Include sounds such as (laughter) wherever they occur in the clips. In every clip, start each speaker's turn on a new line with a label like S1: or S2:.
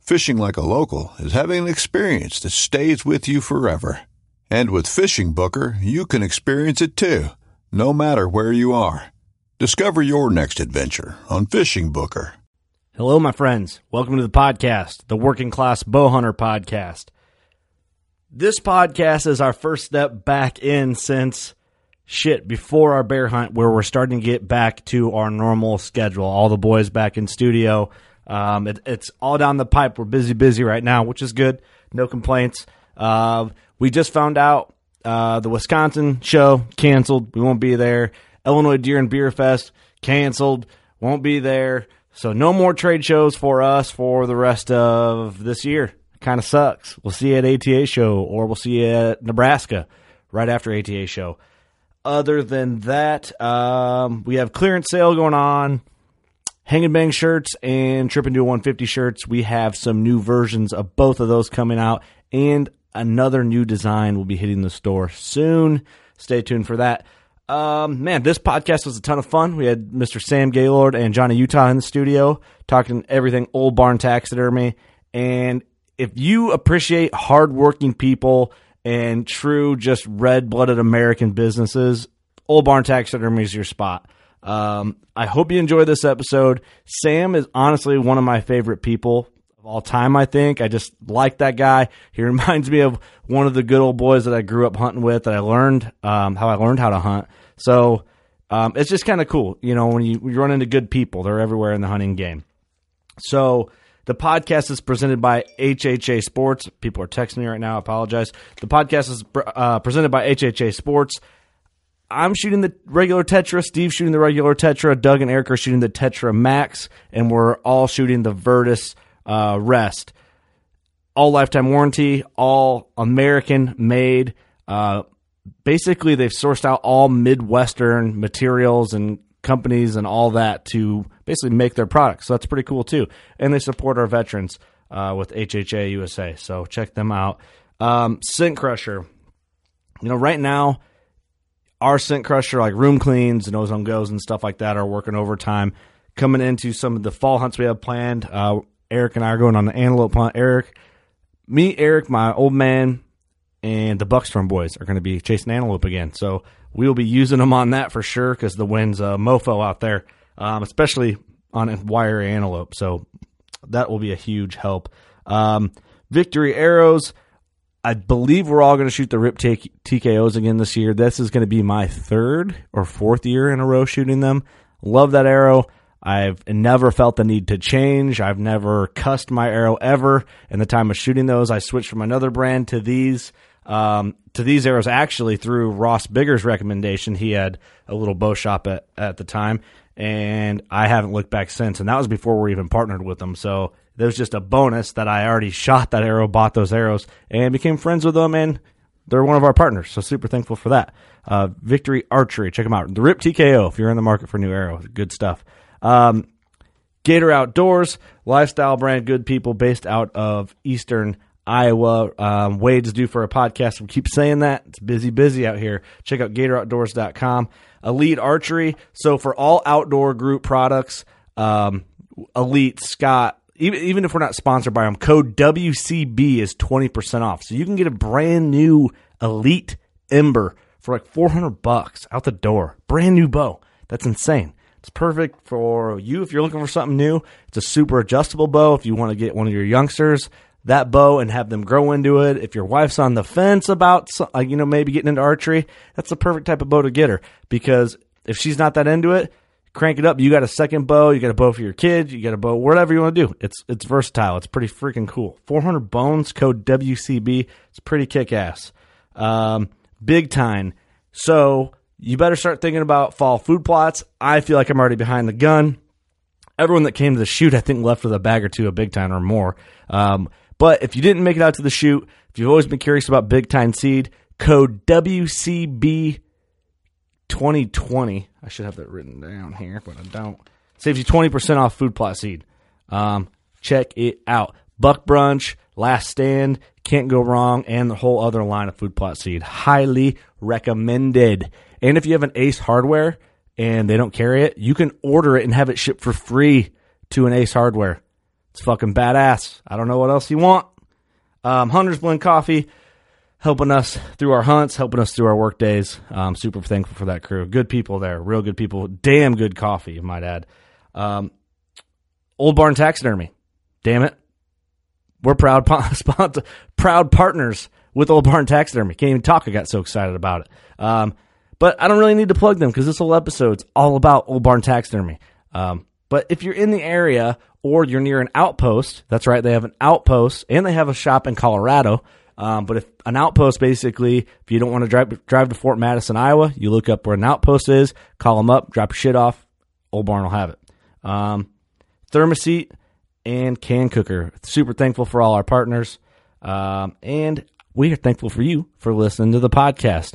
S1: Fishing like a local is having an experience that stays with you forever. And with Fishing Booker, you can experience it too, no matter where you are. Discover your next adventure on Fishing Booker.
S2: Hello, my friends. Welcome to the podcast, the Working Class Bowhunter Podcast. This podcast is our first step back in since shit before our bear hunt, where we're starting to get back to our normal schedule. All the boys back in studio. Um, it, it's all down the pipe. We're busy, busy right now, which is good. No complaints. Uh, we just found out uh, the Wisconsin show canceled. We won't be there. Illinois Deer and Beer Fest canceled. Won't be there. So no more trade shows for us for the rest of this year. Kind of sucks. We'll see you at ATA show or we'll see you at Nebraska right after ATA show. Other than that, um, we have clearance sale going on. Hang and Bang shirts and Trip and Do 150 shirts. We have some new versions of both of those coming out, and another new design will be hitting the store soon. Stay tuned for that. Um, man, this podcast was a ton of fun. We had Mr. Sam Gaylord and Johnny Utah in the studio talking everything old barn taxidermy. And if you appreciate hardworking people and true, just red blooded American businesses, Old Barn Taxidermy is your spot. Um, I hope you enjoy this episode. Sam is honestly one of my favorite people of all time, I think. I just like that guy. He (laughs) reminds me of one of the good old boys that I grew up hunting with that I learned um, how I learned how to hunt. So um, it's just kind of cool, you know, when you, when you run into good people, they're everywhere in the hunting game. So the podcast is presented by HHA Sports. People are texting me right now. I apologize. The podcast is uh, presented by HHA Sports. I'm shooting the regular Tetra. Steve's shooting the regular Tetra. Doug and Eric are shooting the Tetra Max, and we're all shooting the Vertus uh, Rest. All lifetime warranty, all American made. Uh, basically, they've sourced out all Midwestern materials and companies and all that to basically make their products. So that's pretty cool too. And they support our veterans uh, with HHA USA. So check them out. Um, Scent Crusher. You know, right now our scent crusher, like room cleans and ozone goes and stuff like that, are working overtime. Coming into some of the fall hunts we have planned. Uh, Eric and I are going on the antelope hunt. Eric, me, Eric, my old man, and the Buckstorm boys are going to be chasing antelope again. So we will be using them on that for sure because the wind's a mofo out there, um, especially on wire antelope. So that will be a huge help. Um, victory arrows. I believe we're all going to shoot the rip take, TKOs again this year. This is going to be my third or fourth year in a row shooting them. Love that arrow. I've never felt the need to change. I've never cussed my arrow ever. In the time of shooting those, I switched from another brand to these. Um, to these arrows actually through Ross Bigger's recommendation. He had a little bow shop at, at the time, and I haven't looked back since. And that was before we're even partnered with them. So that was just a bonus that I already shot that arrow, bought those arrows, and became friends with them. And they're one of our partners. So super thankful for that. Uh, Victory Archery, check them out. The Rip TKO, if you're in the market for new arrows, good stuff. Um, Gator Outdoors, lifestyle brand, good people based out of Eastern Iowa. Um, Wade's due for a podcast. We keep saying that. It's busy, busy out here. Check out GatorOutdoors.com. Elite Archery. So for all outdoor group products, um, Elite, Scott, even, even if we're not sponsored by them, code WCB is 20% off. So you can get a brand new Elite Ember for like 400 bucks out the door. Brand new bow. That's insane. It's perfect for you if you're looking for something new. It's a super adjustable bow if you want to get one of your youngsters that bow and have them grow into it. If your wife's on the fence about so- uh, you know maybe getting into archery, that's the perfect type of bow to get her because if she's not that into it, crank it up. You got a second bow, you got a bow for your kid, you got a bow whatever you want to do. It's it's versatile. It's pretty freaking cool. 400 bones code WCB. It's pretty kick ass. Um big time. So you better start thinking about fall food plots. I feel like I'm already behind the gun everyone that came to the shoot, I think, left with a bag or two of big time or more. Um, but if you didn't make it out to the shoot, if you've always been curious about big time seed, code WCB 2020. I should have that written down here, but I don't. Saves you 20% off food plot seed. Um, check it out. Buck Brunch, Last Stand, Can't Go Wrong, and the whole other line of food plot seed. Highly recommended. And if you have an Ace Hardware and they don't carry it, you can order it and have it shipped for free to an Ace Hardware. It's fucking badass. I don't know what else you want. Um, Hunter's Blend Coffee helping us through our hunts, helping us through our work days. Um, super thankful for that crew. Good people there, real good people. Damn good coffee, I might add. Um, Old Barn Taxidermy. Damn it. We're proud po- (laughs) spot- proud partners with Old Barn Taxidermy. Can't even talk. I got so excited about it. Um, but I don't really need to plug them because this whole episode's all about Old Barn Taxidermy. Um, but if you're in the area or you're near an outpost, that's right, they have an outpost and they have a shop in Colorado. Um, but if an outpost, basically, if you don't want to drive drive to Fort Madison, Iowa, you look up where an outpost is, call them up, drop your shit off, Old Barn will have it. Um, Thermoset and Can Cooker. Super thankful for all our partners. Um, and we are thankful for you for listening to the podcast.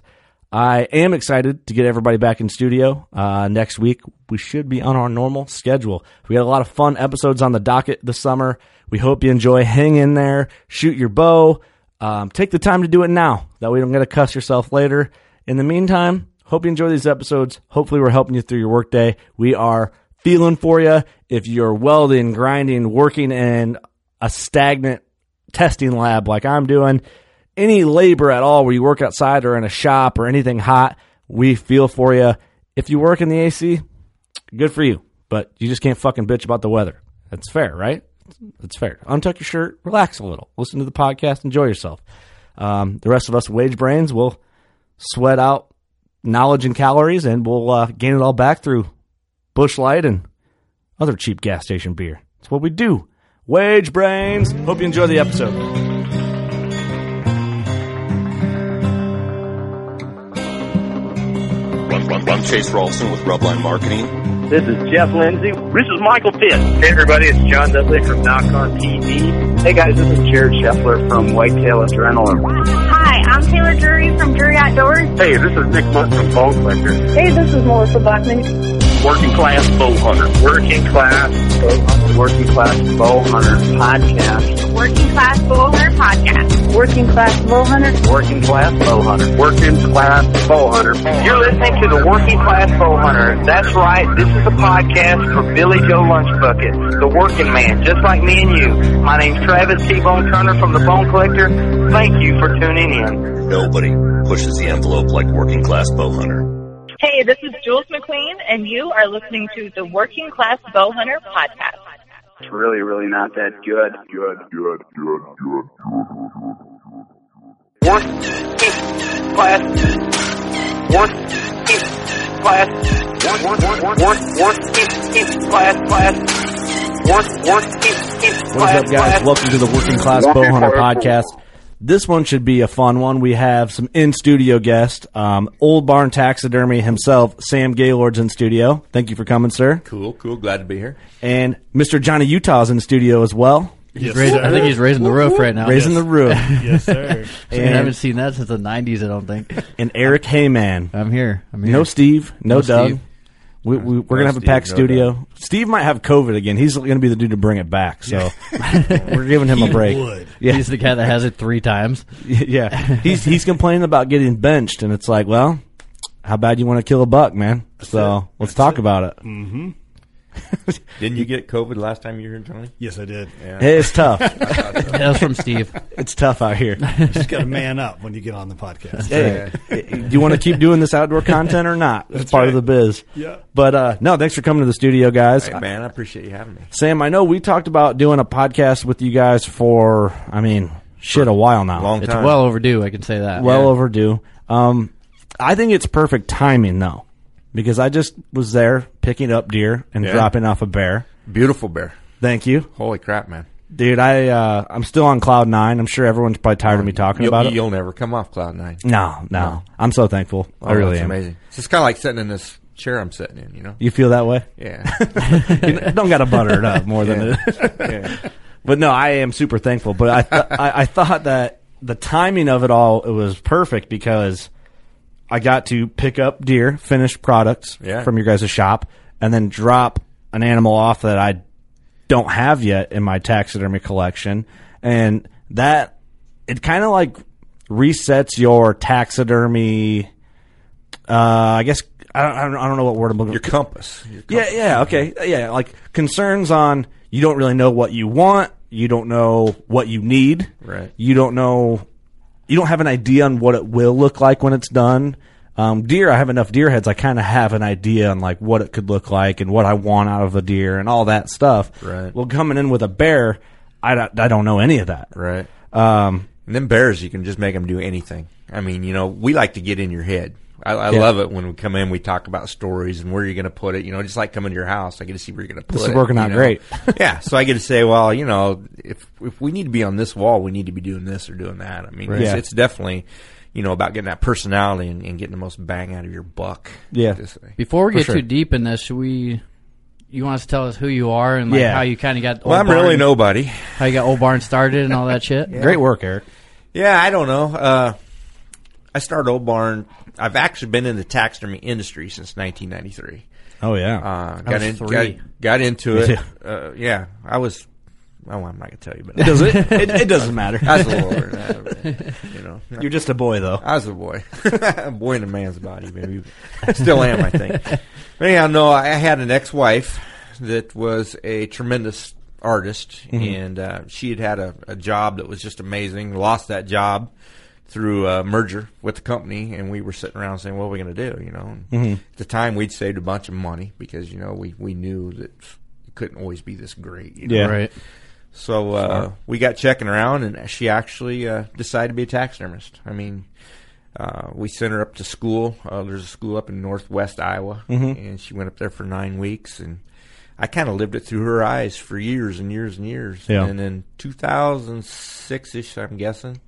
S2: I am excited to get everybody back in studio uh, next week. We should be on our normal schedule. We got a lot of fun episodes on the docket this summer. We hope you enjoy. Hang in there, shoot your bow. Um, take the time to do it now. That way, you don't get to cuss yourself later. In the meantime, hope you enjoy these episodes. Hopefully, we're helping you through your workday. We are feeling for you. If you're welding, grinding, working in a stagnant testing lab like I'm doing, any labor at all where you work outside or in a shop or anything hot, we feel for you. If you work in the AC, good for you, but you just can't fucking bitch about the weather. That's fair, right? That's fair. Untuck your shirt, relax a little, listen to the podcast, enjoy yourself. Um, the rest of us wage brains will sweat out knowledge and calories, and we'll uh, gain it all back through Bush Light and other cheap gas station beer. It's what we do. Wage brains. Hope you enjoy the episode.
S3: I'm Chase Ralston with Rubline Marketing.
S4: This is Jeff Lindsay. This is Michael Pitt. Hey, everybody, it's John Dudley from Knock on TV. Hey, guys, this is Jared Scheffler from Whitetail Adrenaline.
S5: Hi, I'm Taylor Drury from Drury Outdoors.
S4: Hey, this is Nick Munt from Bone Collector.
S6: Hey, this is Melissa Blackman.
S4: Working Class Bow Hunter. Working Class Bow Hunter. Working Class Bow Hunter Podcast.
S5: Working Class Bull Hunter Podcast.
S6: Working class bow hunter.
S4: Working Class Bow Hunter. Working Class Bow Hunter. You're listening to the Working Class Bow Hunter. That's right, this is a podcast for Billy Joe Lunchbucket, the working man, just like me and you. My name's Travis T. Bone Turner from The Bone Collector. Thank you for tuning in.
S3: Nobody pushes the envelope like working class bow hunter.
S7: Hey, this is Jules McQueen, and you are listening to the Working Class Bowhunter Podcast.
S4: It's really, really not that good. Good, good, good, good. Work, eat, class. Work, eat, class. Work, work, work, work, work, eat, eat, class, class. Work, work, eat, eat, class,
S2: What's up, guys?
S4: class.
S2: Welcome to the Working Class Bowhunter podcast. This one should be a fun one. We have some in studio guests. Um, Old Barn Taxidermy himself, Sam Gaylord's in studio. Thank you for coming, sir.
S8: Cool, cool. Glad to be here.
S2: And Mr. Johnny Utah's in the studio as well,
S9: He's raising, I think he's raising the roof right now.
S2: raising the roof.
S10: Yes, sir.
S9: I haven't seen that since the '90s. I don't think.
S2: And Eric Heyman.
S9: I'm here. I'm here.
S2: No Steve, no, Doug.
S9: Steve.
S2: We, we, we're gonna have a
S8: Steve
S2: packed
S8: go
S2: studio. Steve might have COVID again. He's gonna be the dude to bring it back. So (laughs) we're giving him a break.
S10: would.
S2: Yeah, (laughs)
S9: He's the guy that has it three times.
S2: yeah. He's he's complaining about getting benched, and it's like, well, how bad you want to kill a buck, man? so let's talk about it.
S8: Didn't you get COVID last time you were here, Tony?
S10: Yes, I did.
S2: Hey, it's
S10: (laughs)
S2: tough.
S9: That was from
S8: (laughs)
S9: Steve.
S2: it's tough out here.
S10: You got to man up when you get on the podcast.
S2: Hey, do you want to keep doing this outdoor content or
S10: (laughs)
S2: not? It's part of the biz.
S10: Yeah.
S2: But uh, no, thanks for coming to the studio, guys.
S8: Hey, man, I appreciate you having me.
S2: Sam, I know we talked about doing a podcast with you guys for, I mean, shit, a while now.
S8: Long
S9: It's
S8: time.
S9: well overdue. I can say that.
S2: well overdue. Um, I think it's perfect timing though, because I just was there picking up deer and
S8: Yeah.
S2: dropping off a bear.
S8: beautiful bear.
S2: Thank you,
S8: Holy crap, man!
S2: dude. I uh, I'm still on cloud nine. I'm sure everyone's probably tired of me talking
S8: You'll,
S2: about it.
S8: you'll never come off cloud nine.
S2: No, no, I'm so thankful. I
S8: Oh,
S2: really
S8: that's
S2: am.
S8: amazing. It's just kind of like sitting in this chair I'm sitting in. You know?
S2: You feel that way?
S8: Yeah.
S2: (laughs) You don't got to butter it up more than
S8: (laughs)
S2: it. But no, I am super thankful. But I, th- I I thought that the timing of it all it was perfect because I got to pick up deer finished products
S8: Yeah.
S2: from your guys' shop and then drop an animal off that I don't have yet in my taxidermy collection, and that it kind of like resets your taxidermy. Uh, I guess I don't, I don't I don't know what word I'm looking
S8: Your compass. Your compass.
S2: yeah, yeah, okay. Yeah, like concerns on you don't really know what you want, you don't know what you need.
S8: Right.
S2: You don't know you don't have an idea on what it will look like when it's done. Um, deer, I have enough deer heads. I kind of have an idea on like what it could look like and what I want out of a deer and all that stuff.
S8: Right.
S2: Well, coming in with a bear, I don't, I don't know any of that.
S8: Right.
S2: Um,
S8: And then bears, you can just make them do anything. I mean, you know, we like to get in your head. I, I
S2: Yeah.
S8: love it when we come in, we talk about stories and where you're going to put it. You know, just like coming to your house, I get to see where you're going to put
S2: This
S8: it.
S2: is working
S8: you
S2: out
S8: know?
S2: great.
S8: (laughs) yeah. So I get to say, well, you know, if if we need to be on this wall, we need to be doing this or doing that. I mean, it's,
S2: Yeah.
S8: it's definitely, you know, about getting that personality and, and getting the most bang out of your buck.
S2: Yeah.
S8: This way.
S9: Before we
S2: For
S9: get
S2: sure.
S9: too deep in this, should we? You want us to tell us who you are and like
S2: Yeah.
S9: how you kind of got?
S8: Well,
S9: Old
S8: I'm
S9: Barn-
S8: really nobody.
S9: How you got old barn started and all that shit.
S2: Great work, Eric.
S8: Yeah, I don't know. Uh, I started Old Barn. I've actually been in the taxidermy industry since 1993.
S2: Oh yeah.
S8: Uh,
S9: I
S8: got,
S9: was
S8: in,
S9: three.
S8: got got into it.
S2: Yeah.
S8: Uh, yeah, I was. Well, I'm not gonna tell you, but
S2: does (laughs) it, it? It doesn't matter.
S8: I was a little older. than that, but, you know,
S2: (laughs) You're just a boy though.
S8: I was a boy, (laughs) a boy in a man's body. Maybe still am. I think. But anyhow, no, I had an ex-wife that was a tremendous artist, and uh, she had had a, a job that was just amazing. Lost that job through a merger with the company, and we were sitting around saying, "What are we going to do?" You know, and at the time we'd saved a bunch of money because you know we we knew that it couldn't always be this great. You know?
S2: Yeah.
S9: Right.
S8: So uh, we got checking around, and she actually uh, decided to be a taxidermist. I mean, uh, we sent her up to school. Uh, there's a school up in northwest Iowa, and she went up there for nine weeks. And I kind of lived it through her eyes for years and years and years.
S2: Yeah.
S8: And in 2006 ish, I'm guessing,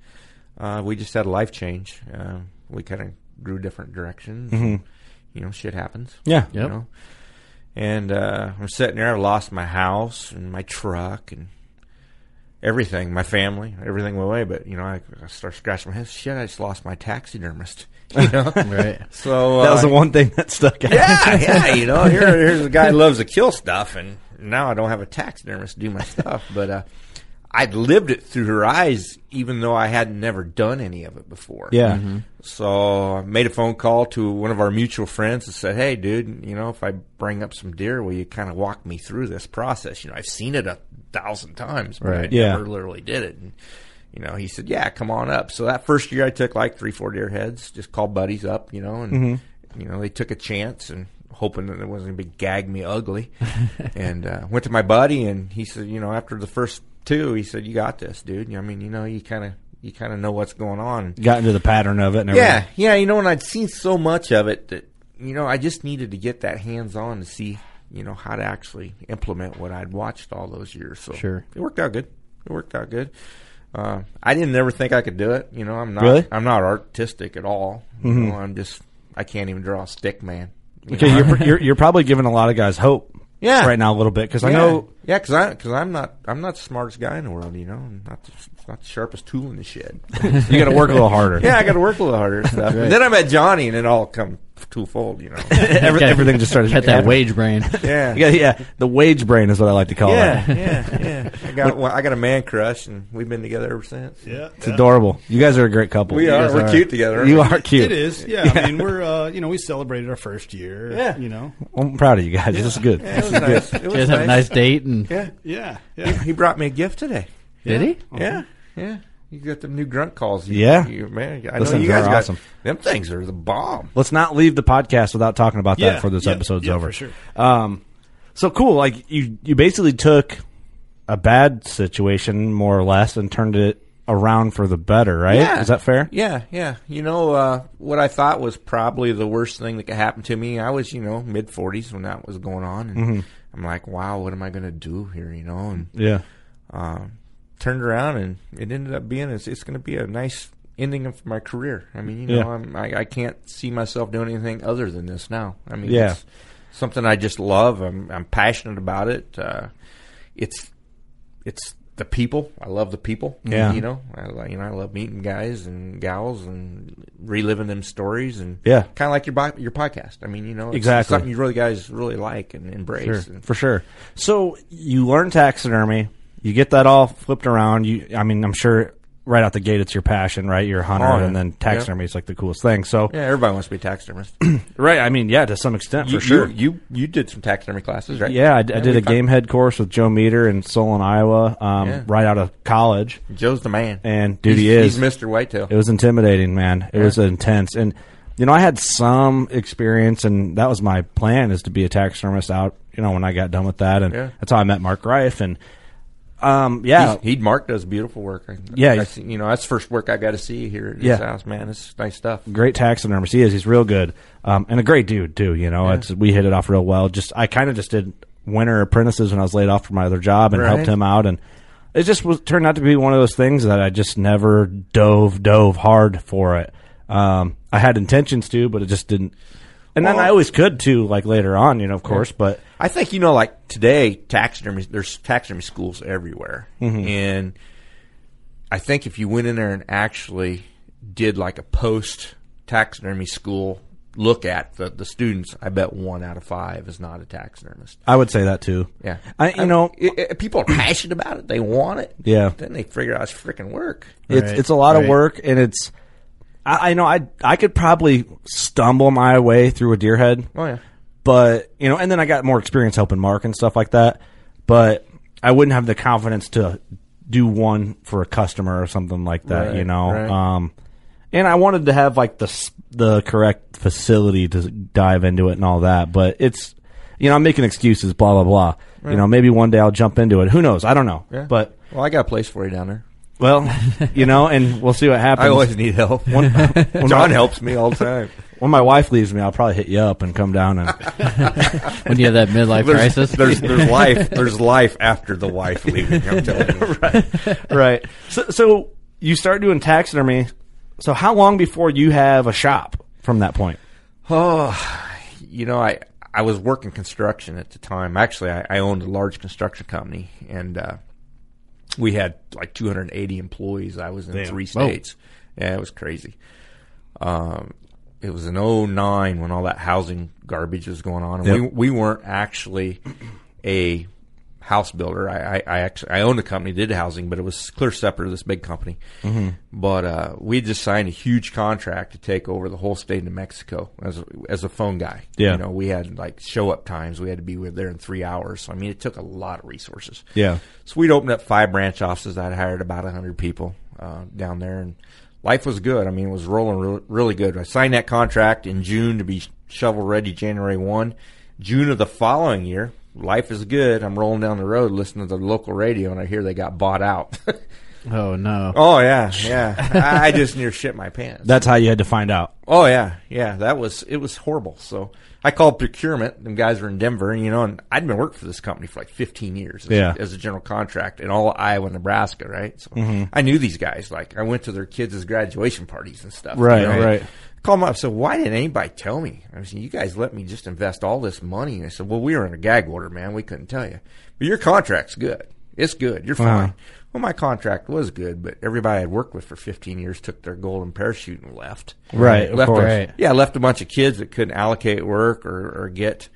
S8: uh, we just had a life change. Uh, we kind of grew different directions.
S2: Mm-hmm.
S8: You know, shit happens
S2: Yeah. (laughs)
S8: you know. And uh, I'm sitting there. I lost my house and my truck and everything, my family, everything went away. But you know, I, I start scratching my head. Shit, I just lost my taxidermist. (laughs)
S2: (laughs)
S8: You know,
S9: Right.
S8: so uh,
S2: That was the one thing that stuck out. (laughs)
S8: yeah, yeah. You know, here, here's a guy who loves to kill stuff, and now I don't have a taxidermist to do my stuff. (laughs) But uh, I'd lived it through her eyes, even though I had never done any of it before.
S2: Yeah.
S8: So I made a phone call to one of our mutual friends and said, "Hey, dude, you know, if I bring up some deer, will you kind of walk me through this process? You know, I've seen it a thousand times, but I
S9: Right.
S2: Yeah.
S8: never literally did it." And, you know, he said, "Yeah, come on up." So that first year, I took like three, four deer heads, just called buddies up, you know, and you know they took a chance and hoping that it wasn't going to be gag me ugly,
S9: (laughs)
S8: and uh, went to my buddy and he said, you know, after the first two, he said, "You got this, dude." I mean, you know, you kind of you kind of know what's going on.
S2: Got into the pattern of it. And everything.
S8: Yeah, yeah, you know, and I'd seen so much of it that you know I just needed to get that hands on to see you know how to actually implement what I'd watched all those years. So
S9: Sure.
S8: it worked out good. It worked out good. Uh, I didn't ever think I could do it. You know, I'm not.
S2: Really?
S8: I'm not artistic at all. You know, I'm just. I can't even draw a stick man. You
S2: Okay,
S8: know,
S2: you're, you're you're probably giving a lot of guys hope.
S8: Yeah.
S2: right now a little bit because
S8: I
S2: I
S8: yeah.
S2: know.
S8: yeah, because I, cause I'm not, I'm not the smartest guy in the world, you know, I'm not, the, not the sharpest tool in the shed. (laughs)
S2: You got to work a little harder.
S8: yeah, I got to work a little harder and stuff. And then I met Johnny, and it all come twofold, you know.
S2: (laughs) Every-
S9: Okay.
S2: Everything just
S8: (laughs)
S2: started
S9: Got that wage brain.
S8: Yeah.
S2: yeah, yeah. The wage brain is what I like to call
S8: Yeah,
S2: it.
S8: yeah, yeah. I got well, I got a man crush, and we've been together ever since.
S10: Yeah,
S2: It's adorable. You guys are a great couple.
S8: We
S2: You
S8: are.
S2: guys
S8: We're cute together, aren't
S2: You
S8: we?
S2: are cute.
S10: It is. Yeah, I mean, we're uh, you know we celebrated our first year.
S8: Yeah.
S10: you know.
S2: I'm proud of you guys. This is good.
S8: Yeah, it was nice. It
S9: You guys
S8: was
S9: have a nice date and
S8: Yeah,
S10: Yeah, yeah.
S8: he brought me a gift today.
S9: did he?
S10: Uh-huh.
S8: Yeah, yeah. You got them new grunt calls. You,
S2: Yeah.
S8: you, man. I
S2: Those
S8: know
S2: things
S8: you guys
S2: are
S8: got
S2: awesome.
S8: them things are the bomb.
S2: Let's not leave the podcast without talking about that
S10: Yeah,
S2: before this
S10: yeah,
S2: episode's
S10: yeah,
S2: over.
S10: for sure.
S2: Um, so cool. Like you, you basically took a bad situation more or less and turned it around for the better. Right?
S8: Yeah.
S2: Is that fair?
S8: Yeah, yeah. You know, uh, what I thought was probably the worst thing that could happen to me. I was, you know, mid 40s when that was going on. And I'm like, wow, what am I going to do here, you know? And
S2: Yeah.
S8: um, turned around and it ended up being, it's, it's going to be a nice ending of my career. I mean, you know,
S2: Yeah.
S8: I'm, I, I can't see myself doing anything other than this now. I mean,
S2: Yeah.
S8: it's something I just love. I'm, I'm passionate about it. Uh, it's, it's, the people, I love the people.
S2: Yeah.
S8: you know, I li- you know, I love meeting guys and gals and reliving them stories and
S2: Yeah.
S8: kind of like your bi- your podcast. I mean, you know, it's
S2: Exactly.
S8: something you really guys really like and embrace.
S2: Sure.
S8: And-
S2: For sure. So you learn taxidermy. You get that all flipped around. You, I mean, I'm sure right out the gate it's your passion, right? You're a hunter,
S8: Oh, yeah.
S2: and then taxidermy is like the coolest thing. So
S8: yeah, everybody wants to be a taxidermist.
S2: right. I mean, yeah, to some extent,
S8: you,
S2: for sure.
S8: You, you you did some taxidermy classes, right?
S2: Yeah, I, I did
S8: we
S2: a
S8: found-
S2: game head course with Joe Meter in Solon, Iowa, um,
S8: Yeah.
S2: right out of college,
S8: Joe's the man,
S2: and dude, he
S8: He's-
S2: is.
S8: he's Mr. Whitetail.
S2: It was intimidating, man. It was intense, and you know, I had some experience, and that was my plan is to be a taxidermist out. You know, when I got done with that, and
S8: Yeah.
S2: that's how I met Mark Reif, and um, yeah,
S8: He's- he Mark does beautiful work. I,
S2: Yeah,
S8: I
S2: he's-
S8: see- you know that's the first work I got to see here at his
S2: Yeah.
S8: house, man. It's nice stuff.
S2: great taxidermist. He is. He's real good, um, and a great dude too. You know, it's, we hit it off real well. Just I kind of just did winter apprentices when I was laid off from my other job and
S8: Right.
S2: helped him out, and it just was, turned out to be one of those things that I just never dove dove hard for it. Um, I had intentions to, but it just didn't. And then
S8: Well-
S2: I always could too, like later on, you know, of course. But
S8: I think you know, like today, taxidermy. There's taxidermy schools everywhere,
S2: Mm-hmm.
S8: and I think if you went in there and actually did like a post taxidermy school look at the the students, I bet one out of five is not a taxidermist.
S2: I would say that too.
S8: Yeah,
S2: I, you know,
S8: it, it- people are passionate about it; they want it.
S2: Yeah.
S8: then they figure out it's freaking work.
S2: It's
S10: Right,
S2: it's a lot of
S10: right.
S2: work, and it's I, I know I I could probably stumble my way through a deer head.
S8: Oh yeah,
S2: but you know, and then I got more experience helping Mark and stuff like that. But I wouldn't have the confidence to do one for a customer or something like that,
S8: Right,
S2: you know.
S8: right.
S2: Um, and I wanted to have like the s- the correct facility to dive into it and all that, but it's you know I'm making excuses, blah blah blah. You know, maybe one day I'll jump into it. Who knows? I don't know.
S8: yeah.
S2: But
S8: well, I got a place for you down there. (laughs)
S2: well, you know, and we'll see what happens.
S8: I always need help. (laughs) John helps me all the time.
S2: (laughs) when my wife leaves me, I'll probably hit you up and come down and
S8: (laughs)
S9: When you have that midlife
S8: There's, (laughs)
S9: crisis,
S8: there's, there's life. There's life after the wife leaving. I'm telling you.
S2: right. (laughs) So, so you start doing taxidermy. So how long before you have a shop from that point?
S8: Oh, you know, I I was working construction at the time. Actually, I, I owned a large construction company, and uh, we had like 280 employees. I was in three states. Yeah, it was crazy. Um, it was in 09 when all that housing garbage was going on, and
S2: Yep.
S8: we we weren't actually a house builder. I, I, I actually I owned a company, did housing, but it was clear separate of this big company.
S2: Mm-hmm.
S8: But uh, we just signed a huge contract to take over the whole state of New Mexico as a, as a phone guy.
S2: Yeah.
S8: you know, we had like show up times. We had to be with there in three hours. So I mean, it took a lot of resources.
S2: Yeah.
S8: So we'd opened up five branch offices. I'd hired about 100 people uh, down there, and life was good. I mean, it was rolling re- really good. I signed that contract in June to be shovel ready January 1. June of the following year, life is good. I'm rolling down the road listening to the local radio, and I hear they got bought out.
S9: (laughs)
S8: (laughs)
S9: oh no,
S8: oh, yeah, yeah. (laughs) I, I just near shit my pants.
S2: That's how you had to find out.
S8: Oh yeah, yeah. That was it was horrible. So I called procurement. Them guys were in Denver, and you know, and I'd been working for this company for like 15 years. As,
S2: Yeah.
S8: as a general contractor in all Iowa, and Nebraska, right? So
S2: Mm-hmm.
S8: I knew these guys. Like I went to their kids' graduation parties and stuff.
S2: Right, right.
S8: Called them up. So why didn't anybody tell me? I said, you guys let me just invest all this money. And I
S2: Uh-huh.
S8: said, well, we were in a gag order, man. We couldn't tell you, but your contract's good. It's good. You're fine. Well, my contract was good, but everybody I'd worked with for 15 years took their golden parachute and left.
S2: Right, of
S8: left
S2: course.
S8: A,
S2: Right.
S8: Yeah, left a bunch of kids that couldn't allocate work or, or get,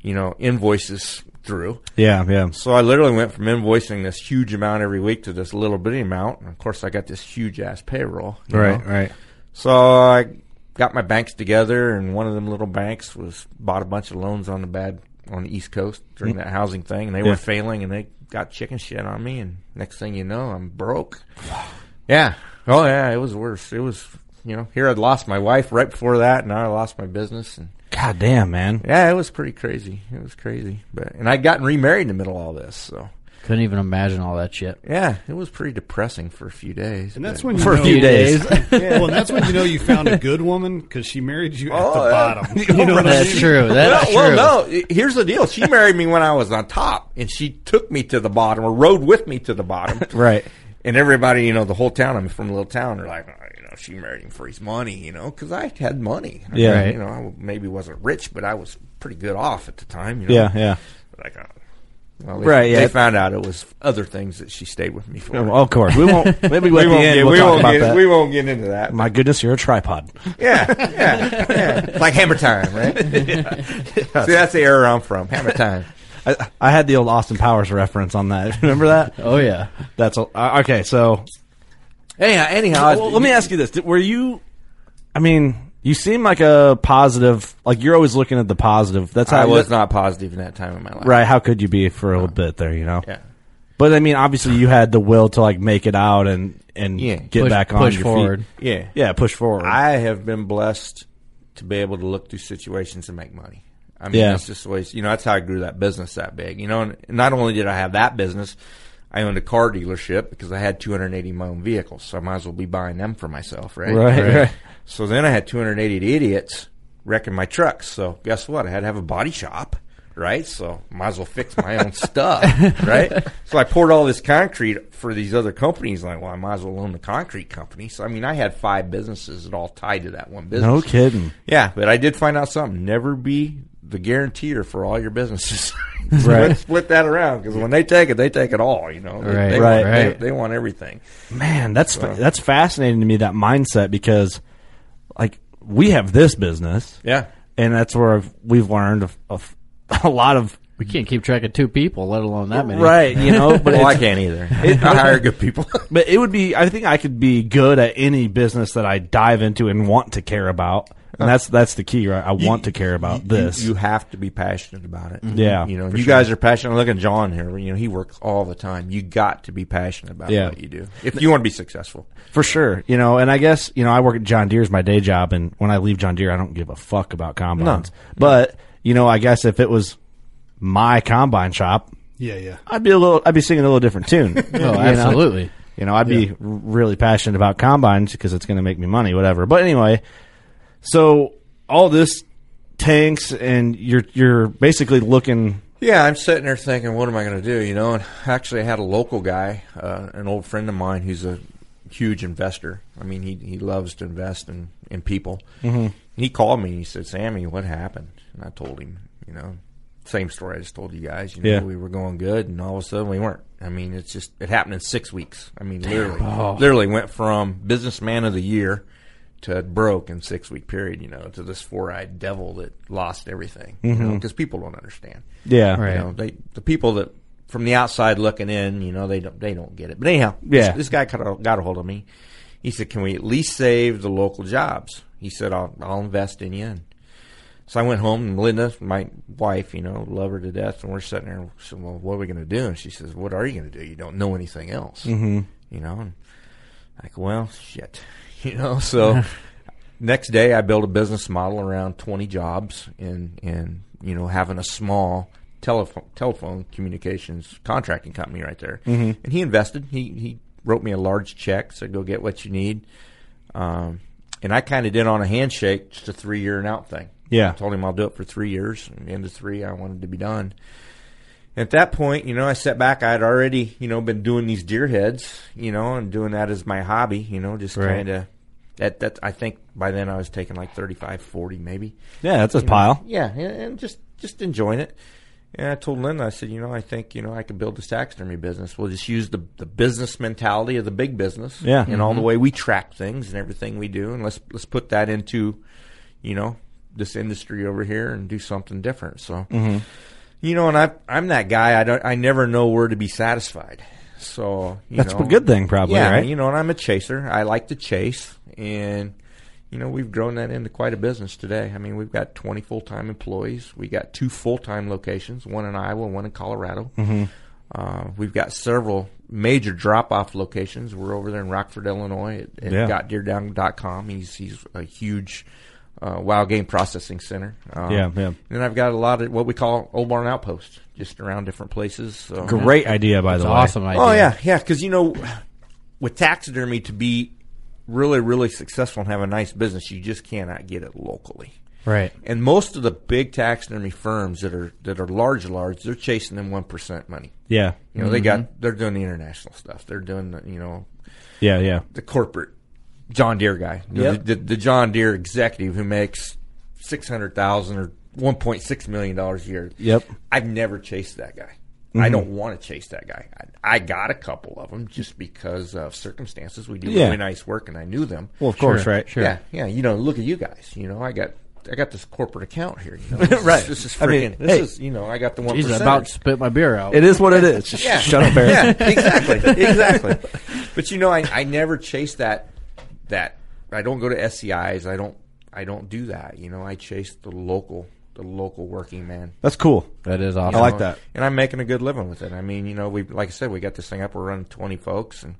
S8: you know, invoices through.
S2: Yeah, yeah.
S8: So I literally went from invoicing this huge amount every week to this little bitty amount. And of course, I got this huge ass payroll. you
S2: Right,
S8: know.
S2: right.
S8: So I got my banks together, and one of them little banks was bought a bunch of loans on the bad on the East Coast during that housing thing, and they
S2: Yeah.
S8: were failing, and they got chicken shit on me. And next thing you know, I'm broke. yeah. Oh yeah, it was worse. It was you know here I'd lost my wife right before that, and now I lost my business, and
S2: God damn, (laughs) man.
S8: yeah, it was pretty crazy. It was crazy, but and I'd gotten remarried in the middle of all this, so.
S9: Couldn't even imagine all that shit.
S8: Yeah, it was pretty depressing for a few days.
S10: And that's
S8: but-
S10: when you
S8: for
S10: know-
S8: a few days.
S2: (laughs)
S8: (laughs)
S10: well, and that's when you know you found a good woman because she married you at the
S8: Oh, yeah.
S10: bottom. You know what I
S9: That's
S10: mean?
S9: true. That's
S8: well,
S9: true.
S8: well, no. i- Here's the deal. She married me when I was on top, and she took me to the bottom, or rode with me to the bottom.
S2: (laughs) Right.
S8: And everybody, you know, the whole town. I'm from a little town. They're like, oh, you know, she married him for his money, you know, because I had money. I
S2: Yeah.
S8: mean, you know, I w- maybe wasn't rich, but I was pretty good off at the time. You know?
S2: Yeah, yeah.
S8: Like, uh, well, they,
S2: Right, yeah.
S8: They found out it was other things that she stayed with me for.
S2: Of course. We (laughs) won't. Maybe we
S8: we, won't
S2: the end,
S8: get,
S2: we'll
S8: we,
S2: talk
S8: won't
S2: about
S8: get,
S2: that.
S8: we won't get into that.
S2: My goodness, you're a tripod.
S8: Yeah, yeah, yeah. It's like hammer time, right? See, that's the era I'm from. Hammer time.
S2: I, I had the old Austin Powers reference on that. (laughs) Remember that?
S9: Oh yeah.
S2: That's a, uh, okay. So
S8: Anyhow, anyhow,
S2: Uh, Well, let me ask you this: Did- Were you? I mean, you seem like a positive. Like you're always looking at the positive. That's how
S8: (laughs) I was not positive in that time of my life.
S2: Right? How could you be for a little bit there? You know.
S8: Yeah.
S2: But I mean, obviously, you had the will to like make it out and and
S8: Yeah.
S2: get
S9: Push-
S2: back on
S9: push
S2: your
S9: forward.
S2: feet.
S8: Yeah.
S2: Yeah, push forward.
S8: I have been blessed to be able to look through situations and make money. I mean,
S2: Yeah.
S8: that's just the way, you know, that's how I grew that business that big. You know, and not only did I have that business, I owned a car dealership because I had 280 of my own vehicles. So I might as well be buying them for myself, right?
S2: Right, Right. right.
S8: So then I had 280 idiots wrecking my trucks. So guess what? I had to have a body shop. Right, so might as well fix my own stuff, right? So I poured all this concrete for these other companies. Like, well, I might as well own the concrete company. So I mean, I had five businesses that all tied to that one business.
S2: no
S8: (laughs)
S2: kidding.
S8: Yeah, but I did find out something. Never be the guaranteer for all your businesses. (laughs)
S2: Right.
S8: split, split that around because when they take it, they take it all. You know, They-
S9: Right,
S8: they
S2: right,
S8: want, they-
S9: right.
S8: They, want everything.
S2: (laughs) Man, that's fa- that's fascinating to me that mindset because, like, we have this business,
S8: Yeah,
S2: and that's where I've, we've learned of, of (laughs) a lot of
S9: We can't keep track of two people, let alone that many.
S2: right. You
S9: (laughs)
S2: know, but
S8: well,
S2: it's-
S8: I can't either. I hire good people. (laughs)
S2: But it would be. I think I could be good at any business that I dive into and want to care about. And that's that's the key, right? I want to care about
S8: Uh, You-
S2: this.
S8: You have to be passionate about it.
S2: Yeah,
S8: you know,
S2: for
S8: you
S2: sure.
S8: guys are passionate. Look at John here. You know, he works all the time. You got to be passionate about
S2: Yeah.
S8: what you do if you want to be successful.
S2: for sure. You know, and I guess you know I work at John Deere's my day job, and when I leave John Deere, I don't give a fuck about combines. But you know, I guess if it was my combine shop,
S10: Yeah, yeah.
S2: I'd be a little. I'd be singing a little different (laughs) tune.
S9: Oh, absolutely.
S2: You know, I'd be r- really passionate about combines because it's going to make me money, whatever. But anyway, so all this tanks, and you're you're basically looking.
S8: Yeah, I'm sitting there thinking, what am I going to do? You know, and actually, I had a local guy, uh, an old friend of mine, who's a huge investor. I mean, he he loves to invest in in people. Mm-hmm. He called me. and He said, "Sammy, what happened?" And I told him, you know, same story I just told you guys. You know,
S2: Yeah.
S8: we were going good, and all of a sudden we weren't. I mean, it's just it happened in six weeks. I mean, literally, literally went from businessman of the year to broke in six week period. You know, to this four eyed devil that lost everything. You know, because people don't understand.
S2: Yeah,
S9: Right.
S8: You know, they the people that from the outside looking in, you know, they don't they don't get it. But anyhow,
S2: Yeah.
S8: this, this guy got a, got a hold of me. He said, "Can we at least save the local jobs?" He said, "I'll I'll invest in you." And so I went home and Linda, my wife, you know, love her to death, and we're sitting there. So, well, what are we going to do? And she says, "What are you going to do? You don't know anything else, mm-hmm. you know." And like, well, shit, (laughs) you know. So next day, I built a business model around twenty jobs and and you know having a small telephone telephone communications contracting company right there. Mm-hmm. And he invested. He he wrote me a large check, said go get what you need. Um, and I kind of did on a handshake just a three year and out thing.
S2: Yeah.
S8: told him I'll do it for three years. And end of three, I wanted to be done. At that point, you know, I sat back. I had already, you know, been doing these deer heads, you know, and doing that as my hobby, you know, just
S2: Right.
S8: kind of. That that I think by then I was taking like 35, 40 maybe.
S2: yeah, that's a pile.
S8: Yeah, and and just just enjoying it. And I told Linda, I said, you know, I think you know I could build this taxidermy business. We'll just use the the business mentality of the big business,
S2: Yeah.
S8: and all the way we track things and everything we do, and let's let's put that into, you know, this industry over here and do something different. So,
S2: Mm-hmm.
S8: you know, and I I'm that guy. I don't I never know where to be satisfied. So you
S2: That's
S8: know,
S2: a good thing, probably,
S8: yeah,
S2: right?
S8: You know, and I'm a chaser. I like to chase, and you know, we've grown that into quite a business today. I mean, we've got 20 full-time employees. We got two full-time locations, one in Iowa, one in Colorado.
S2: Mm-hmm.
S8: Uh, we've got several major drop-off locations. We're over there in Rockford, Illinois, at, at
S2: Yeah.
S8: gotdeerdown.com. He's he's a huge uh, wild game processing center. Um,
S2: Yeah, yeah.
S8: And then I've got a lot of what we call old barn outposts, just around different places. So.
S2: Great idea, by
S9: It's
S2: the
S9: an
S2: way.
S9: awesome idea.
S8: Oh yeah, yeah. Because you know, with taxidermy to be really, really successful and have a nice business, you just cannot get it locally.
S9: Right.
S8: And most of the big taxidermy firms that are that are large, large, they're chasing them one percent money.
S2: Yeah,
S8: You know, they got they're doing the international stuff. They're doing the you know
S2: yeah, yeah.
S8: the corporate John Deere guy, You know,
S2: Yep.
S8: the, the, the John Deere executive who makes six hundred thousand or one point six million dollars a year.
S2: Yep. Mm-hmm.
S8: I've never chased that guy. I don't want to chase that guy. I, I got a couple of them just because of circumstances. We do
S2: Yeah.
S8: really nice work, and I knew them.
S2: Well, of course,
S9: Sure,
S2: right?
S9: sure.
S8: yeah, yeah. You know, look at you guys. You know, I got. I got this corporate account here.
S2: (laughs)
S8: You know, This is-
S2: Right.
S8: This is
S2: I mean,
S8: freaking. this
S2: hey.
S8: is you know. I got the one
S9: He's
S8: percent.
S9: about to spit my beer out.
S2: It is what it is. Just
S8: Yeah.
S2: Shut up, Aaron.
S8: Yeah,
S2: (laughs)
S8: exactly, exactly. But you know, I, I never chase that. That I don't go to SCIs. I don't. I don't do that. You know, I chase the local, the local working man.
S2: That's cool.
S9: That is awesome.
S2: I like that.
S8: And I'm making a good living with it. I mean, you know, we like I said, we got this thing up. We're running 20 folks, and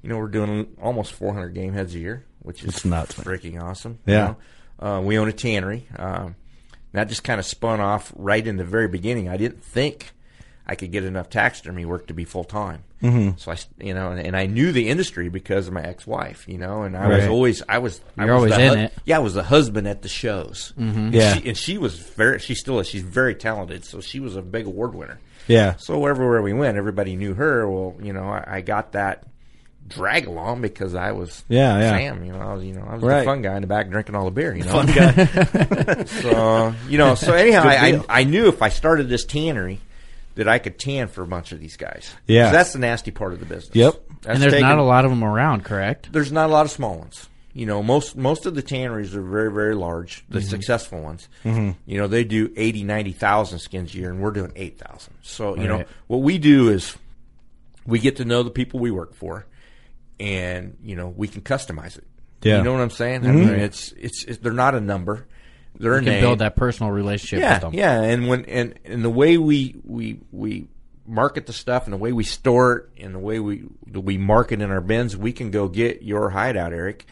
S8: you know, we're doing almost 400 game heads a year, which is
S2: It's nuts, man.
S8: freaking awesome.
S2: Yeah.
S8: You know? uh, we own a tannery. Um, that just kind of spun off right in the very beginning. I didn't think I could get enough taxidermy work to be full time. Mm-hmm. So I, s- you know, and, and I knew the industry because of my ex-wife, you know, and I was
S2: Right.
S8: always, I was, I
S9: You're
S8: was
S9: always
S8: the
S9: in it.
S8: Yeah, I was the husband at the shows. Mm-hmm.
S2: Yeah.
S8: she, and she was very, she still is. She's very talented, so she was a big award winner.
S2: Yeah.
S8: So everywhere we went, everybody knew her. Well, you know, I, I got that drag along because I was
S2: Yeah, yeah.
S8: Sam. You know, I was you know I was
S2: Right.
S8: the fun guy in the back drinking all the
S2: (laughs)
S8: beer. You know, fun guy. so you know, so anyhow, I, I I knew if I started this tannery that I could tan for a bunch of these guys.
S2: Yeah.
S8: 'Cause that's the nasty part of the business.
S2: Yep.
S8: That's
S9: And there's
S8: taking-
S9: not a lot of them around, correct?
S8: there's not a lot of small ones. You know, most most of the tanneries are very very large, the
S9: Mm-hmm.
S8: successful ones. You know, they do 80, 90,000 skins a year and we're doing 8,000. So, you know,
S9: Right.
S8: what we do is we get to know the people we work for and, you know, we can customize it.
S2: Yeah.
S8: You know what I'm saying? I mean, it's, it's it's they're not a number. They're a
S9: Mm-hmm. You can
S8: name.
S9: build that personal relationship
S8: Yeah,
S9: with them.
S8: yeah, and when and, and the way we we we market the stuff and the way we store it and the way we that we market in our bins, we can go get your hideout, Eric,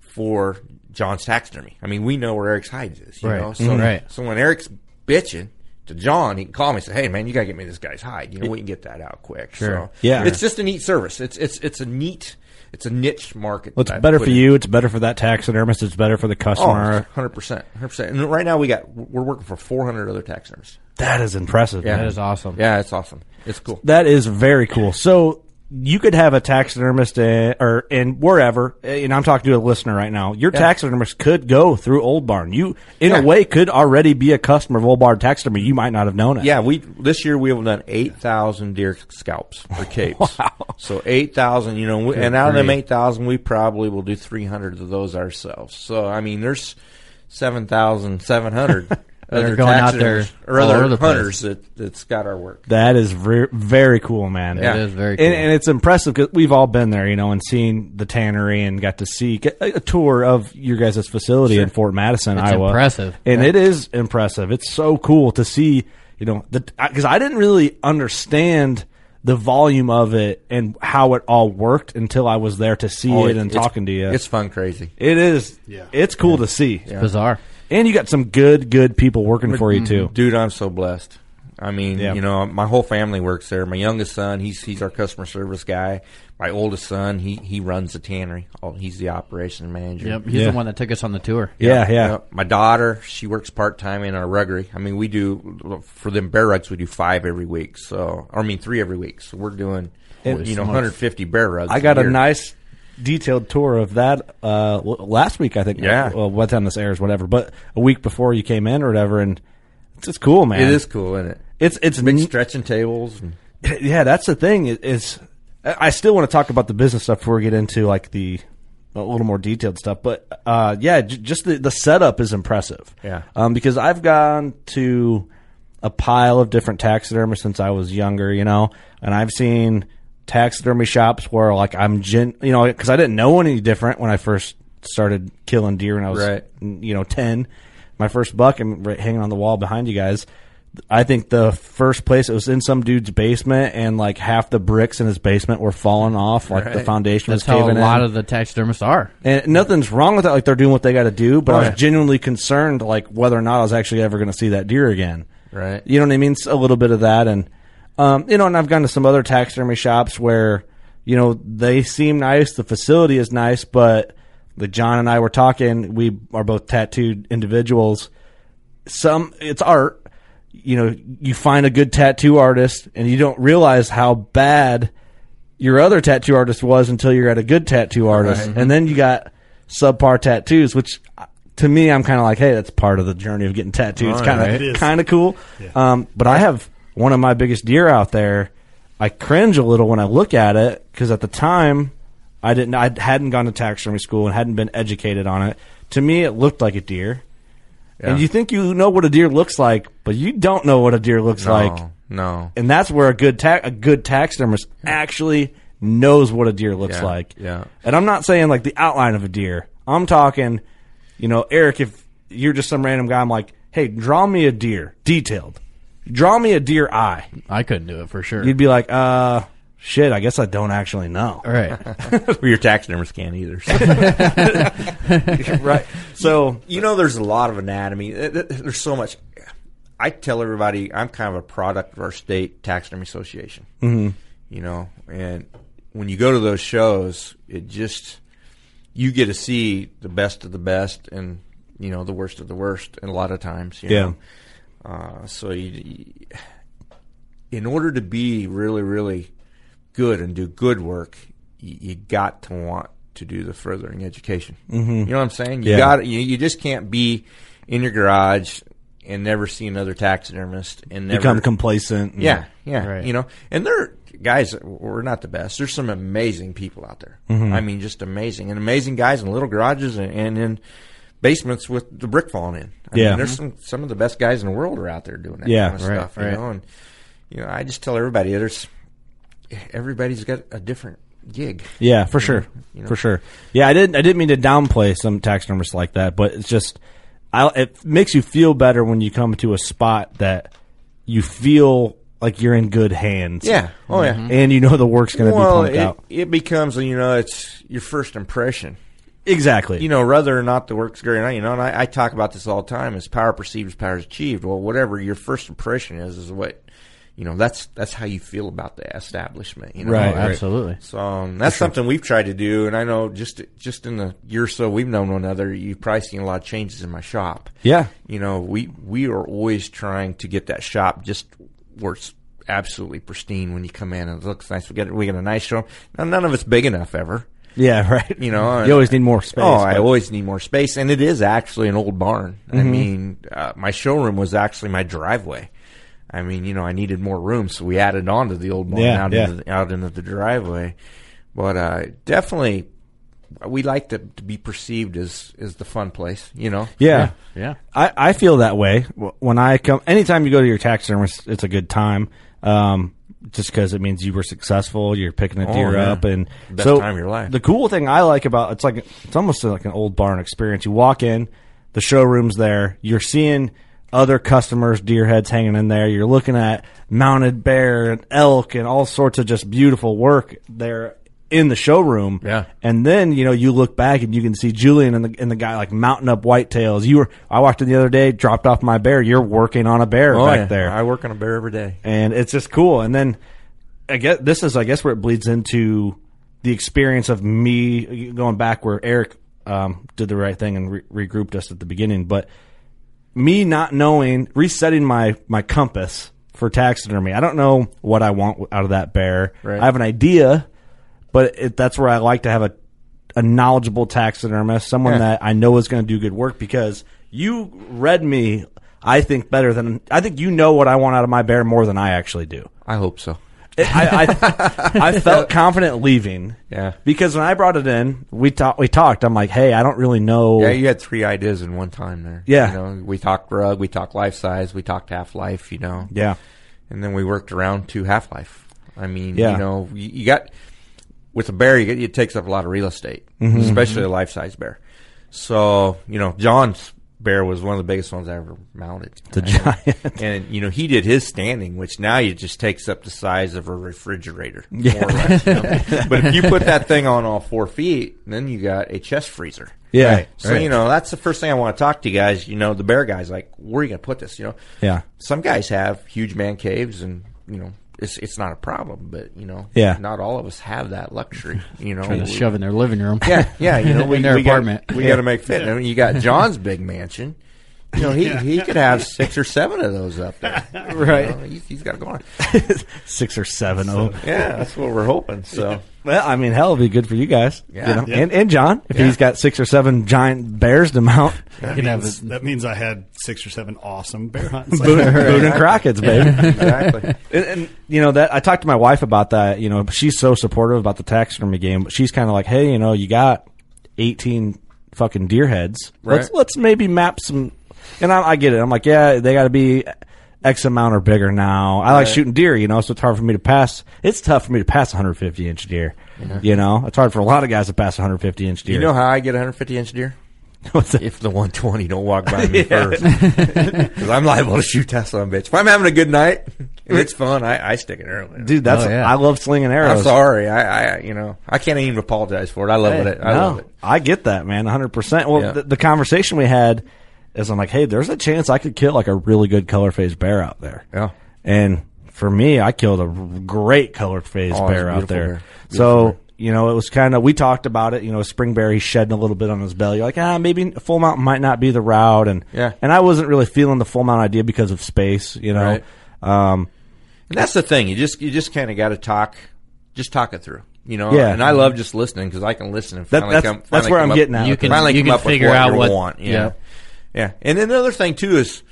S8: for John's taxidermy. I mean, we know where Eric's hides is, you
S9: Right,
S8: know.
S2: Mm-hmm.
S8: So,
S9: right.
S8: so when Eric's bitching to John, he can call me and say, "Hey, man, you gotta get me this guy's hide. You know, we can get that out quick."
S9: Sure.
S8: So,
S2: Yeah.
S8: it's just a neat service. It's it's it's a neat it's a niche market.
S2: Well, it's
S8: that I
S2: better
S8: put
S2: for
S8: in.
S2: you. It's better for that taxidermist. It's better for the
S8: Oh,
S2: customer.
S8: 100 percent, 100 percent. And right now we got we're working for 400 other taxidermists.
S2: that is impressive.
S8: Yeah.
S2: man.
S9: That is awesome.
S8: Yeah, it's awesome. It's cool.
S2: That is very cool. So you could have a taxidermist uh, or in wherever, uh, and I'm talking to a listener right now. Your taxidermist could go through Old Barn. You, in
S8: Yeah.
S2: a way, could already be a customer of Old Barn taxidermy. You might not have known it.
S8: Yeah, we this year we have done eight thousand deer scalps or
S9: (laughs)
S8: capes. So eight thousand, you know, we, and out of them
S9: grief.
S8: eight thousand, we probably will do three hundred of those ourselves. So I mean, there's seven thousand seven
S9: (laughs)
S8: hundred
S9: are
S8: other
S9: going out there
S8: taxidermists or
S9: all over
S8: other
S9: the place.
S8: hunters that that's got our work.
S2: That is ver- very cool, man.
S8: Yeah.
S9: That is very cool.
S2: And, and it's impressive because we've all been there, you know, and seen the tannery and got to see get a a tour of your guys' facility in Fort Madison,
S9: It's
S2: Iowa.
S9: impressive.
S2: and it is impressive. It's so cool to see, you know, the because I didn't really understand the volume of it and how it all worked until I was there to see
S8: Oh,
S2: it
S8: it-
S2: and
S8: it's-
S2: talking to you.
S8: It's fun, crazy.
S2: it is,
S10: Yeah.
S2: it's cool to see,
S9: Bizarre.
S2: and you got some good, good people working for you too.
S8: Dude, I'm so blessed. I mean,
S2: Yeah.
S8: you know, my whole family works there. My youngest son, he's he's our customer service guy. My oldest son, he he runs the tannery. Oh, he's the operations manager.
S9: Yep. He's
S2: Yeah.
S9: the one that took us on the tour.
S2: Yeah, yeah,
S8: Yep. My daughter, she works part time in our ruggery. I mean, we do for them bear rugs, we do five every week. So, or I mean, three every week. So we're doing,
S2: Holy
S8: you know,
S2: smokes.
S8: 150 bear rugs.
S2: I got a
S8: year.
S2: nice detailed tour of that uh, l- last week. I think. Uh,
S8: Yeah.
S2: Well, what time this airs, whatever. But a week before you came in or whatever, and it's just cool, man.
S8: It is cool, isn't it?
S2: It's it's
S8: Big
S2: n-
S8: stretching tables.
S2: (laughs)
S8: And,
S2: yeah, that's the thing. i- Is I I still want to talk about the business stuff before we get into like the a little more detailed stuff. But uh, yeah, j- just the, the setup is impressive.
S8: Yeah.
S2: um, because I've gone to a pile of different taxidermy since I was younger, you know, and I've seen taxidermy shops where like I'm gen, you know, because I didn't know any different when I first started killing deer when I was
S8: Right.
S2: you know ten. My first buck and right, hanging on the wall behind you guys. I think the first place it was in some dude's basement, and like half the bricks in his basement were falling off, like the
S8: Right.
S2: foundation
S9: That's
S2: was
S9: how a
S2: caving
S9: lot
S2: in.
S9: of the taxidermists are.
S2: and nothing's wrong with that. Like they're doing what they got to do, but I
S8: Right.
S2: was genuinely concerned, like whether or not I was actually ever going to see that deer again.
S8: Right.
S2: You know what I mean? It's a little bit of that, and um, you know, and I've gone to some other taxidermy shops where you know they seem nice, the facility is nice, but the John and I were talking. We are both tattooed individuals. Some it's art. You know, you find a good tattoo artist, and you don't realize how bad your other tattoo artist was until you're at a good tattoo artist,
S10: Mm-hmm.
S2: and then you got subpar tattoos, which. uh, To me, I'm kind of like, hey, that's part of the journey of getting tattooed. It's kind
S10: It
S2: of
S10: is.
S2: kind kind of cool. Um, but I have one of my biggest deer out there. I cringe a little when I look at it because at the time I didn't, I hadn't gone to taxidermy school and hadn't been educated on it. To me, it looked like a deer. And
S8: Yeah.
S2: you think you know what a deer looks like, but you don't know what a deer looks
S8: no,
S2: like.
S8: oh, no.
S2: And that's where a good ta- a good taxidermist actually knows what a deer looks
S8: Yeah,
S2: like.
S8: yeah.
S2: And I'm not saying like the outline of a deer. I'm talking, you know, Eric, if you're just some random guy, I'm like, hey, draw me a deer, detailed. Draw me a deer eye.
S9: I couldn't do it for sure.
S2: You'd be like, uh, shit, I guess I don't actually know.
S9: All right.
S8: (laughs) Well, your taxidermist can't either. so.
S2: right. So,
S8: you know, there's a lot of anatomy. Th- th- There's so much. I tell everybody I'm kind of a product of our state taxidermy association. Mm-hmm. You know, and when you go to those shows, it just you get to see the best of the best and you know the worst of the worst. And a lot of times, you
S2: Yeah.
S8: Know? Uh, so you, you, in order to be really, really good and do good work, you, you got to want to do the furthering education. Mm-hmm. You know what I'm saying? You
S2: Yeah.
S8: got you, you just can't be in your garage and never see another taxidermist and never
S2: become complacent. and-
S8: yeah, yeah.
S9: Right.
S8: You know, and they're guys. We're not the best. There's some amazing people out there.
S2: Mm-hmm.
S8: I mean, just amazing and amazing guys in little garages and, and in basements with the brick falling in. I
S2: Yeah.
S8: mean, there's some some of the best guys in the world are out there doing that
S2: Yeah,
S8: kind of
S2: right,
S8: stuff.
S9: right.
S8: You know, and you know, I just tell everybody there's everybody's got a different gig.
S2: Yeah, for sure,
S8: you know.
S2: for sure. Yeah, I didn't. I didn't mean to downplay some tax numbers like that, but it's just, I, it makes you feel better when you come to a spot that you feel like you're in good hands.
S8: Yeah. Oh yeah.
S2: and you know the work's going to
S8: Well,
S2: Mm-hmm. be pumped
S8: it,
S2: out.
S8: it becomes you know it's your first impression.
S2: Exactly.
S8: you know, whether or not the work's great or not, you know, and I, I talk about this all the time is power perceived is power achieved. Well, whatever your first impression is, is what, you know, that's, that's how you feel about the establishment, you know?
S2: Right,
S9: Oh,
S2: right.
S9: absolutely.
S8: So um, that's something we've tried to do. And I know just, just in the year or so we've known one another, you've probably seen a lot of changes in my shop.
S2: Yeah.
S8: You know, we, we are always trying to get that shop just where it's absolutely pristine when you come in and it looks nice. We get, we get a nice showroom. Now, none of it's big enough ever.
S2: Yeah. Right.
S8: You know,
S2: (laughs) you always need more space.
S8: Oh, I
S2: but-
S8: always need more space, and it is actually an old barn. I
S2: Mm-hmm.
S8: mean, uh, my showroom was actually my driveway. I mean, you know, I needed more room, so we added on to the old barn
S2: Yeah,
S8: out,
S2: yeah.
S8: Into the, out into the driveway. But uh, definitely, we like to, to be perceived as as the fun place. You know,
S2: Yeah.
S9: Yeah.
S2: I, I feel that way Wh- when I come. Anytime you go to your taxidermist, it's a good time. Um, just because it means you were successful, you're picking a
S8: Oh,
S2: deer
S8: yeah.
S2: up, and
S8: Best
S2: so
S8: time of your life.
S2: The cool thing I like about it's like it's almost like an old barn experience. You walk in, the showroom's there. You're seeing other customers, deer heads hanging in there. You're looking at mounted bear and elk and all sorts of just beautiful work there in the showroom.
S9: Yeah.
S2: And then you know you look back and you can see Julian and the and the guy like mounting up whitetails. You were I walked in the other day, dropped off my bear. You're working on a bear back there,
S8: Oh, I work on a bear every day.
S2: and it's just cool. And then I guess this is I guess where it bleeds into the experience of me going back where Eric um, did the right thing and re- regrouped us at the beginning, but me not knowing resetting my my compass for taxidermy. I don't know what I want out of that bear.
S8: Right.
S2: I have an idea, but it, that's where I like to have a a knowledgeable taxidermist, someone
S8: Yeah.
S2: that I know is going to do good work because you read me. I think better than I think you know what I want out of my bear more than I actually do.
S8: I hope so.
S2: I, I,
S8: (laughs)
S2: I felt confident leaving.
S8: Yeah.
S2: Because when I brought it in, we talked. We talked. I'm like, hey, I don't really know.
S8: Yeah, you had three ideas in one time there.
S2: Yeah.
S8: You know, we talked rug, we talked life size, we talked half life, you know.
S2: Yeah.
S8: And then we worked around to half life. I mean,
S2: Yeah.
S8: you know, you, you got with a bear, you get, it takes up a lot of real estate,
S2: Mm-hmm.
S8: especially a life size bear. So, you know, John's bear was one of the biggest ones I ever mounted.
S2: The giant.
S8: And, you know, he did his standing, which now it just takes up the size of a refrigerator.
S2: (laughs) Yeah.
S8: More or less, you know? but if you put that thing on all four feet, then you got a chest freezer.
S2: (laughs) Yeah.
S8: So you know that's the first thing I want to talk to you guys. You know the bear guys, like where are you going to put this? You know,
S2: Yeah. (laughs)
S8: Some guys have huge man caves, and you know it's it's not a problem, but you know,
S2: Yeah.
S8: not all of us have that
S9: (laughs)
S8: luxury. You know,
S9: Trying to
S8: Oh, We-
S9: shove in their living room.
S8: yeah, yeah.
S9: (laughs)
S8: You know, we,
S9: in their
S8: we
S9: apartment.
S8: Got, we got to make fit. I mean, you got John's big mansion. You know, he, he could have six or seven of those up
S9: (laughs)
S8: there.
S2: Right.
S8: You know, he's, he's got to go on.
S2: Six or seven. oh.
S8: Yeah, that's what we're hoping. So
S2: Well, I mean, hell, it'd be good for you guys.
S8: Yeah.
S2: You know?
S10: Yeah.
S2: And and John, if he's got six or seven giant bears to mount,
S10: That
S9: could have
S10: means,
S9: a-
S10: that means I had six or seven awesome bear hunts.
S2: Boone, Boone
S10: (laughs)
S2: and Crockett's, baby.
S8: exactly.
S2: And, and you know that I talked to my wife about that. You know, she's so supportive about the taxidermy game, but she's kind of like, "Hey, you know, you got eighteen fucking deer heads. Let's
S8: Right.
S2: let's maybe map some." And I, I get it. I'm like, "Yeah, they got to be X amount or bigger now." I like shooting deer, you know, so it's hard for me to pass. It's tough for me to pass 150 inch deer. You know, it's hard for a lot of guys to pass 150 inch deer.
S8: You know how I get 150 inch deer?
S2: (laughs) What's that?
S8: (laughs) If the 120 don't walk (laughs) by me first, because I'm liable to shoot Tesla on bitch. If I'm having a good night, (laughs) if it's fun, I, I stick it early.
S2: (laughs) dude, that's
S9: Oh, yeah.
S2: I love slinging arrows.
S8: I'm sorry. I, I, you know, I can't even apologize for it. I love it. I
S2: no,
S8: love it.
S2: I get that, man, 100%. Well,
S8: Yeah.
S2: the, the conversation we had is I'm like, hey, there's a chance I could kill like a really good color phase bear out there.
S8: Yeah.
S2: And for me, I killed a r- great color phase
S8: Oh, it's a
S2: bear out
S8: beautiful
S2: there.
S8: bear.
S2: So,
S8: Beautiful
S2: you know, it was kind of, we talked about it, you know, spring bear, he's shedding a little bit on his belly. You're like, ah, maybe full mount might not be the route. And,
S8: Yeah.
S2: and I wasn't really feeling the full mount idea because of space, you know.
S8: Right.
S2: Um,
S8: And that's the thing. You just, you just kind of got to talk, just talk it through. You know,
S2: Yeah.
S8: and I love just listening because I can listen and
S2: That-
S8: finally
S2: that's-
S8: come.
S2: that's
S8: finally
S2: where
S8: come
S2: I'm
S8: up-
S2: getting at
S9: (laughs) You
S2: with
S9: can-
S8: finally
S9: you
S8: come
S9: can
S8: up with
S9: figure
S8: what
S9: out
S8: you
S9: what-
S8: want. Yeah.
S9: yeah.
S8: yeah. And then the other thing too is,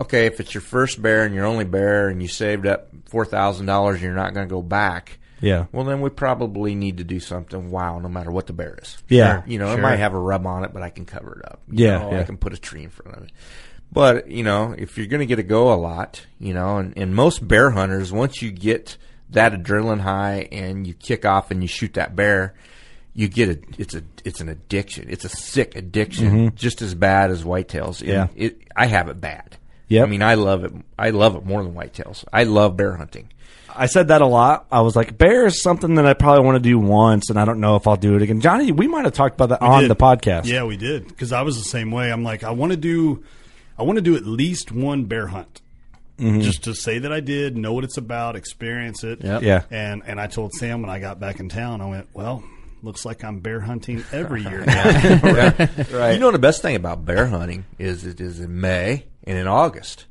S8: okay, if it's your first bear and your only bear, and you saved up four thousand dollars, and you're not going to go back.
S2: yeah.
S8: Well, then we probably need to do something wow, no matter what the bear is.
S2: Yeah.
S8: You know, it
S2: Sure.
S8: might have a rub on it, but I can cover it up. You
S2: Yeah,
S8: know,
S2: yeah.
S8: I can put a tree in front of it. But, you know, if you're going to get a go a lot, you know, and, and most bear hunters, once you get that adrenaline high and you kick off and you shoot that bear, you get a, it's a, it's an addiction. It's a sick addiction, just as bad as whitetails. And
S2: Mm-hmm. Yeah.
S8: It, I have it bad.
S2: Yep.
S8: I mean, I love it. I love it more than whitetails. I love bear hunting.
S2: I said that a lot. I was like, bear is something that I probably want to do once, and I don't know if I'll do it again. Johnny, we might have talked about that on
S10: did.
S2: the podcast.
S10: Yeah, we did because I was the same way. I'm like, I want to do, I want to do at least one bear hunt, just to say that I did, know what it's about, experience it.
S9: Yep.
S2: Yeah.
S10: And and I told Sam when I got back in town, I went, well, looks like I'm bear hunting every (laughs) year. now.
S8: You know the best thing about bear hunting is it is in May and in August.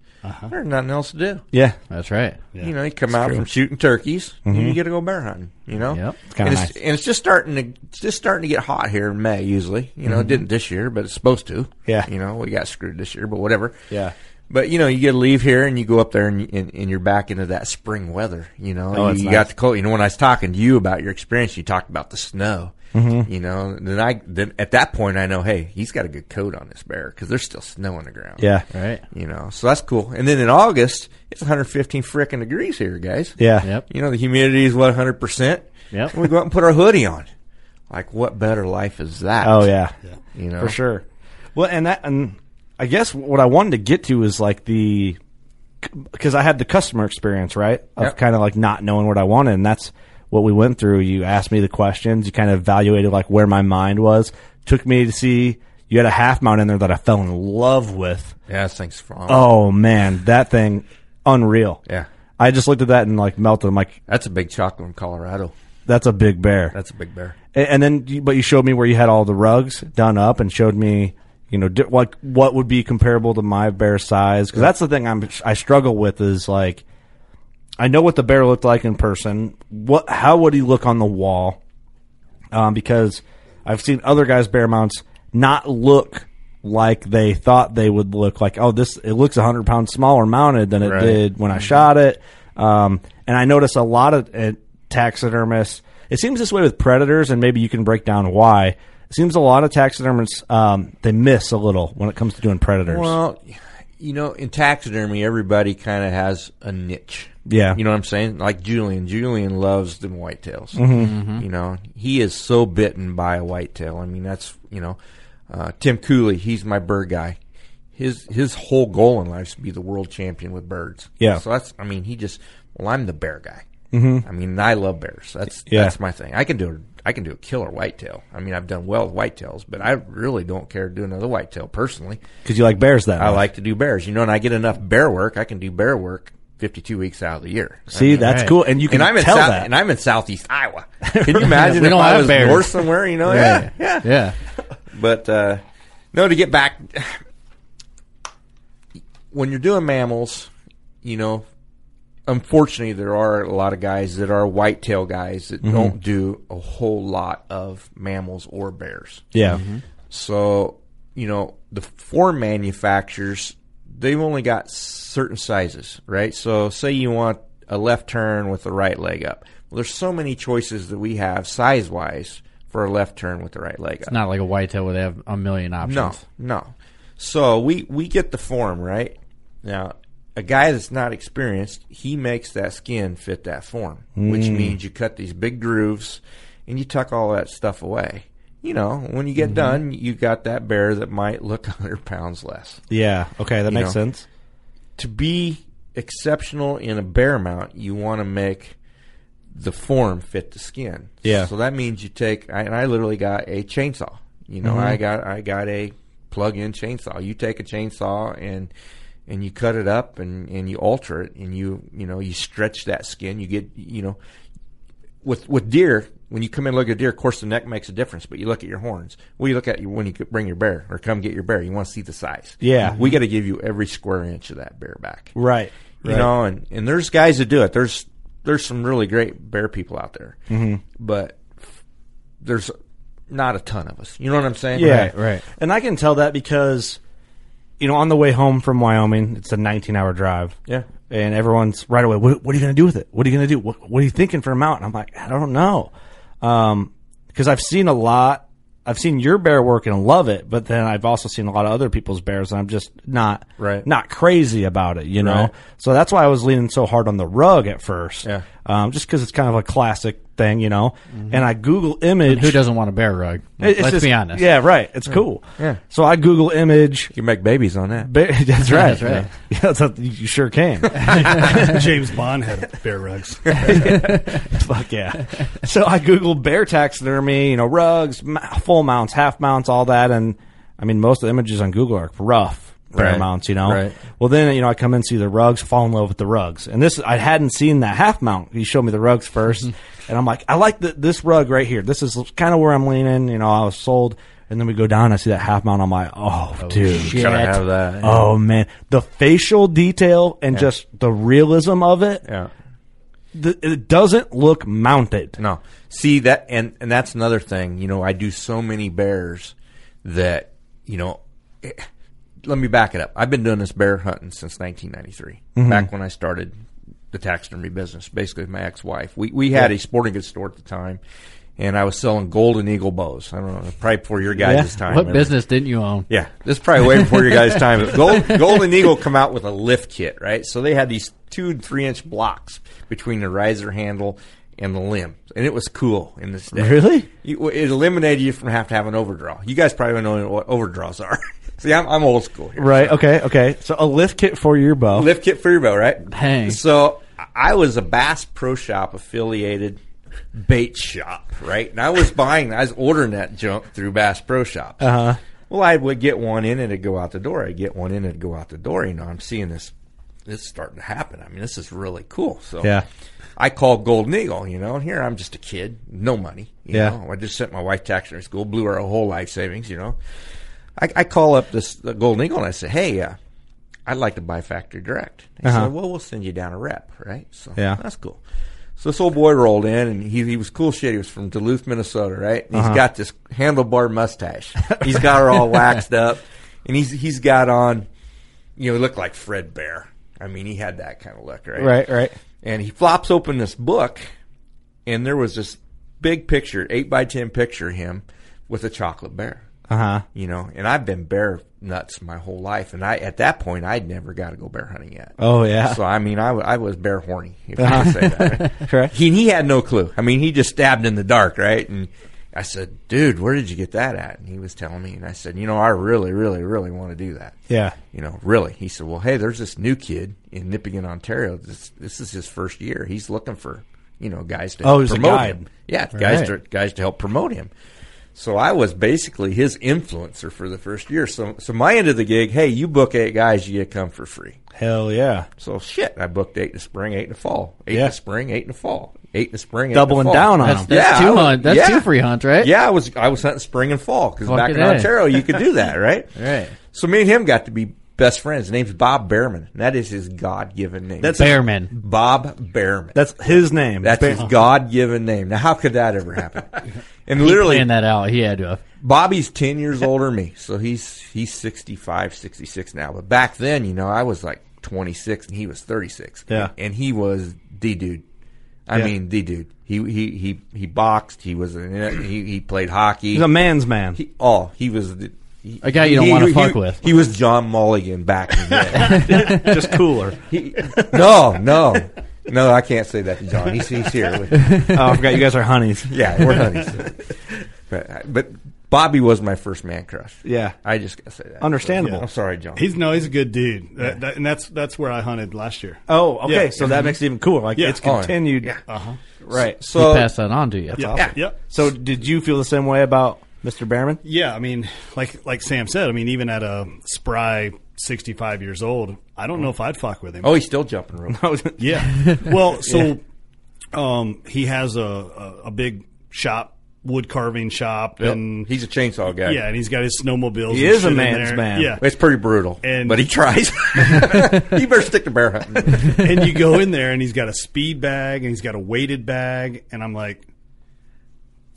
S8: There's nothing else to do.
S2: Uh-huh. Yeah. Mm-hmm.
S9: That's right.
S8: You know, you come out from shooting turkeys, and you get to go bear hunting. You know,
S9: Yep. It's
S2: kinda
S8: and, it's,
S2: nice.
S8: and it's just starting to it's just starting to get hot here in May. Usually, you know, it didn't this year, but it's supposed to.
S2: Mm-hmm. Yeah.
S8: you know, we got screwed this year, but whatever.
S2: Yeah.
S8: But you know, you get to leave here and you go up there and, and, and you're back into that spring weather. You know,
S2: Oh,
S8: you,
S2: it's
S8: you
S2: nice.
S8: got the cold. You know, when I was talking to you about your experience, you talked about the snow.
S2: Mm-hmm.
S8: You know, and then I then at that point I know, hey, he's got a good coat on this bear because there's still snow on the ground.
S2: Yeah.
S9: Right.
S8: you know, so that's cool. And then in August, it's 115 frickin' degrees here, guys.
S2: Yeah.
S9: Yep.
S8: You know, the humidity is what 100%.
S9: Yep.
S8: And we go out and put our hoodie on. Like, what better life is that?
S2: Oh, yeah.
S8: You know,
S2: For sure. Well, and that, and I guess what I wanted to get to is like the, because I had the customer experience, right? Of
S8: Yep.
S2: kind of like not knowing what I wanted. And that's what we went through. You asked me the questions, you kind of evaluated like where my mind was. Took me to see, you had a half mount in there that I fell in love with.
S8: Yeah, this thing's fun.
S2: Oh man, that thing unreal.
S8: Yeah.
S2: I just looked at that and like melted. I'm like,
S8: That's a big chocolate in Colorado.
S2: that's a big bear.
S8: That's a big bear.
S2: A- and then, you- but you showed me where you had all the rugs done up and showed me, you know, di- like what would be comparable to my bear size because that's the thing I'm I struggle with is like, I know what the bear looked like in person. What how would he look on the wall? Um, because I've seen other guys bear mounts not look like they thought they would look. Like, oh, this it looks 100 pounds smaller mounted than it
S11: Right.
S2: did when I
S8: Mm-hmm.
S2: shot it. Um, and I notice a lot of uh, taxidermists. It seems this way with predators, and maybe you can break down why. It seems a lot of taxidermists um, they miss a little when it comes to doing predators.
S8: Well, you know, in taxidermy, everybody kind of has a niche.
S2: Yeah.
S8: you know what I'm saying. Like Julian, Julian loves them whitetails.
S2: Mhm. Mhm.
S8: You know, he is so bitten by a whitetail. I mean, that's you know, uh, Tim Cooley. He's my bird guy. His his whole goal in life is to be the world champion with birds.
S2: Yeah.
S8: So that's I mean, he just well, I'm the bear guy.
S2: Mhm.
S8: I mean, I love bears. That's
S2: Yeah.
S8: that's my thing. I can do a, I can do a killer whitetail. I mean, I've done well with whitetails, but I really don't care to do another whitetail personally.
S2: Because you like bears that
S8: I
S2: much.
S8: like to do bears, you know, and I get enough bear work. I can do bear work fifty-two weeks out of the year. I
S2: See, that's Right. cool, and you can
S8: I'm in
S2: tell
S8: South-
S2: that.
S8: And I'm in southeast Iowa. Can you imagine
S9: We
S8: if
S9: don't
S8: I
S9: have
S8: was
S9: bears.
S8: north somewhere? You know,
S9: Right.
S8: oh, yeah,
S9: Yeah.
S8: yeah, (laughs) But uh, no, to get back, when you're doing mammals, you know, unfortunately, there are a lot of guys that are whitetail guys that
S2: Mhm.
S8: don't do a whole lot of mammals or bears.
S2: Yeah. Mhm.
S8: So, you know, the form manufacturers, they've only got certain sizes, right? So, say you want a left turn with the right leg up. Well, there's so many choices that we have size wise for a left turn with the right leg up.
S9: It's not like a whitetail where they have a million options.
S8: No, no. So we we get the form right now. A guy that's not experienced, he makes that skin fit that form, which
S11: Mm.
S8: means you cut these big grooves and you tuck all that stuff away. You know, when you get
S2: Mhm.
S8: done, you got that bear that might look (laughs) 100 pounds less.
S2: Yeah. Okay, that
S8: You
S2: makes
S8: know?
S2: sense.
S8: To be exceptional in a bear mount, you want to make the form fit the skin.
S2: Yeah.
S8: So that means you take, I, and I literally got a chainsaw. You know,
S2: Mhm.
S8: I got I got a plug-in chainsaw. You take a chainsaw and and you cut it up and and you alter it and you you know you stretch that skin. You get you know with with deer when you come in and look at deer. Of course, the neck makes a difference, but you look at your horns. Well, you look at you when you bring your bear or come get your bear. You want to see the size.
S2: Yeah.
S8: we got to give you every square inch of that bear back.
S2: Right,
S8: You
S2: right.
S8: know, and and there's guys that do it. There's there's some really great bear people out there,
S2: Mhm.
S8: but there's not a ton of us. You know what I'm saying?
S2: Yeah, And I can tell that because, you know, on the way home from Wyoming, it's a 19 hour drive.
S8: Yeah.
S2: And everyone's right away, what, what are you going to do with it? What are you going to do? What, what are you thinking for a mount? And I'm like, I don't know. Um, because I've seen a lot. I've seen your bear work and love it, but then I've also seen a lot of other people's bears, and I'm just not
S8: Right.
S2: not crazy about it, you know.
S8: Right.
S2: So that's why I was leaning so hard on the rug at first,
S8: Yeah. Mm-hmm.
S2: um, just because it's kind of a classic thing, you know. And I Google image.
S9: And who doesn't want a bear rug?
S2: It- it's
S9: Let's
S2: just-
S9: be honest.
S2: Yeah, right. It's cool.
S9: Yeah.
S2: So I Google image.
S8: You make babies on that.
S2: Ba- (laughs) that's
S9: Yeah,
S2: right.
S9: that's right.
S2: Yeah, that's a- you sure can.
S8: (laughs)
S10: James Bond had bear rugs.
S2: Fuck yeah. So I Googled bear taxidermy, you know, rugs, m- full mounts, half mounts, all that. And I mean, most of the images on Google are rough bear
S8: Right.
S2: mounts, you know?
S8: Right.
S2: Well, then, you know, I come in, see the rugs, fall in love with the rugs. And this, I hadn't seen that half mount. He showed me the rugs first. and I'm like, I like the, this rug right here. This is kind of where I'm leaning. You know, I was sold. And then we go down, I see that half mount. I'm like, oh, dude.
S9: shit. Gotta have that, yeah.
S2: Oh, man. The facial detail and just the realism of it.
S8: Yeah.
S2: The, it doesn't look mounted.
S8: No. See that and and that's another thing. You know, I do so many bears that, you know, eh, let me back it up. I've been doing this bear hunting since 1993.
S11: Mhm.
S8: Back when I started the taxidermy business, basically with my ex-wife. We we had
S11: Yeah.
S8: a sporting goods store at the time. And I was selling golden eagle bows. I don't know, probably before your guys' time.
S9: What
S8: Remember?
S9: business didn't you own?
S8: Yeah, this is probably way before your guys'
S2: (laughs)
S8: time. But Gold, Golden Eagle come out with a lift kit, right? So they had these two and three inch blocks between the riser handle and the limb, and it was cool in this day.
S2: Really?
S8: You, it eliminated you from having to have an overdraw. You guys probably don't know what overdraws are. (laughs) See, I'm, I'm old school here.
S2: Right. Okay. Okay. So a lift kit for your bow.
S8: Lift kit for your bow, right?
S9: Dang.
S8: So I was a Bass Pro Shop affiliated bait shop, right? And I was buying, I was ordering that junk through Bass Pro Shop.
S2: Uh-huh.
S8: Well, I would get one in and it'd go out the door. I'd get one in and it'd go out the door. You know, I'm seeing this, this is starting to happen. I mean, this is really cool. So
S2: Yeah.
S8: I called Golden Eagle, you know, and here I'm just a kid, no money. You
S2: Yeah.
S8: Know? I just sent my wife to taxidermy school, blew her whole life savings, you know. I, I call up this the Golden Eagle and I say, hey, uh, I'd like to buy factory direct. They
S2: Uh-huh.
S8: said, well, we'll send you down a rep, right? So
S2: Yeah.
S8: that's cool. So this old boy rolled in, and he, he was cool shit. He was from Duluth, Minnesota, right? And he's
S2: Uh-huh.
S11: (laughs)
S8: got this handlebar mustache. He's got her all waxed up. and he's he's got on, you know, he looked like Fred Bear. I mean, he had that kind of look, right?
S11: Right, right.
S8: And he flops open this book, and there was this big picture, eight by ten picture of him with a chocolate bear.
S11: Uh
S2: Uh-huh.
S11: huh.
S8: You know, and I've been bear nuts my whole life, and I at that point I'd never got to go bear hunting yet.
S11: Oh, yeah.
S8: So I mean, I, w- I was bear horny.
S11: (laughs)
S8: If you can say that.
S11: Correct.
S8: He he had no clue. I mean, he just stabbed in the dark, right? And I said, "Dude, where did you get that at?" And he was telling me, and I said, "You know, I really, really, really want to do that."
S11: Yeah.
S8: You know, really. He said, "Well, hey, there's this new kid in Nipigon, Ontario. This this is his first year. He's looking for you know guys to
S11: Oh,
S8: help
S11: he's a
S8: promote
S11: guide.
S8: him. Yeah, guys to
S11: Right.
S8: guys to help promote him." So I was basically his influencer for the first year. So so my end of the gig, hey, you book eight guys, you get come for free.
S11: Hell yeah.
S8: So shit, I booked eight in the spring, eight in the fall, eight in
S11: Yeah.
S8: the spring, eight in the fall, eight in the spring, eight in
S11: Doubling
S8: the fall.
S11: down on
S9: That's,
S11: 'em.
S9: that's
S8: Yeah, I
S9: two
S8: was-
S9: hunt. That's
S8: yeah.
S9: two free hunts, right?
S8: Yeah, I was I was hunting spring and fall because
S9: Fuck
S8: back
S9: it,
S8: in
S9: eh?
S8: Ontario you could
S11: (laughs)
S8: do that, right?
S9: Right.
S8: So me and him got to be best friends. His name's Bob Behrman. And that is his God given name.
S2: That's
S9: Bearman.
S8: Bob Behrman.
S2: That's his name.
S8: That's
S2: Ba-
S8: his God given name. Now how could that
S11: (laughs)
S8: ever happen? And literally
S9: Playing that out, he had to. Have.
S8: Bobby's 10 years older than me. So he's he's 65, 66 now. But back then, you know, I was like 26 and he was 36.
S2: Yeah.
S8: And he was the dude. I
S2: Yeah.
S8: mean, the dude. He he he he boxed, he was an, he he played hockey.
S2: He's a man's man.
S8: He, oh, he was the, he,
S9: A guy you don't
S8: he-
S9: wanna
S8: he-
S9: fuck
S8: he-
S9: with.
S8: He was John Mulligan back in the
S2: (laughs)
S8: day.
S2: just
S8: (laughs)
S2: cooler.
S8: He- no, no, no. I can't say that to John. He's, he's here. With,
S2: Oh, I forgot you guys are honeys.
S8: (laughs) yeah, we're honeys. But, but Bobby was my first man crush.
S2: (laughs) Yeah.
S8: I just gotta say that.
S2: Understandable.
S8: I'm sorry, John.
S10: He's no, he's a good dude, That- that- and that's that's where I hunted last year.
S2: Oh, okay.
S10: Yeah.
S2: So that makes it even cooler. Like
S10: Yeah.
S2: it's
S8: Oh, yeah.
S2: continued.
S8: Yeah.
S10: Uh-huh.
S2: Right.
S9: He
S8: so
S9: passed that on to you.
S10: Yeah.
S2: awesome.
S10: Yep.
S2: So did you feel the same way about Mr. Behrman?
S10: Yeah, I mean, like like Sam said, I mean, even at a spry sixty five years old, I don't know if I'd fuck with him.
S8: oh, he's still jumping rope.
S10: yeah. Well, so um, he has a, a a big shop, wood carving shop, and
S8: he's a chainsaw guy.
S10: yeah, and he's got his snowmobiles.
S2: He
S10: and
S2: is a
S10: shit in
S2: man's
S10: there.
S2: man.
S10: Yeah,
S8: It's pretty brutal,
S10: And-
S8: but he tries. (laughs) you better stick to bear hunting.
S10: and you go in there, and he's got a speed bag, and he's got a weighted bag, and I'm like.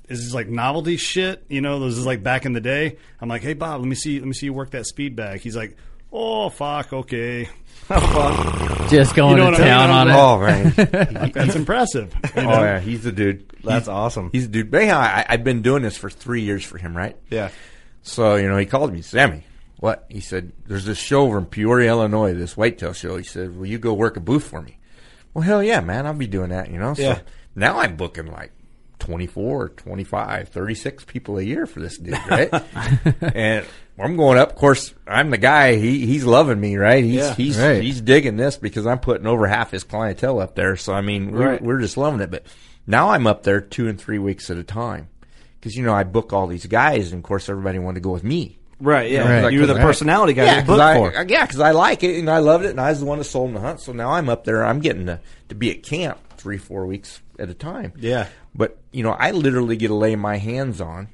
S10: Is this like novelty shit? You know, this is like back in the day. I'm like, hey Bob, let me see, let me see you work that speed bag. He's like, oh fuck, okay.
S9: Just going
S10: You know
S9: to
S10: what I mean?
S9: town on it. (laughs)
S8: oh man,
S10: That's impressive. You know?
S8: oh yeah, he's the dude.
S2: That's
S8: He's-
S2: awesome.
S8: He's a dude. But anyhow, I, I've been doing this for three years for him, right?
S2: Yeah.
S8: So, you know, he called me, Sammy, what? He said, there's this show over in Peoria, Illinois, this whitetail show. He said, will you go work a booth for me? Well, hell yeah, man. I'll be doing that, you know?
S2: Yeah.
S8: So now I'm booking like 24, 25, 36 people a year for this dude,
S2: (laughs)
S8: right? and I'm going up. Of course, I'm the guy. He, he's loving me, right? He's,
S2: Yeah.
S8: he's,
S9: Right.
S8: he's digging this because I'm putting over half his clientele up there. So, I mean, we're,
S2: Right.
S8: we're just loving it. But now I'm up there two and three weeks at a time. Because you know I book all these guys, and of course everybody wanted to go with me.
S2: Right. Yeah.
S9: Right.
S2: You were the
S9: Right.
S2: personality guy. they
S8: because
S2: booked
S8: I,
S2: for.
S8: I- yeah, 'cause I like it and I loved it, and I was the one that sold them the hunt. So now I'm up there. I'm getting to, to be at camp three, four weeks at a time.
S2: Yeah.
S8: But you know, I literally get to lay my hands on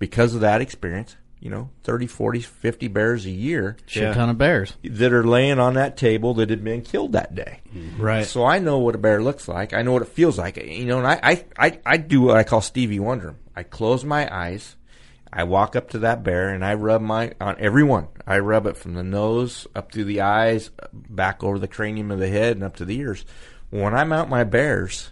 S8: because of that experience. You know, 30, 40, 50 bears a year
S9: Shit
S2: Yeah.
S9: ton of bears.
S8: that are laying on that table that had been killed that day.
S2: Right.
S8: So I know what a bear looks like. I know what it feels like. You know, and I, I, I, I do what I call Stevie Wonder. I close my eyes. I walk up to that bear and I rub my on everyone. I rub it from the nose up through the eyes, back over the cranium of the head, and up to the ears. When I mount my bears,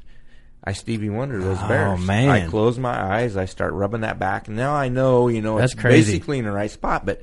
S8: I Stevie Wonder those
S9: Oh,
S8: bears.
S2: man.
S8: I close my eyes. I start rubbing that back, and now I know you know
S9: That's
S8: it's
S9: crazy.
S8: basically in the right spot. But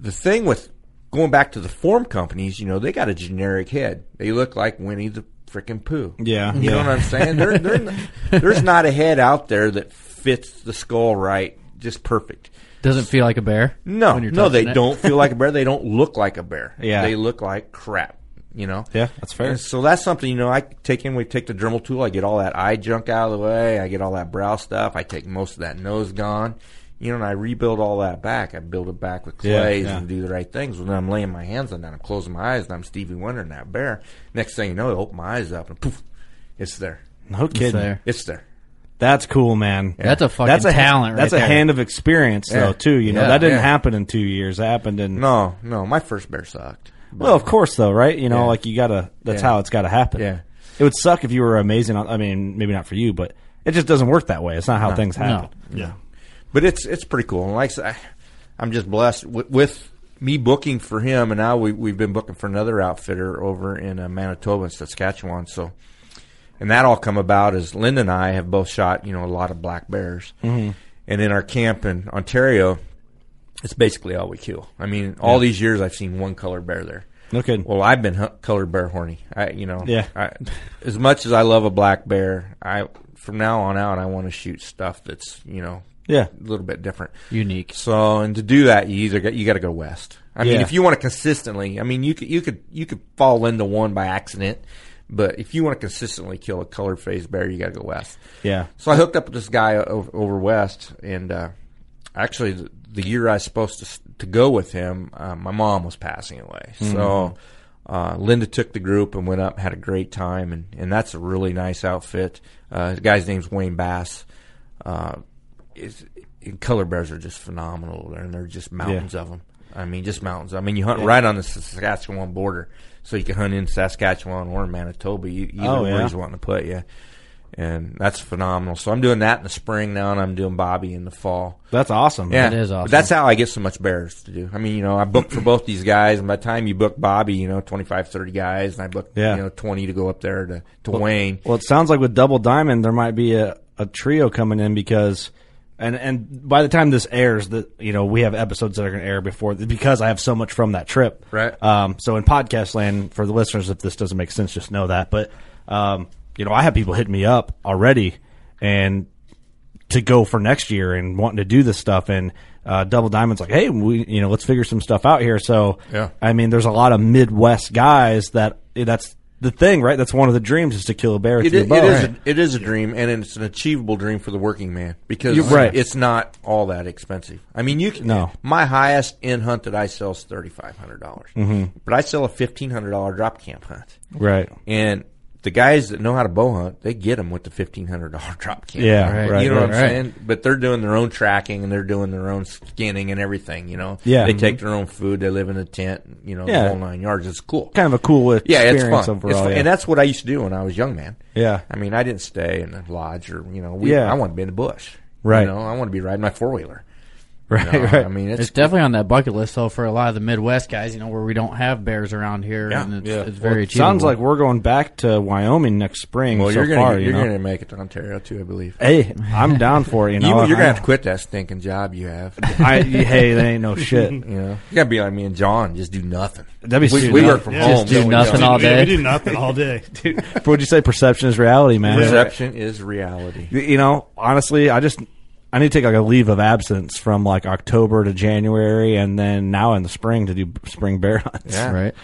S8: the thing with going back to the form companies, you know, they got a generic head. They look like Winnie the frickin' Pooh.
S2: Yeah.
S8: You know
S2: Yeah.
S8: what I'm saying? They're, they're n there's not a head out there that fits the skull right, just perfect.
S9: Doesn't feel like a bear.
S8: No,
S9: when you're
S8: no, they
S9: touching it.
S8: don't feel like a
S9: (laughs)
S8: bear. They don't look like a bear.
S2: Yeah.
S8: They look like crap, you know?
S2: Yeah, that's fair.
S8: And so that's something, you know, I take in, we take the dermal tool, I get all that eye junk out of the way, I get all that brow stuff, I take most of that nose gone, you know, and I rebuild all that back. I build it back with
S2: Yeah,
S8: clays
S2: yeah.
S8: and do the right things. When I'm laying my hands on that, I'm closing my eyes and I'm Stevie Wonder and that bear. Next thing you know, I open my eyes up and poof, it's there.
S2: No kidding.
S9: there.
S8: It's there.
S2: That's cool, man.
S9: That's a fucking
S2: that's a
S9: talent.
S2: That's
S9: right
S2: a
S9: there.
S2: hand of experience,
S8: Yeah.
S2: though. Too. You know
S9: Yeah.
S2: that didn't
S8: Yeah.
S2: happen in two years. That happened in.
S8: No, no, my first bear sucked.
S2: Well, of course, though, right? You know,
S8: Yeah.
S2: like you gotta. That's
S8: Yeah.
S2: how it's got to happen.
S8: Yeah.
S2: It would suck if you were amazing. on- I mean, maybe not for you, but it just doesn't work that way. It's not how things happen.
S10: yeah.
S8: but it's it's pretty cool. And like I said, I- I'm just blessed with, with me booking for him, and now we, we've been booking for another outfitter over in uh, Manitoba and Saskatchewan. So, and that all come about as Linda and I have both shot, you know, a lot of black bears,
S11: Mhm.
S8: and in our camp in Ontario, it's basically all we kill. I mean, all these years I've seen one colored bear there.
S2: No kidding.
S8: Well, I've been hunt- colored bear horny. I, you know,
S2: Yeah.
S8: I, as much as I love a black bear, I from now on out I want to shoot stuff that's you know
S2: Yeah.
S8: a little bit different,
S9: Unique.
S8: So and to do that, you either got, you got to go west. I mean,
S9: Yeah.
S8: if you want to consistently, I mean, you could you could you could fall into one by accident, but if you want to consistently kill a colored phase bear, you got to go west.
S2: Yeah.
S8: So I hooked up with this guy over, over west, and uh, actually the, the year I was supposed to s- to go with him, uh, my mom was passing away,
S11: Mhm.
S8: so. Uh, Linda took the group and went up, had a great time, and, and that's a really nice outfit. Uh, the guy's name's Wayne Bass. Uh, is, and color bears are just phenomenal, there, and they're just mountains of 'em. of them. I mean, just mountains. I mean, you hunt
S2: Yeah.
S8: right on the Saskatchewan border, so you can hunt in Saskatchewan or Manitoba, e- either
S2: Oh,
S8: where
S2: yeah.
S8: he's wanting to put you. And that's phenomenal. So I'm doing that in the spring now, and I'm doing Bobby in the fall.
S2: That's awesome.
S8: Yeah,
S2: That is awesome.
S8: But that's how I get so much bears to do. I mean, you know, I booked for both these guys, and by the time you book Bobby, you know, 25, 30 guys, and I booked,
S2: Yeah.
S8: you know, 20 to go up there to, to Wayne.
S2: Well, it sounds like with Double Diamond, there might be a, a trio coming in because, and and by the time this airs, that you know we have episodes that are going to air before because I have so much from that trip.
S8: Right.
S2: Um. So in podcast land, for the listeners, if this doesn't make sense, just know that. But um, you know, I have people hitting me up already, and to go for next year and wanting to do this stuff and uh, double diamonds like hey we you know let's figure some stuff out here so
S8: Yeah.
S2: i mean there's a lot of midwest guys that that's the thing right that's one of the dreams is to kill a bear
S8: It
S2: through
S8: is,
S2: the bow
S8: it, is a, it is a dream, and it's an achievable dream for the working man because
S2: You're right.
S8: it's not all that expensive. I mean, you can.
S2: No.
S8: My highest end hunt that I sell is thirty five hundred dollars,
S2: Mhm.
S8: but I sell a fifteen hundred dollar drop camp hunt.
S2: Right.
S8: And the guys that know how to bow hunt, they get them with the fifteen hundred dollar (laughs) drop camp.
S2: Yeah,
S8: hunt.
S2: right,
S8: you know
S2: right,
S8: what I'm
S2: right.
S8: saying. But they're doing their own tracking and they're doing their own skinning and everything. You know.
S2: Yeah. Mhm.
S8: They take their own food. They live in a tent. You know,
S2: Yeah.
S8: the whole nine yards. It's cool.
S2: Kind of a cool
S8: Yeah,
S2: experience
S8: it's fun.
S2: overall,
S8: It's fun.
S2: yeah.
S8: And that's what I used to do when I was young, man. (laughs)
S2: Yeah.
S8: I mean, I didn't stay in a lodge or you know, we,
S2: Yeah.
S8: I want to be in the bush.
S2: Right.
S8: You know, I want to be riding my
S2: (laughs)
S8: four wheeler.
S2: Right,
S9: right.
S8: I mean,
S9: It's,
S8: it's,
S9: definitely on that bucket list, though, for a lot of the Midwest guys, you know, where we don't have bears around here,
S8: Yeah.
S9: and it's,
S8: Yeah.
S9: it's
S2: Well,
S9: very
S2: it sounds
S9: achievable.
S2: like we're going back to wyoming next spring
S8: well,
S2: so
S8: you're gonna
S2: far,
S8: you're
S2: you know?
S8: gonna make it to Ontario too, I believe.
S2: hey i'm down for
S8: (laughs)
S2: it you know
S8: are gonna
S2: I-
S8: have to quit that stinking job you have.
S2: (laughs) I- hey, that ain't no shit.
S8: (laughs) You know, you gotta be like me and John, just do nothing.
S2: That'd be
S8: we,
S2: sweet
S8: we
S2: enough.
S8: work from
S2: Just
S8: home.
S2: do
S8: don't we,
S2: nothing
S8: John?
S2: all day.
S10: We do nothing all day. (laughs)
S2: Dude, what'd you say? Perception is reality, man.
S8: Perception is reality.
S2: Y- you know honestly i just i need to take like a leave of absence from like october to january and then now in the spring to do b- spring bear hunts
S8: Yeah.
S9: right.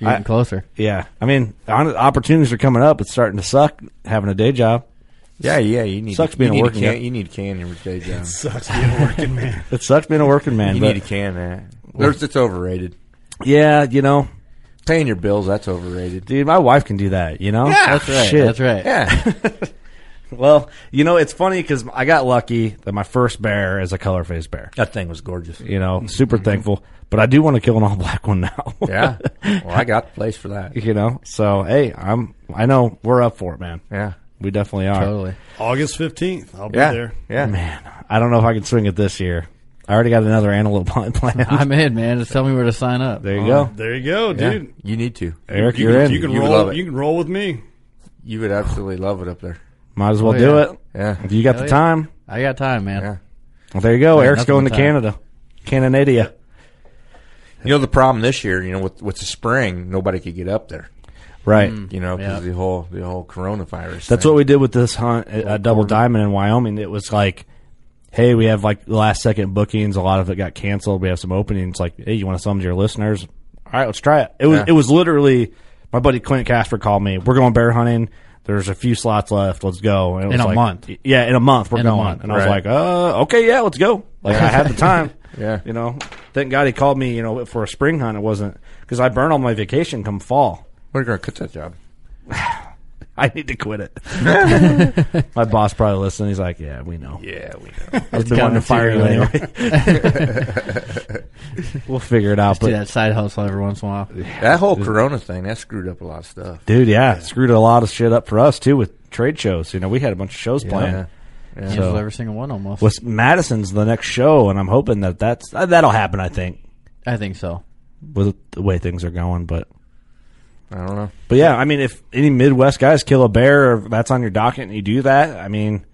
S9: You're getting
S2: I-
S9: closer.
S2: (laughs) yeah i mean hon- opportunities are coming up it's starting to suck having a day job
S8: Yeah, yeah. You need
S2: Sucks
S8: you
S2: being a
S8: need
S2: working
S8: Can,
S2: guy.
S8: you need a can every day, John.
S10: Sucks being a working man.
S2: it sucks being a working man
S8: you
S2: but
S8: need a can. Man. There's, it's overrated.
S2: yeah you know
S8: Paying your bills, that's overrated.
S2: dude my wife can do that you know
S8: Yeah.
S2: that's right shit.
S9: That's right.
S8: Yeah.
S2: well you know it's funny because i got lucky that my first bear is a color phase bear
S8: that thing was gorgeous.
S2: you know super thankful but i do want to kill an all black one now
S8: Mm-hmm. Yeah. Well,
S2: (laughs)
S8: I got the place for that.
S2: you know so hey i'm i know we're up for it man
S8: Yeah.
S2: we definitely are
S9: Totally.
S10: August Oh, 15th. I'll be
S8: Yeah.
S10: there.
S8: Yeah.
S2: Man, I don't know if I can swing it this year. I already got another antelope (laughs) hunt planned.
S9: I'm in, man. Just tell me where to sign up.
S2: there you go,
S10: There you go,
S8: Yeah.
S10: dude.
S8: You need to.
S2: Eric. You
S10: You
S2: are
S10: can,
S2: in.
S10: you can
S8: You would love
S10: roll.
S8: it.
S10: You can roll with me.
S8: You would absolutely love it up there.
S2: Might as well
S9: Oh,
S2: do
S9: yeah.
S2: it
S8: Yeah.
S2: if you got
S9: Hell
S2: the
S9: yeah.
S2: time.
S9: I got time, man.
S8: Yeah.
S2: Well, there you go.
S9: Yeah,
S2: Eric's
S9: nothing
S2: going to
S9: but time.
S2: Canada, Canadadia.
S8: You know, the problem this year, you know, with, with the spring, nobody could get up there,
S2: Right.
S9: Mm.
S8: you know, because
S9: Yeah.
S8: the whole, the whole coronavirus.
S2: That's what we did with this hunt at, at Double Diamond in Wyoming. It was like, hey, we have like last second bookings. A lot of it got canceled. We have some openings. Like, hey, you want to sell them to your listeners? All right, let's try it. It was
S8: Yeah.
S2: it was literally my buddy Clint Casper called me. We're going bear hunting. There's a few slots left. Let's go. And it was
S9: a
S2: like-
S9: month.
S2: Yeah, in a month we're
S9: In a
S2: going.
S9: month,
S2: and I was
S8: right.
S2: like, uh, okay, yeah, let's go. Like I
S9: (laughs)
S2: had the time.
S8: Yeah.
S2: You know, thank God he called me. You know, for a spring hunt, it wasn't because I burn all my vacation come fall.
S8: We're going to quit that job.
S2: I need to quit it.
S9: (laughs)
S2: My boss probably listened. He's like, "Yeah, we know.
S8: Yeah, (laughs) we know.
S2: I've been wanting to fire you
S9: coming
S2: anyway.
S8: (laughs)
S9: (laughs)
S2: we'll figure it out."
S9: Do
S2: But
S9: that side hustle every once in a while.
S8: that whole corona thing, that screwed up a lot of stuff.
S2: dude, yeah, it screwed a lot of shit up for us too with trade shows. You know, we had a bunch of shows planned.
S8: Yeah. Yeah.
S9: Cancel every single one almost.
S2: What's Madison's the next show, and I'm hoping that that's uh, that'll happen. I think
S9: I think so.
S2: with the way things are going. But
S8: I don't know.
S2: but yeah, I mean, if any Midwest guys kill a bear, or if that's on your docket, and you do that, I mean,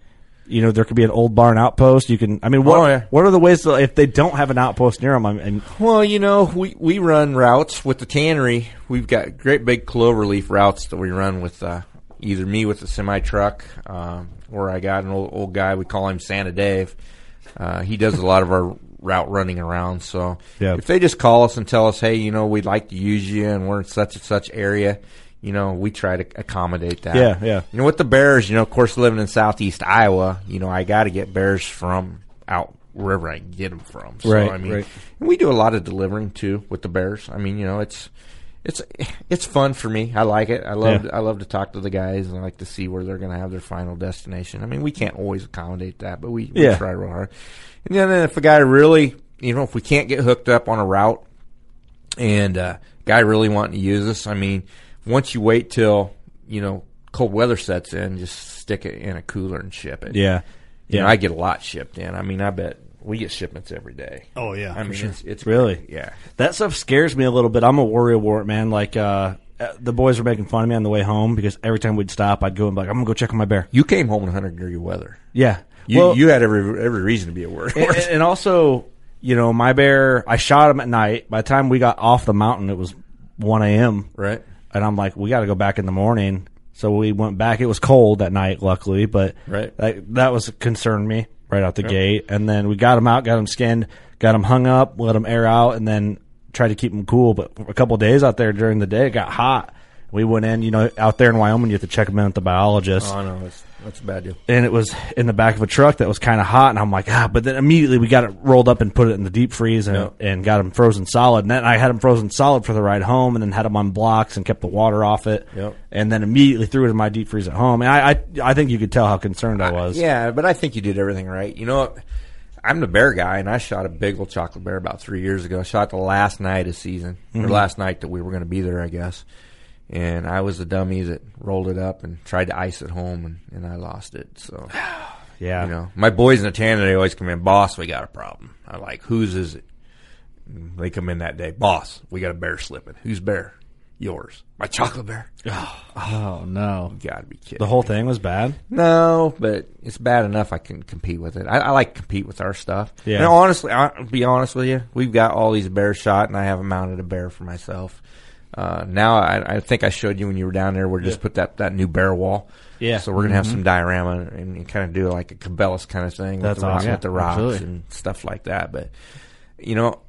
S2: you know, there could be an old barn outpost. You can, I mean, what
S8: Oh, yeah.
S2: what are the ways to if they don't have an outpost near them? I mean,
S8: Well, you know, we, we run routes with the tannery. We've got great big cloverleaf routes that we run with uh, either me with the semi truck, um, or I got an old, old guy. We call him Santa Dave. Uh, he does a lot of our route running around. So
S2: Yeah.
S8: if they just call us and tell us, hey, you know, we'd like to use you, and we're in such and such area. You know, we try to accommodate that.
S2: Yeah, yeah.
S8: You know, with the bears, you know, of course, living in southeast Iowa, you know, I got to get bears from out wherever I can get them from. So,
S2: Right,
S8: I mean,
S2: right.
S8: and we do a lot of delivering too with the Bears. I mean, you know, it's it's it's fun for me. I like it. I love
S2: Yeah.
S8: I love to talk to the guys and I like to see where they're going to have their final destination. I mean, we can't always accommodate that, but we, we
S2: Yeah.
S8: try real hard. And then if a guy really, you know, if we can't get hooked up on a route and uh, guy really wanting to use us, I mean, once you wait till you know cold weather sets in, just stick it in a cooler and ship it.
S2: yeah,
S8: You
S2: yeah,
S8: know, I get a lot shipped in. I mean, I bet we get shipments every day.
S10: Oh, yeah,
S8: I
S10: for
S8: mean,
S10: sure.
S8: it's, it's
S2: Really?
S8: great. yeah.
S2: That stuff scares me a little bit. I'm a warrior wart man. Like uh, uh, the boys were making fun of me on the way home because every time we'd stop, I'd go and be like, "I'm gonna go check on my bear."
S8: You came home in 100 degree weather.
S2: Yeah,
S8: You
S2: Well,
S8: you had every every reason to be at work. (laughs)
S2: and, and also, you know, my bear. I shot him at night. By the time we got off the mountain, it was 1 a.m.
S8: Right.
S2: and I'm like, we got to go back in the morning. So we went back. It was cold that night, luckily, but
S8: Right.
S2: that, that was concerned me right out the gate. And then we got him out, got him skinned, got him hung up, let him air out, and then tried to keep him cool. But a couple of days out there during the day, it got hot. We went in, you know, out there in Wyoming, you have to check him in with the biologist
S8: Oh no, that's that's a bad deal.
S2: and it was in the back of a truck that was kind of hot, and I'm like, ah, but then immediately we got it rolled up and put it in the deep freeze and,
S8: Yep.
S2: and got him frozen solid. And then I had him frozen solid for the ride home, and then had him on blocks and kept the water off it,
S8: Yep.
S2: and then immediately threw it in my deep freeze at home. And I, I, I think you could tell how concerned I was.
S8: Yeah, but I think you did everything right. You know, I'm the bear guy, and I shot a big old chocolate bear about three years ago. I shot the last night of season, or last night that we were going to be there, I guess. And I was the dummy that rolled it up and tried to ice it home, and, and I lost it. So,
S2: yeah,
S8: you know, my boys in the tanner, they always come in, boss, we got a problem. I'm like, whose is it? And They come in that day, boss, we got a bear slipping. Whose bear? Yours. My chocolate bear. You
S9: Oh no,
S8: gotta be kidding.
S2: the whole thing was bad.
S8: No, but it's bad enough I can compete with it. I, I like to compete with our stuff.
S2: Yeah.
S8: And honestly, I'll be honest with you, we've got all these bears shot, and I haven't mounted a bear for myself. Uh, now I, I think I showed you when you were down there. We just put that, that new bear wall.
S2: Yeah. Mm-hmm.
S8: So we're gonna have some diorama and, and kind of do like a Cabela's kind of thing.
S2: That's
S8: with the, rock-
S2: awesome.
S8: With the rocks
S9: Absolutely.
S8: and stuff like that. But you know,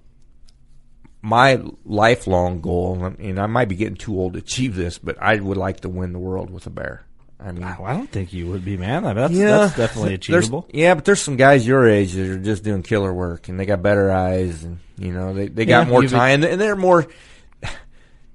S8: my lifelong goal, and- and I might be getting too old to achieve this, but I would like to win the world with a bear. I mean,
S2: Wow, I don't think you would be man. I mean, that's, that's definitely
S8: there's-
S2: achievable. (laughs)
S8: yeah, but there's some guys your age that are just doing killer work, and they got better eyes, and you know they they got
S9: Yeah,
S8: more
S9: you've-
S8: time, and, and they're more.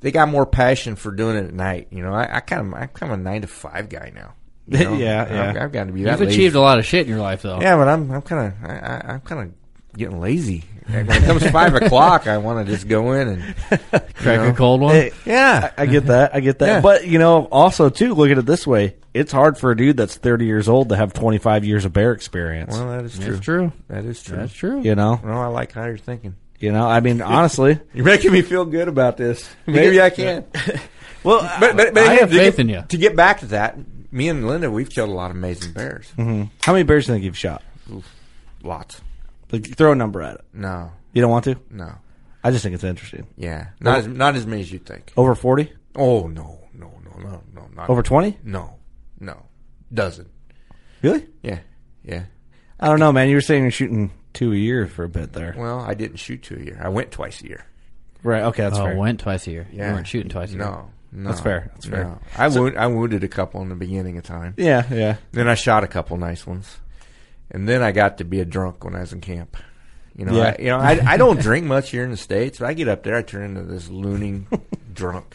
S8: They got more passion for doing it at night. You know, I, I kind of I'm kind of a nine to five guy now. you (laughs) know?
S2: Yeah,
S8: I've,
S2: yeah.
S8: I've got to be that.
S9: you've
S8: lazy.
S9: achieved a lot of shit in your life though.
S8: Yeah, but I'm I'm kind of I, I, I'm kind of getting lazy. When it comes five o'clock, I want to just go in and
S9: crack
S8: know.
S9: a cold one.
S2: Hey,
S8: yeah.
S2: I get that. I get that.
S8: Yeah.
S2: But you know, also too, look at it this way: it's hard for a dude that's 30 years old to have 25 years of bear experience.
S8: well, that is true.
S9: That's true.
S8: That is true.
S9: That's true.
S2: you know,
S8: No, I like how you're thinking.
S2: you know. I mean,
S8: (laughs)
S2: honestly.
S8: You're making me feel good about this. Maybe I can.
S2: Well,
S8: but, but, but
S9: I have
S8: to
S9: faith
S8: get-
S9: in you.
S8: To get back to that, me and Linda, we've killed a lot of amazing bears.
S9: Mm-hmm.
S2: how many bears do you think you've shot?
S8: Lots.
S2: Like, throw a number at it.
S8: No,
S2: You don't want to?
S8: no.
S2: I just think it's interesting.
S8: Yeah, not as not as many as you think.
S2: Over forty?
S8: Oh no, no, no, no, no, not
S2: Over twenty?
S8: No, no, dozen.
S2: Really?
S8: Yeah, yeah.
S2: I don't know, man. You were saying you're shooting two a year for a bit there,
S8: Well, I didn't shoot two a year. I went twice a year.
S2: right? Okay, that's
S9: oh,
S2: fair.
S9: went twice a year.
S8: Yeah.
S9: You weren't shooting twice a year.
S8: No, no,
S2: That's fair. That's fair.
S8: no. I wound, I wounded a couple in the beginning of time.
S2: Yeah, yeah.
S8: Then I shot a couple nice ones, and then I got to be a drunk when I was in camp. You know,
S2: Yeah.
S8: I, you know, I, I
S9: (laughs)
S8: don't drink much here in the states, but I get up there, I turn into this looning (laughs) drunk,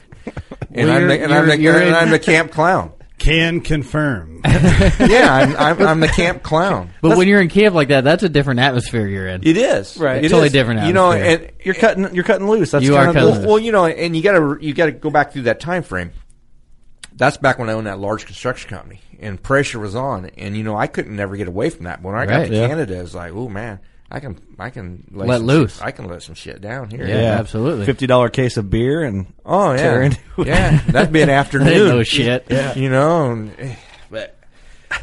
S8: and,
S9: Well,
S8: I'm, the,
S9: you're-
S8: and, I'm, the,
S9: you're- you're
S8: and I'm
S9: in- (laughs)
S8: the camp clown.
S10: Can confirm.
S8: Yeah, I'm, I'm, I'm the camp clown.
S9: But when you're in camp like that, that's a different atmosphere you're in.
S8: It is
S2: Right. It's
S8: It is.
S9: totally different
S8: You know,
S9: atmosphere.
S8: and
S2: You're cutting. You're cutting loose. That's
S9: You are
S2: kinda
S9: cutting
S2: the-
S9: loose.
S8: Well, you know, and you gotta you gotta go back through that time frame. That's back when I owned that large construction company, and pressure was on, and you know I couldn't never get away from that. When I got
S9: Right,
S8: to
S9: yeah.
S8: Canada, it was like, oh man, I can I can lay
S9: Let
S8: some
S9: loose.
S8: shit- I can let some shit down here.
S9: Yeah, absolutely.
S2: Fifty dollar case of beer and
S8: Oh yeah.
S2: Tear into it.
S8: (laughs) yeah, that'd
S9: (laughs)
S8: be an afternoon.
S9: know Oh, shit.
S8: Yeah. You know, and, eh, but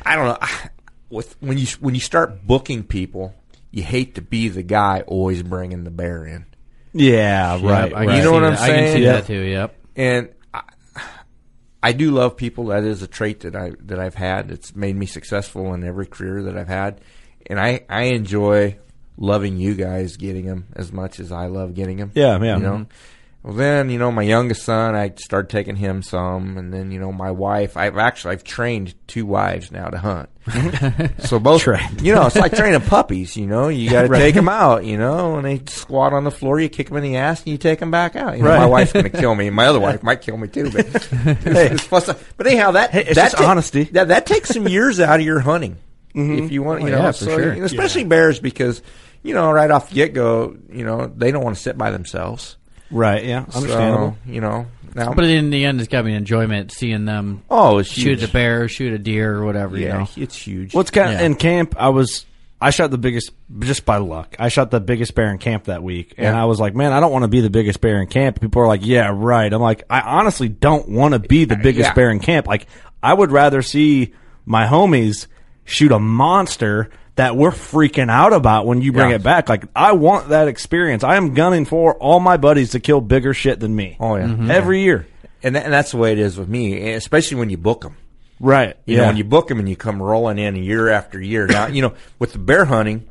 S8: I don't know. I- With when you when you start booking people, you hate to be the guy always bringing the bear in.
S2: yeah, right.
S9: Yep, I
S2: right.
S9: can
S8: You know
S9: see
S8: what I'm
S9: that. I can
S8: saying?
S9: see
S8: Yeah.
S9: that too. Yep.
S8: and I, I do love people. That is a trait that I that I've had. It's made me successful in every career that I've had, and I I enjoy loving you guys getting them as much as I love getting them.
S2: Yeah, yeah.
S8: You (laughs) know. Well, then you know my youngest son. I started taking him some, and then you know my wife. I've actually I've trained two wives now to hunt. (laughs) so both, you know, it's like training puppies. You know, you got to
S9: (laughs)
S8: 'em take them out. You know, and they squat on the floor. You kick them in the ass, and you take them back out. You know, My wife's going to kill me.
S9: (laughs)
S8: My other wife might kill me too. But, (laughs) it's plus- but anyhow, that
S2: Hey, it's
S8: that
S2: just honesty.
S8: That that takes some years out of your hunting if you want. You
S9: Oh,
S8: know,
S9: yeah, for
S8: so,
S9: sure.
S8: and especially bears because you know right off the get go, you know they don't want to sit by themselves.
S2: right, yeah,
S8: So,
S2: understandable.
S8: you know, now
S9: (laughs) But in the end, it's got to be enjoyment seeing them
S8: oh, it's
S9: shoot
S8: huge.
S9: a bear, shoot a deer, or whatever. You
S8: Yeah,
S9: know.
S8: it's huge.
S2: What's kind of,
S9: Yeah.
S2: in camp? I was I shot the biggest just by luck. I shot the biggest bear in camp that week, and
S8: Yeah.
S2: I was like, man, I don't want to be the biggest bear in camp. People are like, yeah, right. I'm like, I honestly don't want to be the biggest
S8: yeah.
S2: bear in camp. Like, I would rather see my homies shoot a monster that we're freaking out about when you bring
S8: Yeah.
S2: it back. Like, I want that experience. I am gunning for all my buddies to kill bigger shit than me.
S8: Oh, yeah.
S9: mm-hmm.
S8: Mhm.
S2: every year.
S8: and, that, and that's the way it is with me, and especially when you book them.
S2: Right.
S8: You know, when you book them and you come rolling in year after year. Now, you know, with the bear hunting,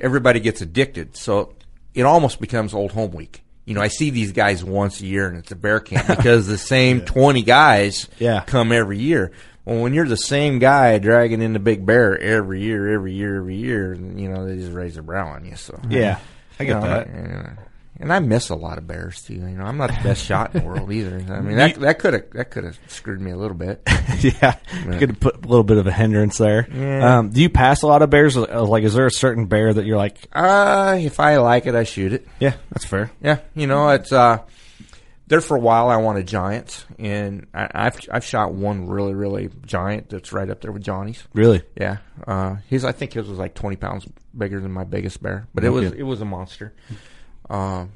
S8: everybody gets addicted. So it almost becomes old home week. You know, I see these guys once a year and it's a
S2: (laughs)
S8: bear camp because the same 20 guys
S2: Yeah.
S8: come every year. Well, when you're the same guy dragging in the big bear every year, every year, every year, you know, they just raise their brow on you. So,
S2: yeah. I get
S8: you know,
S2: that.
S8: and- And I miss a lot of bears too. You know, I'm not the
S2: (laughs)
S8: best shot in the world either. I mean, that that could have that could have screwed me a little
S2: (laughs)
S8: bit.
S2: yeah, you could put a little bit of a hindrance there.
S8: Yeah.
S2: Um, do you pass a lot of bears? Uh, Like, is there a certain bear that you're like,
S8: Uh, if I like it, I shoot it.
S2: yeah, that's fair.
S8: Yeah, you know, it's uh, there for a while. I wanted giants, and I, I've I've shot one really really giant that's right up there with Johnny's.
S2: Really?
S8: Yeah, uh, his I think his was like twenty pounds bigger than my biggest bear, but it was
S2: Okay.
S8: it was a monster. Uh,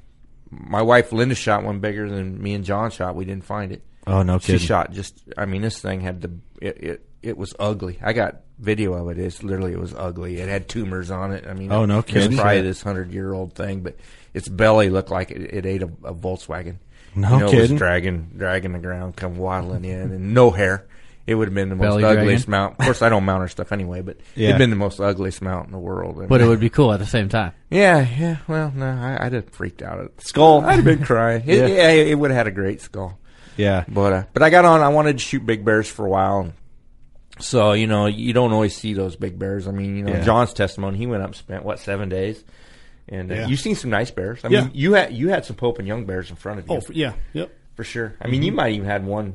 S8: my wife Linda shot one bigger than me and John shot. We didn't find it.
S2: Oh no,
S8: She
S2: kidding.
S8: shot just. I mean, this thing had the it. it it was ugly. I got video of it. It's literally it was ugly. It had tumors on it. I mean,
S2: Oh, no
S8: it was
S2: kidding.
S8: probably
S2: Shit.
S8: this hundred year old thing, but its belly looked like it, it ate a, a Volkswagon.
S2: No
S8: you know, It
S2: kidding.
S8: was dragging, dragging the ground, come waddling in, and no hair. It would have been the most
S9: Belly
S8: ugliest
S9: dragging?
S8: mount. Of course, I don't mount or stuff anyway, but
S2: Yeah.
S8: it'd been the most ugliest mount in the world.
S9: But it would be cool at the same time.
S8: yeah, yeah. Well, no, I, I'd have freaked out. At,
S2: Skull.
S8: (laughs) I'd have been crying. It-
S2: (laughs) Yeah.
S8: yeah. it, would have had a great skull.
S2: Yeah,
S8: But uh, but I got on. I wanted to shoot big bears for a while. And so you know you don't always see those big bears. I mean you know
S2: Yeah.
S8: John's testimony. He went up, and spent what seven days, and uh,
S10: Yeah.
S8: you've seen some nice bears. I
S10: Yeah.
S8: mean you had you had some Pope and Young bears in front of you
S10: Oh, f- yeah. Yep. Mm-hmm.
S8: for sure. I mean you might even had one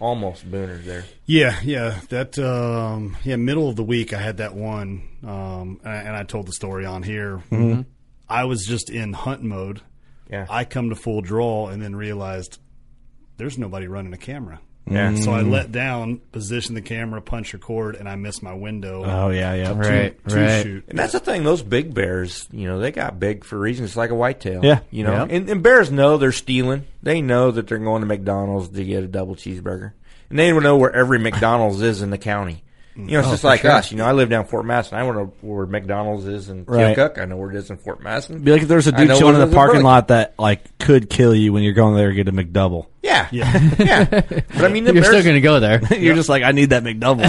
S8: almost booner there.
S10: Yeah, yeah. That um yeah, middle of the week I had that one um and I, and I told the story on here. I was just in hunt mode.
S8: Yeah.
S10: I come to full draw and then realized there's nobody running a camera.
S8: yeah.
S10: So I let down, position the camera, punch record, and I missed my window.
S2: Oh yeah, yeah.
S10: to,
S9: Right,
S10: to
S9: right.
S10: shoot.
S8: And that's the thing; those big bears, you know, they got big for reasons. It's like a whitetail,
S2: Yeah.
S8: You know,
S2: Yeah.
S8: and, and bears know they're stealing. They know that they're going to McDonald's to get a double cheeseburger, and they know where every McDonald's is in the county. You
S2: Oh,
S8: know, it's just like us. You know, I live down Fort Masson. I know where McDonald's is in
S2: Right.
S8: Keokuk. I know where it is in Fort Masson.
S2: Be like if there's a
S8: I
S2: dude
S8: know
S2: chilling in
S8: where it
S2: the
S8: is
S2: parking
S8: Burlington.
S2: lot that like could kill you when you're going there to get a
S8: (laughs)
S2: McDouble.
S8: Yeah, yeah, yeah. But I
S9: (laughs)
S8: mean, the
S9: You're still
S8: bears,
S9: going to go
S8: (laughs)
S9: there.
S2: You're just like, I need that McDouble.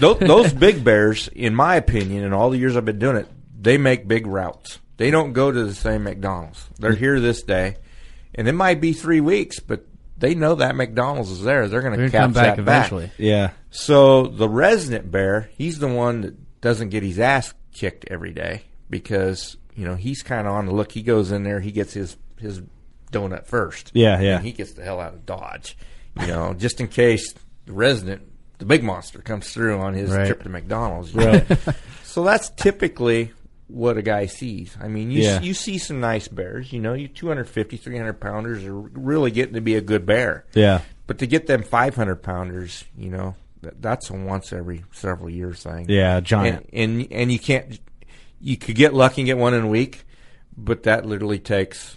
S2: Though.
S8: those, those big bears, in my opinion, in all the years I've been doing it, they make big routes. They don't go to the same McDonald's. They're here this day, and it might be three weeks, but they know that McDonald's is there. They're going
S9: We're
S8: to
S9: going to come back
S8: that
S9: eventually.
S2: (laughs) yeah,
S8: So the resident bear, he's the one that doesn't get his ass kicked every day because you know he's kind of on the look. He goes in there, he gets his his donut first.
S2: Yeah, yeah.
S8: And he gets the hell out of dodge, you know, (laughs) just in case the resident, the big monster, comes through on his
S9: Right.
S8: trip to McDonald's. you know. so that's typically what a guy sees. I mean, you
S2: Yeah.
S8: you see some nice bears, you know, you 250, 300 pounders are really getting to be a good bear.
S2: yeah.
S8: But to get them 500 pounders, you know, that, that's a once every several years thing.
S2: Yeah, giant.
S8: And, and and you can't. you could get lucky and get one in a week, but that literally takes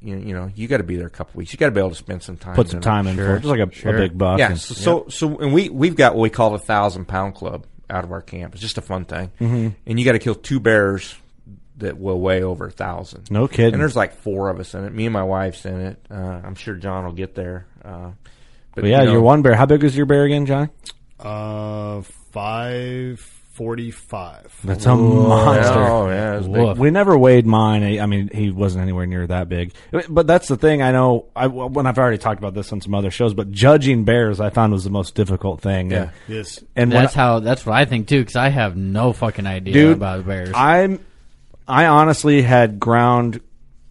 S8: you, you know you got to be there a couple weeks. You got to be able to spend some time.
S2: Put some
S8: it.
S2: time in for it. Just like a, a big buck.
S8: Yeah.
S2: and-
S8: So, so so and we we've got what we call the thousand pound club out of our camp. It's just a fun thing,
S2: Mhm.
S8: and you got to kill two bears that will weigh over a thousand.
S2: No kidding.
S8: And there's like four of us in it. Me and my wife's in it. Uh, I'm sure John will get there. Uh,
S2: But yeah,
S8: you know,
S2: your one bear. How big was your bear again, Johnny?
S10: Uh, five forty-five.
S2: That's a monster.
S8: Oh, yeah, it was big.
S2: We never weighed mine. I I mean, he wasn't anywhere near that big. But that's the thing. I know. I when I've already talked about this on some other shows, but judging bears, I found was the most difficult thing.
S8: Yeah.
S2: And,
S10: Yes.
S2: and when
S9: that's how. That's what I think too, because I have no fucking idea
S2: Dude,
S9: about bears.
S2: I'm I honestly had ground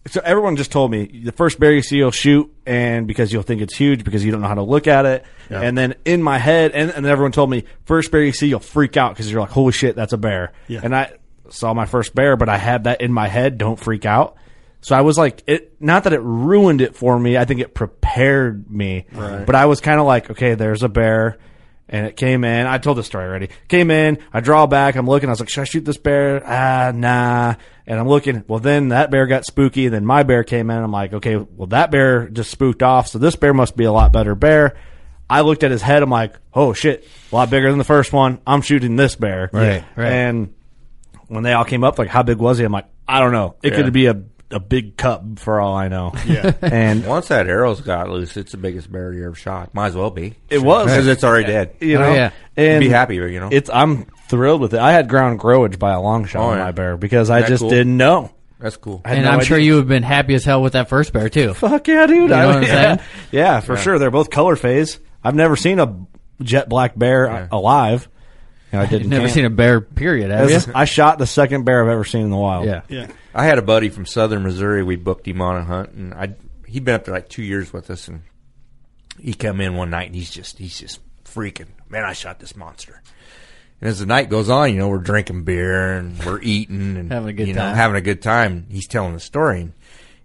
S2: so everyone just told me the first bear you see you'll shoot and because you'll think it's huge because you don't know how to look at it and then in my head and, and everyone told me first bear you see you'll freak out because you're like holy shit that's a bear
S10: Yeah.
S2: and I saw my first bear but I had that in my head don't freak out so I was like it not that it ruined it for me I think it prepared me but I was kind of like okay there's a bear and it came in. I told this story already. Came in. I draw back. I'm looking. I was like, should I shoot this bear? Ah, nah. And I'm looking. Well, then that bear got spooky. And then my bear came in. I'm like, okay, well, that bear just spooked off. So this bear must be a lot better bear. I looked at his head. I'm like, oh shit, a lot bigger than the first one. I'm shooting this bear.
S9: Right, right.
S2: And when they all came up, like, how big was he? I'm like, I don't know. It could be a, a big cup for all I know.
S10: Yeah.
S2: and
S8: Once that arrow's got loose, it's the biggest bear you ever shot. Might as well be.
S2: It was.
S8: because it's already dead.
S2: you
S9: Oh,
S2: know,
S9: yeah.
S2: and
S8: Be happier, you know?
S2: It's I'm thrilled with it. I had ground growage by a long shot
S8: Oh,
S2: on
S8: yeah.
S2: my bear because I
S8: Isn't that
S2: just
S8: cool?
S2: didn't know.
S8: That's cool.
S2: I had
S9: and
S2: no
S9: I'm
S2: idea.
S9: sure you have been happy as hell with that first bear too.
S2: Fuck yeah, dude! I,
S9: know what I'm
S2: yeah,
S9: saying?
S2: (laughs) yeah, for sure. They're both color phase. I've never seen a jet black bear alive.
S9: (laughs)
S2: You know, I didn't.
S9: Never
S2: camp.
S9: seen a bear. Period. Have you?
S2: That's- I shot the second bear I've ever seen in the wild.
S9: Yeah.
S10: Yeah.
S8: I had a buddy from Southern Missouri. We booked him on a hunt, and I he'd been up there like two years with us, and he come in one night, and he's just he's just freaking man. I shot this monster. And as the night goes on, you know, we're drinking beer and we're eating and
S9: Having a good
S8: you know,
S9: time.
S8: having a good time. He's telling the story. And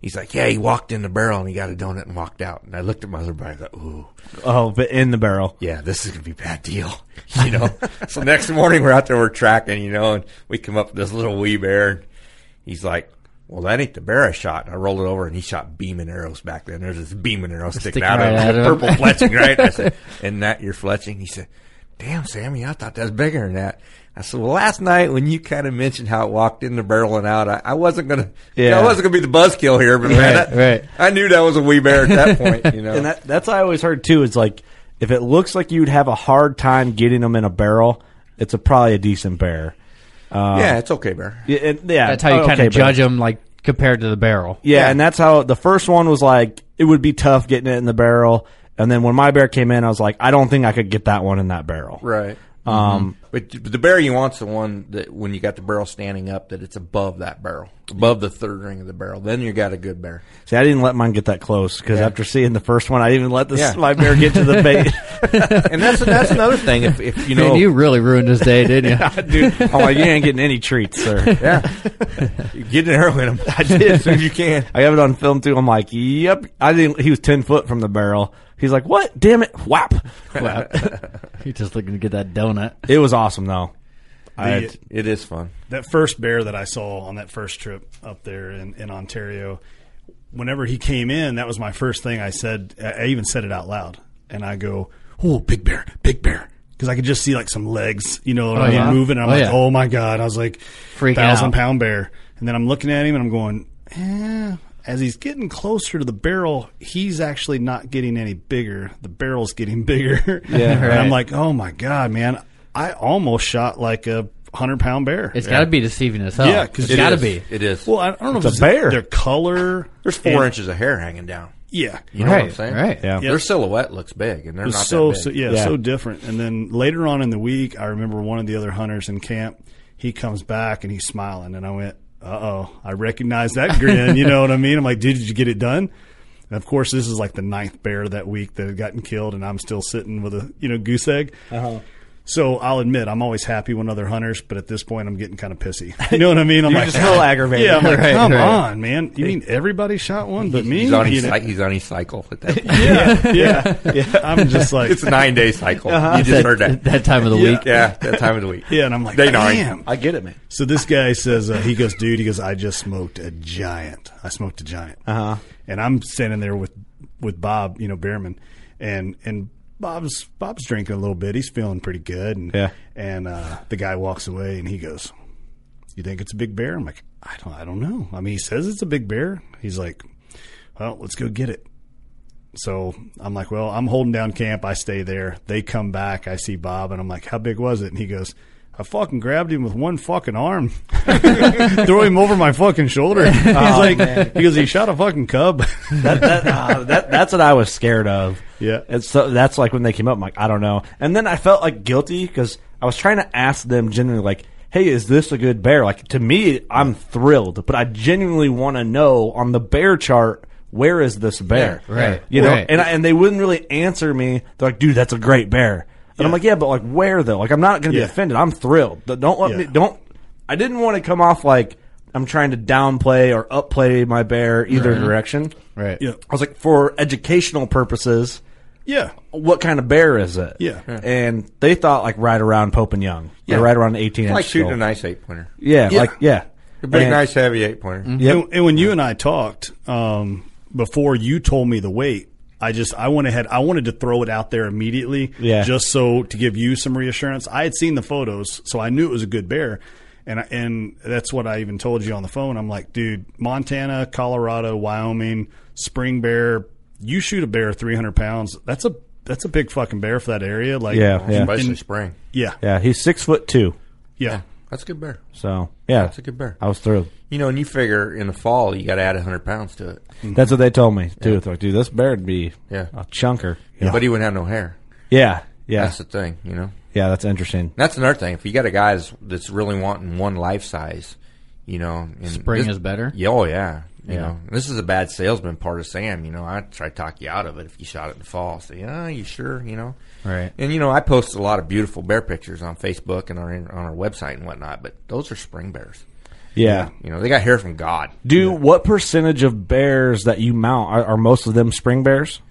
S8: he's like, "Yeah, he walked in the barrel and he got a donut and walked out." And I looked at my other buddy, I thought, "Ooh,
S2: Oh, but in the barrel.
S8: yeah, this is gonna be a bad deal, (laughs) you know. so next morning we're out there, we're tracking, you know, and we come up with this little wee bear. And he's like, "Well, that ain't the bear I shot." And I rolled it over, and he shot beaming arrows back then. There's this beaming arrow sticking,
S9: Sticking
S8: out
S9: right
S8: of (laughs)
S9: out
S8: it,
S9: of
S8: purple
S9: him.
S8: fletching, right? I said, "And that you're fletching?" He said, "Damn, Sammy, I thought that was bigger than that." I said, "Well, last night when you kind of mentioned how it walked in the barrel and out, I, I wasn't gonna,
S2: Yeah.
S8: I wasn't gonna be the buzzkill here, but man,
S9: Right,
S8: that-
S9: right.
S8: I knew that was a wee bear at that point, you know."
S2: And that, that's what I always heard too. Is like if it looks like you'd have a hard time getting them in a barrel, it's a, probably a decent bear.
S8: yeah, it's okay, bear.
S2: Yeah, and- yeah.
S9: That's how you
S2: Oh,
S9: kind
S2: okay,
S9: of judge
S2: bear.
S9: them, like compared to the barrel.
S2: Yeah, and that's how the first one was like it would be tough getting it in the barrel. And then when my bear came in, I was like, I don't think I could get that one in that barrel.
S8: Right.
S2: Um,
S9: Mm-hmm.
S8: But but the barrel you want's the one that when you got the barrel standing up, that it's above that barrel, above the third ring of the barrel. Then you got a good bear.
S2: See, I didn't let mine get that close because
S8: Yeah.
S2: after seeing the first one, I didn't even let this
S8: Yeah.
S2: my bear get to
S8: (laughs)
S2: the bait.
S8: And that's that's another thing. If, if you
S9: (laughs) Man,
S8: know,
S9: you really ruined his day, didn't
S8: (laughs)
S9: you? (laughs)
S2: Dude, I'm like, you ain't getting any treats, sir.
S8: yeah, you get an arrow in them. I
S2: did.
S8: as soon as you can.
S2: I have it on film too. I'm like, yep. I didn't. He was ten foot from the barrel. He's like, what? Damn it! Whap!
S9: Wow. (laughs) You're just looking to get that donut.
S2: It was awesome though. I,
S10: The-
S8: It is fun.
S10: that first bear that I saw on that first trip up there in, in Ontario, whenever he came in, that was my first thing I said. I I even said it out loud, and I go, "Oh, big bear, big bear," because I could just see like some legs, you know, what I
S9: Oh,
S10: mean,
S9: yeah.
S10: moving. And I'm
S9: Oh,
S10: like,
S9: yeah.
S10: "Oh my god!" I was like,
S9: Freaking
S10: thousand
S9: out.
S10: pound bear," and then I'm looking at him and I'm going, eh. As he's getting closer to the barrel, he's actually not getting any bigger. The barrel's getting (laughs) bigger. Yeah, and
S9: (laughs) right.
S10: I'm like, oh my god, man! I almost shot like a hundred pound bear.
S9: It's got to be deceiving as hell.
S10: Yeah, 'cause
S9: it's
S10: it
S9: got to
S8: is.
S9: be.
S8: It is.
S10: Well, I I don't know
S2: It's
S10: if
S2: a
S10: it's
S2: bear.
S10: their color.
S8: There's four
S10: and-
S8: inches of hair hanging down.
S10: Yeah.
S8: You know what I'm saying?
S9: Right.
S2: yeah.
S8: Their silhouette looks big, and they're
S10: It
S8: not
S10: was so,
S8: that
S10: so
S8: big.
S10: yeah,
S2: Yeah.
S10: so different. And then later on in the week, I remember one of the other hunters in camp. He comes back and he's smiling, and I went, "Uh oh, I recognize that grin." You know what I mean? I'm like, "Did you get it done?" And of course, this is like the ninth bear that week that had gotten killed, and I'm still sitting with a you know goose egg. So I'll admit I'm always happy when other hunters, but at this point I'm getting kind of pissy. You know what I mean? I'm
S8: You're
S10: like
S8: just a little aggravated.
S10: Yeah, I'm like,
S8: Right,
S10: come
S8: right.
S10: on, man. You mean everybody shot one, but me?
S8: He's on,
S10: You
S8: his,
S10: know?
S8: cy- he's on his cycle
S10: (laughs)
S8: at that point.
S10: yeah, yeah, I'm just like,
S8: (laughs)
S10: Uh-huh.
S8: It's a nine day cycle. You just
S9: that,
S8: heard that.
S9: (laughs) that time of the week.
S8: (laughs) Yeah, that time of the week.
S10: yeah, and I'm like,
S8: Day nine.
S10: damn.
S2: I get it, man.
S10: So this guy says, uh, he goes, dude, he goes, I just smoked a giant. I smoked a giant.
S2: Uh-huh.
S10: Uh huh. And I'm standing there with, with Bob, you know, Behrman, and, and Bob's, Bob's drinking a little bit. He's feeling pretty good. And,
S2: Yeah.
S10: and, uh, the guy walks away and he goes, you think it's a big bear? I'm like, I don't, I don't know. I mean, he says it's a big bear. He's like, well, let's go get it. So I'm like, well, I'm holding down camp. I stay there. They come back. I see Bob, and I'm like, how big was it? And he goes, I fucking grabbed him with one fucking arm, throw him over my fucking shoulder. He's like, he goes, he shot a fucking cub.
S2: that, that, uh, that that's what I was scared of.
S10: Yeah.
S2: and so that's like when they came up. I'm like, I don't know. And then I felt like guilty because I was trying to ask them genuinely, like, "Hey, is this a good bear?" Like to me, I'm thrilled, but I genuinely want to know on the bear chart. Where is this bear?
S9: Yeah, right,
S2: You know,
S9: right.
S2: and I, and they wouldn't really answer me. They're like, "Dude, that's a great bear," and I'm like, "Yeah, but like where though? Like I'm not going to
S10: Yeah.
S2: be offended. I'm thrilled. Don't let
S10: Yeah.
S2: me don't I didn't want to come off like I'm trying to downplay or upplay my bear either direction.
S9: Right.
S10: Yeah.
S2: I was like, for educational purposes,
S10: yeah,
S2: what kind of bear is it?
S10: Yeah. Yeah.
S2: And they thought like right around Pope and Young. Yeah.
S8: Yeah.
S2: right around 18 inch.
S8: Like shooting
S2: skull.
S8: a nice eight pointer.
S2: Yeah,
S10: Yeah. Mm-hmm.
S2: Like, yeah.
S8: A big,
S2: And-
S8: nice, heavy eight pointer.
S2: Yep.
S10: And, and when you and I talked um, before, you told me the weight. I just I went ahead. I wanted to throw it out there immediately,
S2: Yeah.
S10: just so to give you some reassurance. I had seen the photos, so I knew it was a good bear, and I, and that's what I even told you on the phone. I'm like, dude, Montana, Colorado, Wyoming, spring bear. You shoot a bear 300 pounds. That's a that's a big fucking bear for that area. Like,
S2: Yeah, yeah.
S8: Especially
S10: And-
S8: spring.
S10: yeah, yeah,
S2: Yeah. He's six foot two.
S10: yeah.
S8: That's a good bear.
S2: So, yeah.
S8: That's a good bear.
S2: I was thrilled.
S8: You know, and you figure in the fall you got to add hundred pounds to it.
S2: That's what they told me, too. They're like, dude, this bear would be
S8: Yeah.
S2: a chunker.
S8: But he wouldn't have no hair.
S2: Yeah. Yeah.
S8: That's the thing, you know.
S2: yeah. That's interesting.
S8: That's another thing. If you got a guy that's, that's really wanting one life size, you know, and
S9: Spring
S8: this-
S9: is better.
S8: Yeah, oh yeah. You know, this is a bad salesman part of Sam. You know, I try to talk you out of it if you shot it in the fall. Say, ah, you sure? You know,
S9: Right.
S8: And you know, I post a lot of beautiful bear pictures on Facebook and on on our website and whatnot. But those are spring bears.
S2: Yeah.
S8: You know, they got hair from God.
S2: Do what percentage of bears that you mount are, are most of them spring bears?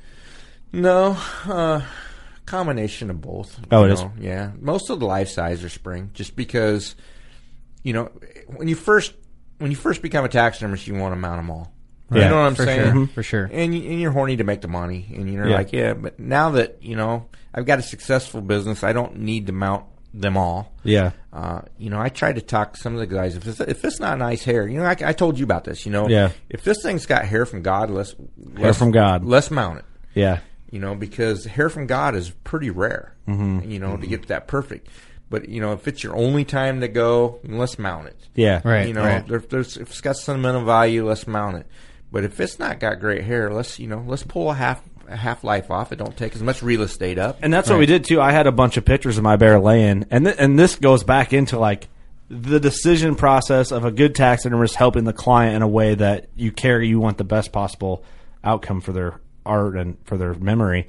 S8: No, uh, combination of both.
S2: Oh,
S8: you
S2: it is?
S8: know, Yeah, most of the life size are spring, just because you know when you first when you first become a taxidermist, you want to mount them all.
S2: Yeah,
S8: you know what I'm
S9: for
S8: saying?
S9: sure, Mhm. for sure.
S8: And you, and you're horny to make the money, and you're
S2: Yeah.
S8: like, yeah. But now that you know, I've got a successful business. I don't need to mount them all.
S2: Yeah.
S8: Uh, you know, I tried to talk to some of the guys. If it's, if it's not nice hair, you know, I, I told you about this. You know,
S2: Yeah.
S8: If this thing's got hair from God, let's
S2: Hair
S8: let's-
S2: from God.
S8: Let's mount it
S2: Yeah.
S8: you know, because hair from God is pretty rare, mm-hmm. you know, to get that perfect. But you know, if it's your only time to go, let's mount it.
S2: Yeah.
S9: Right.
S8: you know,
S9: right.
S8: there- there's, if it's got sentimental value, let's mount it. But if it's not got great hair, let's you know, let's pull a half a half life off. It don't take as much real estate up.
S2: And that's what we did too. I had a bunch of pictures of my bear laying, and th- and this goes back into like the decision process of a good taxidermist helping the client in a way that you care you want the best possible outcome for their art and for their memory.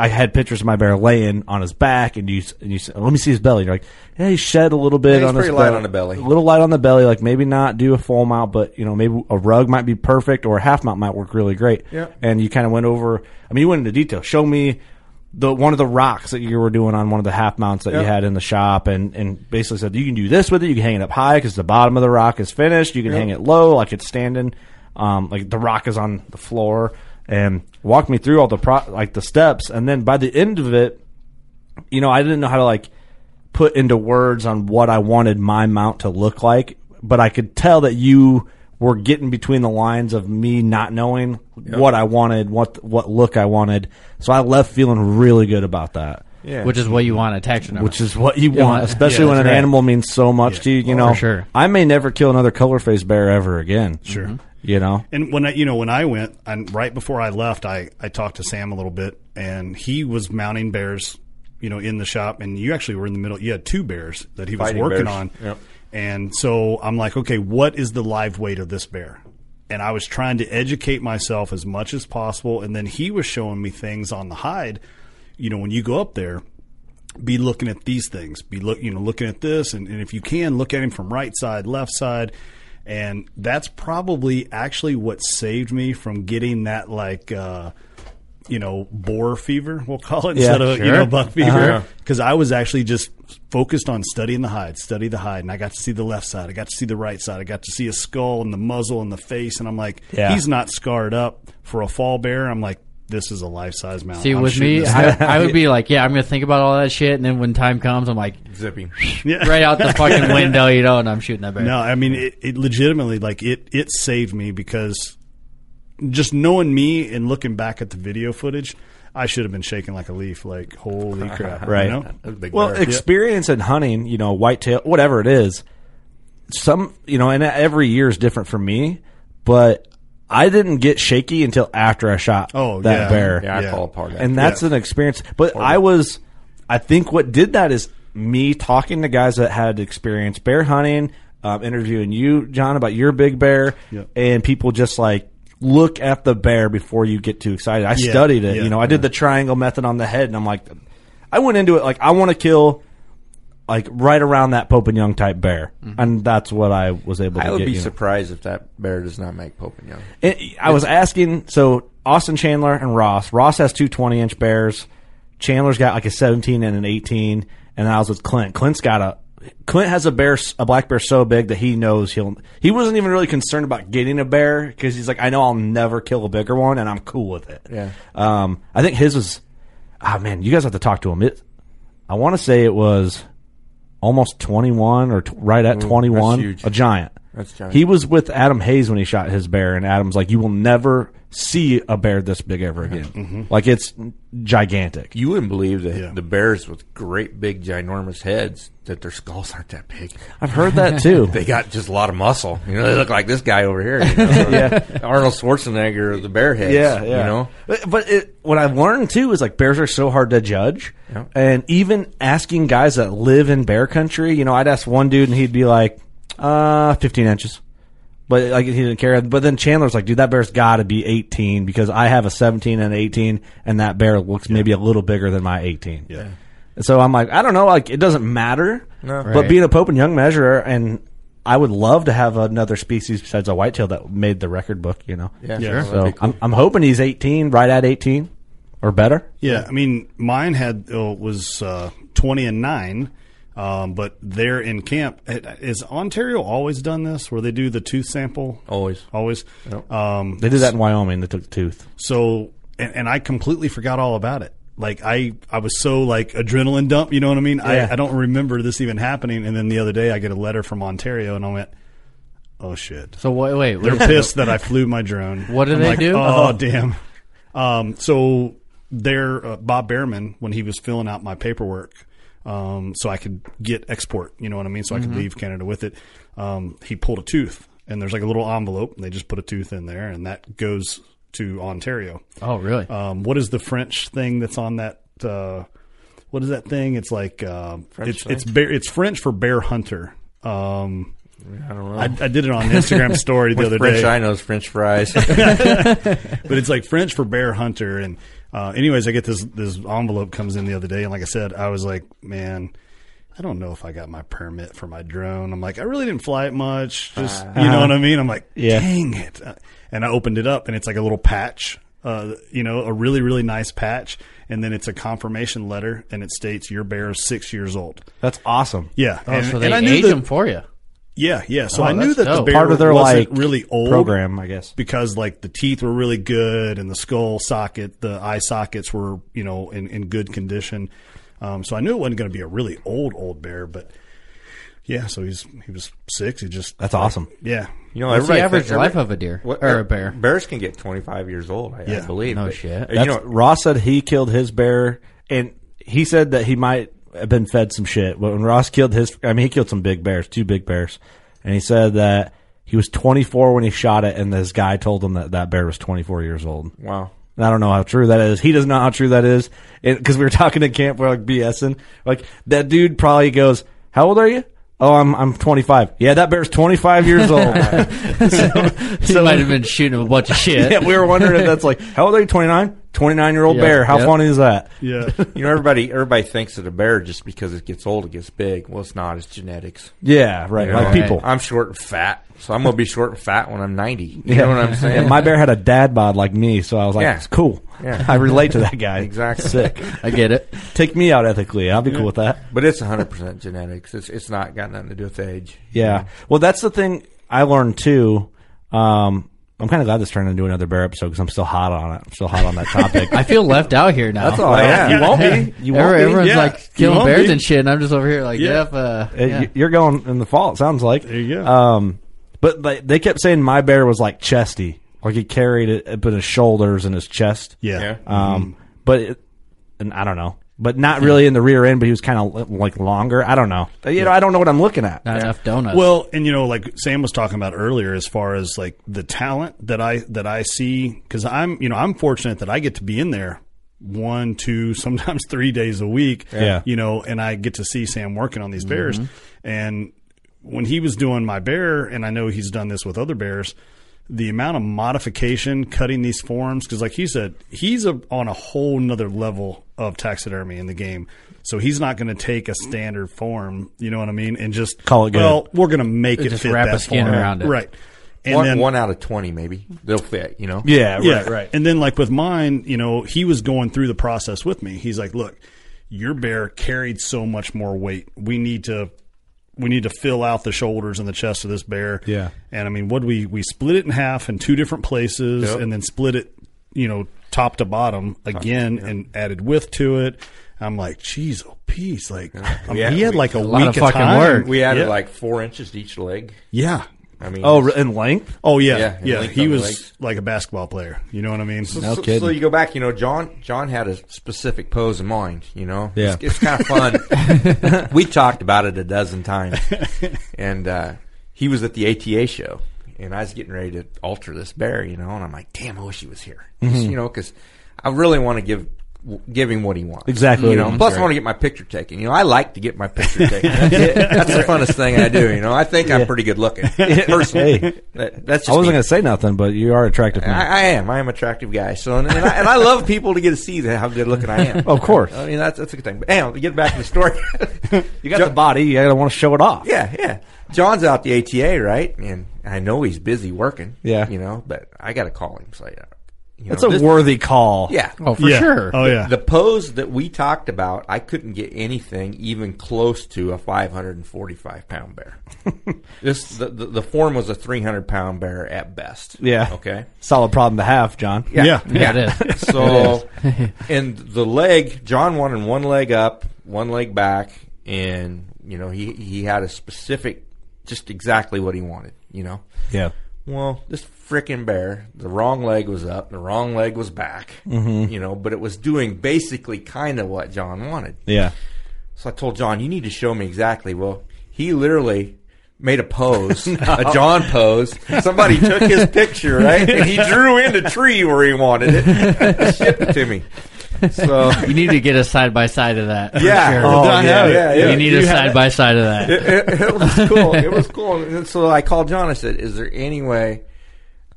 S2: I had pictures of my bear laying on his back, and you s- and you said, "Let me see his belly." And you're like, "Yeah, he shed a little bit
S8: Yeah, he's
S2: on his
S8: pretty light
S2: bel-
S8: on the belly.
S2: a little light on the belly. Like maybe not do a full mount, but you know maybe a rug might be perfect or a half mount might work really great."
S8: Yeah.
S2: and you kind of went over. I mean, you went into detail. Show me the one of the rocks that you were doing on one of the half mounts that you
S8: Yeah.
S2: had in the shop, and and basically said you can do this with it. You can hang it up high because the bottom of the rock is finished. You can hang it low like it's standing, um, like the rock is on the floor. And walk me through all the pro- like the steps, and then by the end of it, you know, I didn't know how to like put into words on what I wanted my mount to look like, but I could tell that you were getting between the lines of me not knowing what I wanted, what what look I wanted. So I left feeling really good about that.
S8: yeah,
S9: Which is what you want a tax number.
S2: Which is what you want,
S9: that's-
S2: especially
S9: yeah,
S2: when an
S9: that's right.
S2: animal means so much to you. You know,
S9: for sure.
S2: I may never kill another color face bear ever again. Sure, you know,
S10: And when I, you know, when I went, and right before I left, I I talked to Sam a little bit, and he was mounting bears, you know, in the shop, and you actually were in the middle. You had two bears that he was
S8: Fighting
S10: working
S8: bears.
S10: on,
S8: Yep.
S10: and so I'm like, okay, what is the live weight of this bear? And I was trying to educate myself as much as possible, and then he was showing me things on the hide. You know, when you go up there, be looking at these things. Be look, you know, looking at this, and, and if you can, look at him from right side, left side, and that's probably actually what saved me from getting that like. Uh, you know, boar fever, we'll call it instead of you
S9: sure.
S10: know buck
S9: Uh-huh.
S10: fever, because I was actually just focused on studying the hide, study the hide, and I got to see the left side, I got to see the right side, I got to see a skull and the muzzle and the face, and I'm like,
S2: Yeah.
S10: he's not scarred up for a fall bear. I'm like, this is a life size mountain.
S9: See,
S10: I'm
S9: with
S10: shooting
S9: me,
S10: this
S9: I, I would be like, yeah, I'm going to think about all that shit. And then when time comes, I'm like,
S8: Zipping.
S9: right out the
S10: (laughs)
S9: fucking window, you know, and I'm shooting that bear.
S10: No, I mean it, it legitimately like it it saved me because just knowing me and looking back at the video footage, I should have been shaking like a leaf. Like
S8: (laughs)
S10: holy crap, you
S2: Right.
S10: know?
S8: That's a big
S2: well,
S8: bear.
S2: experience in hunting, you know, whitetail, whatever it is, some, you know, and every year is different for me, but I didn't get shaky until after I shot
S10: Oh,
S2: that
S10: yeah.
S2: bear.
S8: yeah, I
S10: yeah.
S8: fall apart.
S2: And
S8: after
S2: that's an experience. But I was, I think what did that is me talking to guys that had experience bear hunting, um, interviewing you, John, about your big bear,
S10: Yeah.
S2: and people just like, Look at the bear before you get too excited. I
S10: Yeah,
S2: studied it.
S10: yeah,
S2: you know, I did the triangle method on the head, and I'm like, I went into it like I want to kill like right around that Pope and Young type bear, and that's what I was able to.
S8: Mm-hmm. I would
S2: get,
S8: be
S2: you know.
S8: surprised if that bear does not make Pope and Young.
S2: It- I was asking so Austin Chandler and Ross. Ross has two 20 inch bears. Chandler's got like a 17 and an 18, and I was with Clint. Clint's got a Clint has a bear, a black bear so big that he knows he'll. He wasn't even really concerned about getting a bear because he's like, I know I'll never kill a bigger one, and I'm cool with it.
S8: Yeah.
S2: Um, I think his was. Ah, man, you guys have to talk to him. It, I want to say it was almost 21 or t- right at 21.
S8: huge.
S2: A giant.
S8: That's giant.
S2: He was with Adam Hayes when he shot his bear, and Adam's like, "You will never see a bear this big ever again.
S8: Mm-hmm.
S2: Like it's gigantic."
S8: You wouldn't believe the
S10: Yeah.
S8: the bears with great big ginormous heads that their skulls aren't that big.
S2: I've heard (laughs) that too.
S8: They got just a lot of muscle. You know, they look like this guy over here.
S9: (laughs)
S8: You know? yeah. Arnold Schwarzenegger, with the bear heads. You know,
S2: But- but it, what I've learned too is like bears are so hard to judge,
S8: Yeah.
S2: and even asking guys that live in bear country, you know, I'd ask one dude and he'd be like, "Uh, fifteen inches." But like he didn't care. But then Chandler's like, "Dude, that bear's got to be eighteen because I have a seventeen and eighteen, and that bear looks maybe a little bigger than my eighteen.
S10: Yeah.
S2: And so I'm like, I don't know, like it doesn't matter. But
S9: Right.
S2: being a Pope and Young measurer, and I would love to have another species besides a whitetail that made the record book. You know.
S8: yeah,
S10: Yeah.
S8: that'd
S2: So
S8: be cool.
S2: I'm, I'm hoping he's 18, right at 18 or better.
S10: Yeah, I mean, mine had oh, was uh, twenty and nine, um, but they're in camp. Uh, Is Ontario always done this, where they do the tooth sample?
S8: Always.
S10: always. Um,
S2: They did that in Wyoming. They took the tooth.
S10: so, and, and I completely forgot all about it. Like I, I was so like adrenaline dump. You know what I mean?
S2: Yeah.
S10: I, I don't remember this even happening. And then the other day, I get a letter from Ontario, and I went, "Oh shit!"
S9: So wait, wait,
S10: They're
S9: wait.
S10: pissed that I flew my drone.
S9: What do
S10: I'm
S9: they
S10: like,
S9: do?
S10: Oh, damn. Um, so there, uh, Bob Behrman, when he was filling out my paperwork, um, so I could get export, you know what I mean? So I could leave Canada with it. Um, he pulled a tooth and there's like a little envelope and they just put a tooth in there and that goes to Ontario.
S9: oh, really?
S10: Um, what is the French thing that's on that? Uh, what is that thing? It's like, um it's, it's bear, it's French for bear hunter. Um,
S8: I don't know.
S10: I, I did it on an Instagram story the
S8: With
S10: other
S8: French
S10: day
S8: I know is French
S9: (laughs)
S8: fries.
S10: but it's like French for bear hunter. And uh, anyways, I get this this envelope comes in the other day, and like I said, I was like, man. I don't know if I got my permit for my drone. I'm like, I really didn't fly it much. Just
S9: Uh-huh.
S10: you know what I mean. I'm like,
S2: Yeah.
S10: dang it! Uh, And I opened it up, and it's like a little patch, uh, you know, a really really nice patch. And then it's a confirmation letter, and it states your bear is six years old.
S2: That's awesome.
S10: Yeah,
S9: oh,
S10: and,
S9: so
S10: and
S9: they
S10: I knew
S9: age
S10: that-
S9: them for you.
S10: Yeah, yeah. So
S9: Oh,
S10: I knew
S9: that's
S10: that the
S9: dope.
S10: bear
S2: Part of their like
S10: wasn't really old
S2: program, I guess.
S10: because like the teeth were really good and the skull socket, the eye sockets were you know in in good condition. Um, so I knew it wasn't going to be a really old old bear, but yeah. So he's he was six. He just
S2: That's awesome.
S10: yeah.
S8: You know,
S9: What's the
S8: everybody-
S9: average
S8: every-
S9: life of a deer
S8: what- er,
S9: or a bear?
S8: Bears can get 25 years old, I, I
S10: Yeah.
S8: believe.
S9: No
S8: but- uh,
S9: shit.
S8: You
S2: That's,
S8: know,
S2: Ross said he killed his bear, and he said that he might have been fed some shit. But when Ross killed his, I mean, he killed some big bears, two big bears, and he said that he was 24 when he shot it, and this guy told him that that bear was 24 years old.
S8: wow.
S2: And I don't know how true that is. He doesn't know how true that is because we were (laughs) talking in camp. We're like BSing. Like that dude probably goes, "How old are you?" Oh, I'm I'm 25. Yeah, that bear's 25 years
S9: (laughs)
S2: old. (laughs) so
S9: He might have been shooting a bunch of shit. (laughs)
S2: yeah, we were wondering if that's like, "How old are you?" 29.
S8: Twenty nine year old
S9: Yeah.
S8: bear. How
S9: Yeah.
S8: funny is that?
S10: Yeah.
S8: (laughs) You know, everybody everybody thinks that a bear just because it gets old it gets big. Well, it's not. It's genetics.
S2: Yeah, right.
S8: You
S2: like
S8: know,
S2: people.
S8: I'm short and fat, so I'm gonna be short and fat when I'm ninety. You know
S9: (laughs)
S8: what I'm saying?
S2: Yeah, my bear had a dad bod like me, so I was like,
S8: Yeah.
S2: it's cool.
S8: Yeah.
S2: I relate to that guy.
S8: Exactly.
S2: Sick.
S9: I get it.
S2: Take me out ethically. I'll be cool with that.
S8: But it's 100% genetics. It's it's not got nothing to do with age.
S2: Yeah. Well, that's the thing I learned too. Um, I'm kind of glad this turned into another bear episode because I'm still hot on it. I'm still hot on that
S9: (laughs)
S2: topic.
S9: I feel left out here now.
S8: That's all I have.
S2: you won't be. You won't
S9: Every-
S2: be.
S9: everyone's
S10: Yeah.
S9: like
S10: You
S9: killing
S10: won't
S9: bears
S10: be.
S9: and shit, and I'm just over here like,
S10: Yeah.
S9: yep. Uh,
S2: Uh,
S9: yeah.
S2: y- You're going in the fall. It sounds like. There
S10: you go.
S2: Um, but they, they kept saying my bear was like chesty, like he carried it up in his shoulders and his chest.
S10: Yeah. Mm-hmm.
S2: Um, but it, and I don't know, but not really in the rear end. But he was kind of like longer. I don't know. Uh, You know, I don't know what I'm looking at.
S9: Not enough donuts.
S10: Well, and you know, like Sam was talking about earlier, as far as like the talent that I that I see, because I'm you know I'm fortunate that I get to be in there one, two, sometimes three days a week.
S2: Yeah.
S10: you know, and I get to see Sam working on these bears, and when he was doing my bear, and I know he's done this with other bears. The amount of modification, cutting these forms, because like he said, he's a, on a whole nother level of taxidermy in the game. So he's not going to take a standard form, you know what I mean, and just
S2: Call it good.
S10: Well, we're going to make it
S9: Just
S10: fit
S9: wrap
S10: that
S9: a skin
S10: form.
S9: around it.
S10: right? And
S8: one,
S10: then
S8: one out of 20, maybe. They'll fit, you know?
S2: Yeah, right,
S10: yeah,
S2: right.
S10: And then like with mine, you know, he was going through the process with me. He's like, "Look, your bear carried so much more weight. We need to." We need to fill out the shoulders and the chest of this bear.
S2: Yeah.
S10: and I mean, what we we split it in half in two different places,
S8: Yep.
S10: and then split it, you know, top to bottom again, and added width to it. I'm like, geez, oh, peace! Like, I mean,
S8: Yeah,
S10: he had
S8: we-
S10: like a,
S8: a
S9: lot
S10: week
S9: of fucking
S10: time.
S9: work.
S8: We added
S10: Yeah.
S8: like four inches to each leg.
S10: yeah,
S8: I mean,
S2: Oh, in length.
S10: Oh yeah,
S8: Yeah,
S10: yeah.
S8: he linked
S10: He
S8: on the
S10: was
S8: legs.
S10: like a basketball player. You know what I mean?
S8: so, so- so you go back, you know, John John had a specific pose in mind, you know?
S2: Yeah.
S8: It's, it's kind of
S10: (laughs)
S8: fun. we talked about it a dozen times. And uh, he was at the ATA show, and I was getting ready to alter this bear, you know? And I'm like, damn, I wish he was here. Just,
S10: Mm-hmm.
S8: you know, because I really want to give. w- Give him what he wants.
S2: Exactly
S8: You
S2: what
S8: know,
S2: he
S8: plus
S2: wants,
S8: I want to get my picture taken. You know, I like to get my
S2: (laughs)
S8: picture taken. That's, that's the funnest thing I do. You know, I think I'm pretty
S2: (laughs)
S8: good looking. Personally,
S2: Hey.
S8: That- that's just
S2: I wasn't
S8: me.
S2: going to say nothing, but you are attractive. man.
S8: I, I am. I am an attractive guy. So, and, and, I, and I love people to get to see that, how good looking I
S2: (laughs)
S8: am.
S2: Of course.
S8: I mean, that's, that's a good thing. But anyhow, to get back to the story.
S2: uh,
S8: (laughs)
S2: you got the body. You got to want to show it off.
S8: yeah, yeah. John's out the ATA, right? And I know he's busy working.
S2: Yeah.
S8: You know, but I got to call him. So, yeah. You
S2: That's
S8: know,
S2: a
S8: this-
S2: worthy call.
S8: Yeah.
S9: oh, for
S10: yeah.
S9: sure.
S10: Oh yeah.
S8: The pose that we talked about, I couldn't get anything even close to a 545 pound bear. this the, the, the form was a 300 pound bear at best.
S2: Yeah.
S8: Okay.
S2: Solid problem to have, John.
S10: yeah.
S9: (laughs) Yeah,
S2: (laughs)
S9: it
S8: (laughs)
S9: is.
S8: So,
S9: (laughs)
S8: and the leg, John wanted one leg up, one leg back, and you know he he had a specific, just exactly what he wanted. You know,
S2: Yeah.
S8: well, this frickin' bear, the wrong leg was up, the wrong leg was back. Mm-hmm. You know, but it was doing basically kind of what John wanted.
S2: Yeah.
S8: So I told John, you need to show me exactly. Well, he literally made a
S2: (laughs)
S8: pose, a John pose. Somebody took his picture, right? And he drew in the tree where he wanted it and shipped it to me.
S2: (laughs)
S8: So,
S9: You need to get a side by side of that. for
S8: yeah.
S9: sure.
S2: Oh, yeah,
S8: yeah,
S9: you need a side by side of that.
S8: it, it, it was cool. It was cool. And so I called John. I said, "Is there any way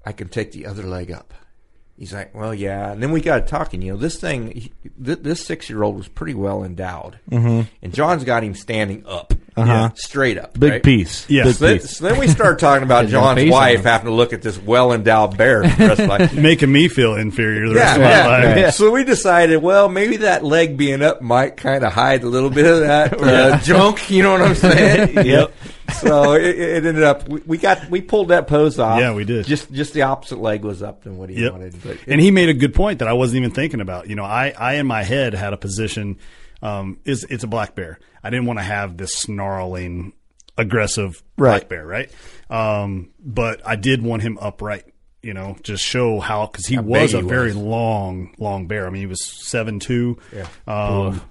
S8: I can take the other leg up?" He's like, "Well, yeah." And then we got talking. You know, this thing, he- th- this six-year-old was pretty well endowed, mm-hmm. and John's got him standing up,
S2: Uh-huh.
S8: straight up,
S2: Big
S8: right?
S2: piece.
S10: Yeah.
S2: Big
S8: So then,
S2: piece.
S8: so then we
S9: (laughs)
S8: start talking about
S9: Didn't have a
S8: John's
S9: face on
S8: wife
S9: him.
S8: having to look at this well-endowed bear. For the rest of
S10: (laughs)
S8: life.
S10: Making me feel inferior the
S8: Yeah,
S10: rest of my
S8: yeah,
S10: life.
S8: yeah. So we decided, well, maybe that leg being up might kind of hide a little bit of that uh, (laughs) junk. You know what I'm
S9: (laughs)
S8: saying?
S2: Yep.
S8: (laughs) So it, it ended up we, we got we pulled that pose off.
S10: Yeah, we did.
S8: Just just the opposite leg was up than what he
S10: Yep.
S8: wanted. But
S10: and he made a good point that I wasn't even thinking about. You know, I, I in my head had a position. Um, it's, it's a black bear. I didn't want to have this snarling, aggressive
S2: Right.
S10: black bear, right? Um, but I did want him upright. You know, just show how because he was
S8: big
S10: a
S8: he
S10: very
S8: was.
S10: long, long bear. I mean, he was seven two. Yeah. Um,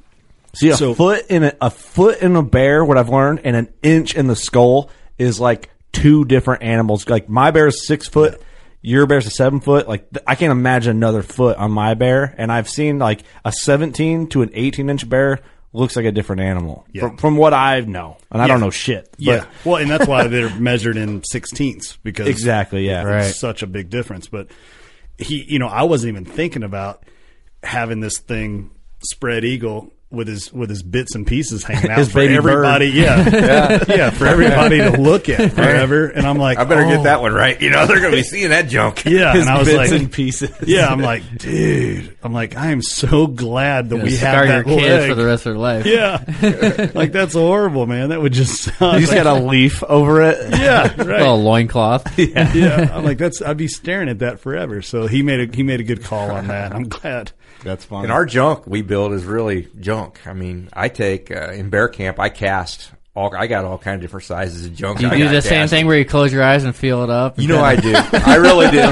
S2: See, a
S10: so-
S2: foot in a, a foot in a bear. What I've learned, and an inch in the skull is like two different animals. Like my bear is six foot. Your bear's a seven foot. Like th- I can't imagine another foot on my bear. And I've seen like a seventeen to an eighteen inch bear looks like a different animal from, from what I know. And I don't know shit. but-
S10: yeah. Well, and that's why they're measured in sixteenths because
S2: Exactly, yeah.
S10: it's
S2: Right.
S10: such a big difference. But he, you know, I wasn't even thinking about having this thing spread eagle with his with his bits and pieces hanging out
S12: His
S10: for
S12: baby bird.
S10: everybody. Yeah. yeah, for everybody to look at forever. And I'm like,
S8: I better
S10: oh.
S8: get that one right. You know,
S10: (laughs)
S8: they're going to be seeing that junk.
S10: Yeah, and I was
S2: bits (laughs)
S10: like,
S2: and pieces.
S10: yeah, I'm like, dude, I'm like, I am so glad that we have
S9: scar your
S10: that
S9: kids
S10: leg.
S9: for the rest of their life.
S10: Yeah, like that's horrible, man. That would just sound.
S2: You just got a leaf over it.
S10: yeah,
S9: Right.
S10: right.
S9: (laughs) Little loincloth.
S10: Yeah, I'm like that's. I'd be staring at that forever. So he made a he made a good call on that. I'm glad.
S2: That's fun.
S8: And our junk we build is really junk. I mean, I take uh, in bear camp. I cast all. I got all kinds of different sizes of junk.
S9: You
S8: I
S9: do
S8: got
S9: the same
S8: cast.
S9: thing where you close your eyes and feel it up.
S8: You know I do. I really do.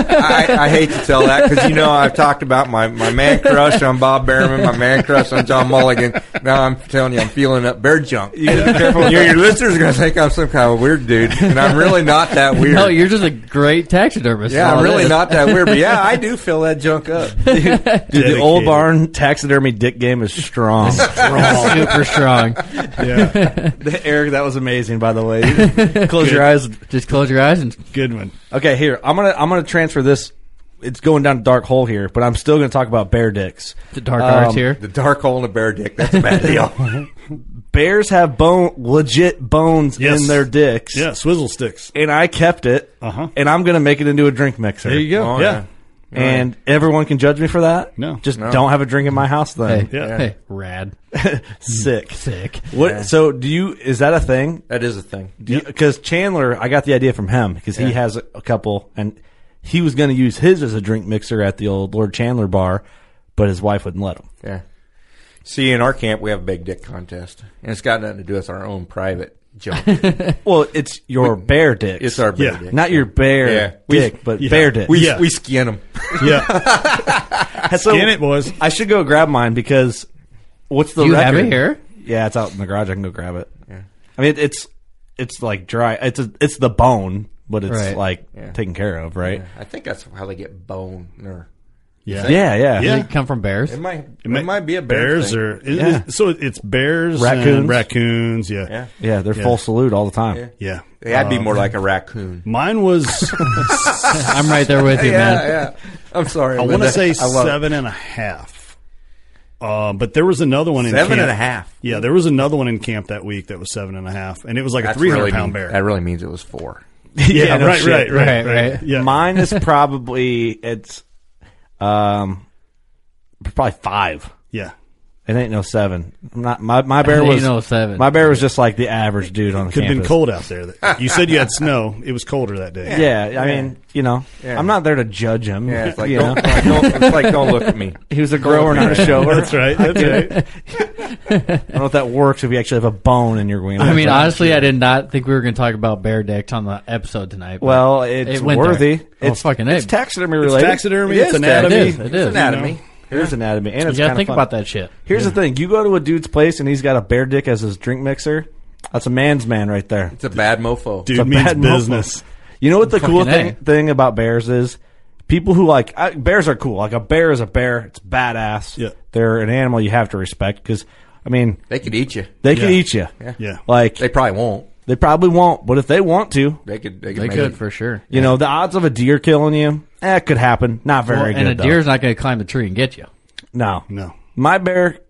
S8: I, I hate to tell that because you know I've talked about my, my man crush on Bob Behrman, my man crush on John Mulligan. Now I'm telling you, I'm feeling up bear junk. (laughs) You gotta be careful. Your, your listeners are gonna think I'm some kind of weird dude, and I'm really not that weird.
S9: (laughs) No, you're just a great taxidermist.
S8: yeah,
S9: is all
S8: I'm
S9: it
S8: really
S9: is.
S8: not that weird. But
S9: (laughs)
S8: yeah, I do fill that junk up.
S2: Dude, the old
S10: Dedicated.
S2: barn taxidermy dick game is (laughs) strong.
S9: super strong.
S10: Yeah,
S2: Eric, that was amazing. By the way, (laughs) close your eyes.
S9: Just close your eyes and
S10: good one.
S2: Okay, here I'm gonna I'm gonna transfer this. It's going down a dark hole here, but I'm still gonna talk about bear dicks.
S9: the dark
S2: Um,
S9: arts here.
S8: The dark hole in a bear dick. That's a (laughs) bad deal.
S2: Bears have bone legit bones
S10: Yes.
S2: in their dicks.
S10: Yeah, swizzle sticks.
S2: And I kept it,
S10: Uh-huh.
S2: and I'm gonna make it into a drink mixer.
S10: There you go.
S8: Oh,
S10: yeah.
S2: And everyone can judge me for that.
S10: No.
S2: just don't have a drink in my house then.
S9: Hey,
S10: Yeah.
S9: hey, rad,
S2: Sick.
S9: sick.
S2: What? So do you? Is that a thing? Uh,
S8: That is a thing.
S2: Because Chandler, I got the idea from him because he has a, a couple, and he was going to use his as a drink mixer at the old Lord Chandler bar, but his wife wouldn't let him.
S8: Yeah. See, in our camp, we have a big dick contest, and it's got nothing to do with our own private junk.
S2: Well, it's your bear dicks.
S8: It's our bear
S10: Yeah.
S8: dick.
S2: not your bear
S8: Yeah. We-
S2: dick, but
S10: yeah.
S2: bear dick.
S8: we
S10: Yeah.
S8: we skin them.
S10: Yeah,
S2: So,
S10: in it, boys.
S2: I should go grab mine because what's the
S9: you
S2: record?
S9: have it here?
S2: Yeah, it's out in the garage. I can go grab it. I mean, it's it's like dry. It's a, it's the bone, but it's
S9: Right.
S2: like
S8: Yeah.
S2: taken care of, right?
S8: I think that's how they get bone. Or
S10: yeah,
S2: Yeah, yeah.
S10: Yeah.
S9: Does it come from bears?
S8: it might it,
S10: may-
S8: might be a bear
S10: Bears
S8: thing.
S10: or it-
S2: Yeah.
S10: it's- so it's bears,
S2: Raccoons.
S10: and raccoons. Yeah,
S8: Yeah.
S2: Yeah, they're
S10: Yeah.
S2: full salute all the time.
S10: yeah.
S8: Yeah, I'd be more like a raccoon.
S10: Mine was
S9: (laughs) I'm right there with you,
S8: (laughs)
S9: man.
S8: yeah. I'm sorry.
S10: I want
S8: Linda.
S10: to say
S8: I love it.
S10: seven and a half. Uh, but there was another one in
S8: Seven
S10: camp.
S8: and a half.
S10: Yeah, there was another one in camp that week that was seven and a half, and it was like
S8: That's
S10: a three
S8: really
S10: hundred pound
S8: mean- That
S10: bear.
S8: really means it was four.
S10: Yeah,
S2: no
S10: right,
S2: shit.
S10: right, right, right,
S9: Right, right.
S10: Yeah,
S2: Mine
S10: (laughs)
S2: is probably it's um probably five.
S10: yeah,
S2: It ain't no seven. I'm not my my bear
S9: Ain't
S2: was
S9: no seven.
S2: My bear was just like the average dude on
S10: could have
S2: campus.
S10: been cold out there. (laughs) You said you had snow. It was colder that day.
S2: Yeah, I mean, you know,
S8: Yeah.
S2: I'm not there to judge him.
S8: Yeah,
S2: (laughs)
S8: it's like,
S2: you
S8: don't,
S2: know?
S8: like, don't, it's like don't look at me.
S2: he was a grower, not a shower.
S10: that's right. That's right.
S2: I don't know if that works if you actually have a bone in your wiener.
S9: I mean,
S2: But-
S9: honestly, I did not think we were going to talk about bear dicks on the episode tonight. but
S2: well, it's
S9: it went
S2: worthy.
S9: There. Oh,
S2: it's
S9: fucking
S2: It's
S9: it.
S2: taxidermy
S10: It's
S2: related.
S10: taxidermy.
S2: It
S10: It's
S2: is
S10: anatomy.
S9: It is. It is.
S8: Anatomy.
S2: It is anatomy, and
S9: You
S2: it's kind
S9: got to
S2: of
S9: think
S2: fun.
S9: about that shit.
S2: Here's the thing: you go to a dude's place and he's got a bear dick as his drink mixer. That's a man's man right there.
S8: It's a bad mofo.
S10: Dude
S2: It's a
S10: means
S2: bad mofo.
S10: business.
S2: You know what the cool
S9: Fucking A.
S2: thing, thing about bears is? People who like I, bears are cool. Like a bear is a bear. It's badass.
S10: Yeah.
S2: They're an animal you have to respect because I mean
S8: They could eat you.
S2: they could
S10: Yeah.
S2: eat you.
S10: Yeah.
S2: Like
S8: They
S2: they,
S8: probably won't.
S2: probably won't, but if they want to, you
S8: They could. They could.
S9: They
S8: make
S9: could
S8: it.
S9: for sure.
S2: know, the odds of a deer killing you, that could happen. Not
S9: Well,
S2: very good.
S9: and a
S2: though.
S9: deer's not going to climb the tree and get you.
S2: no,
S10: No.
S2: My bear,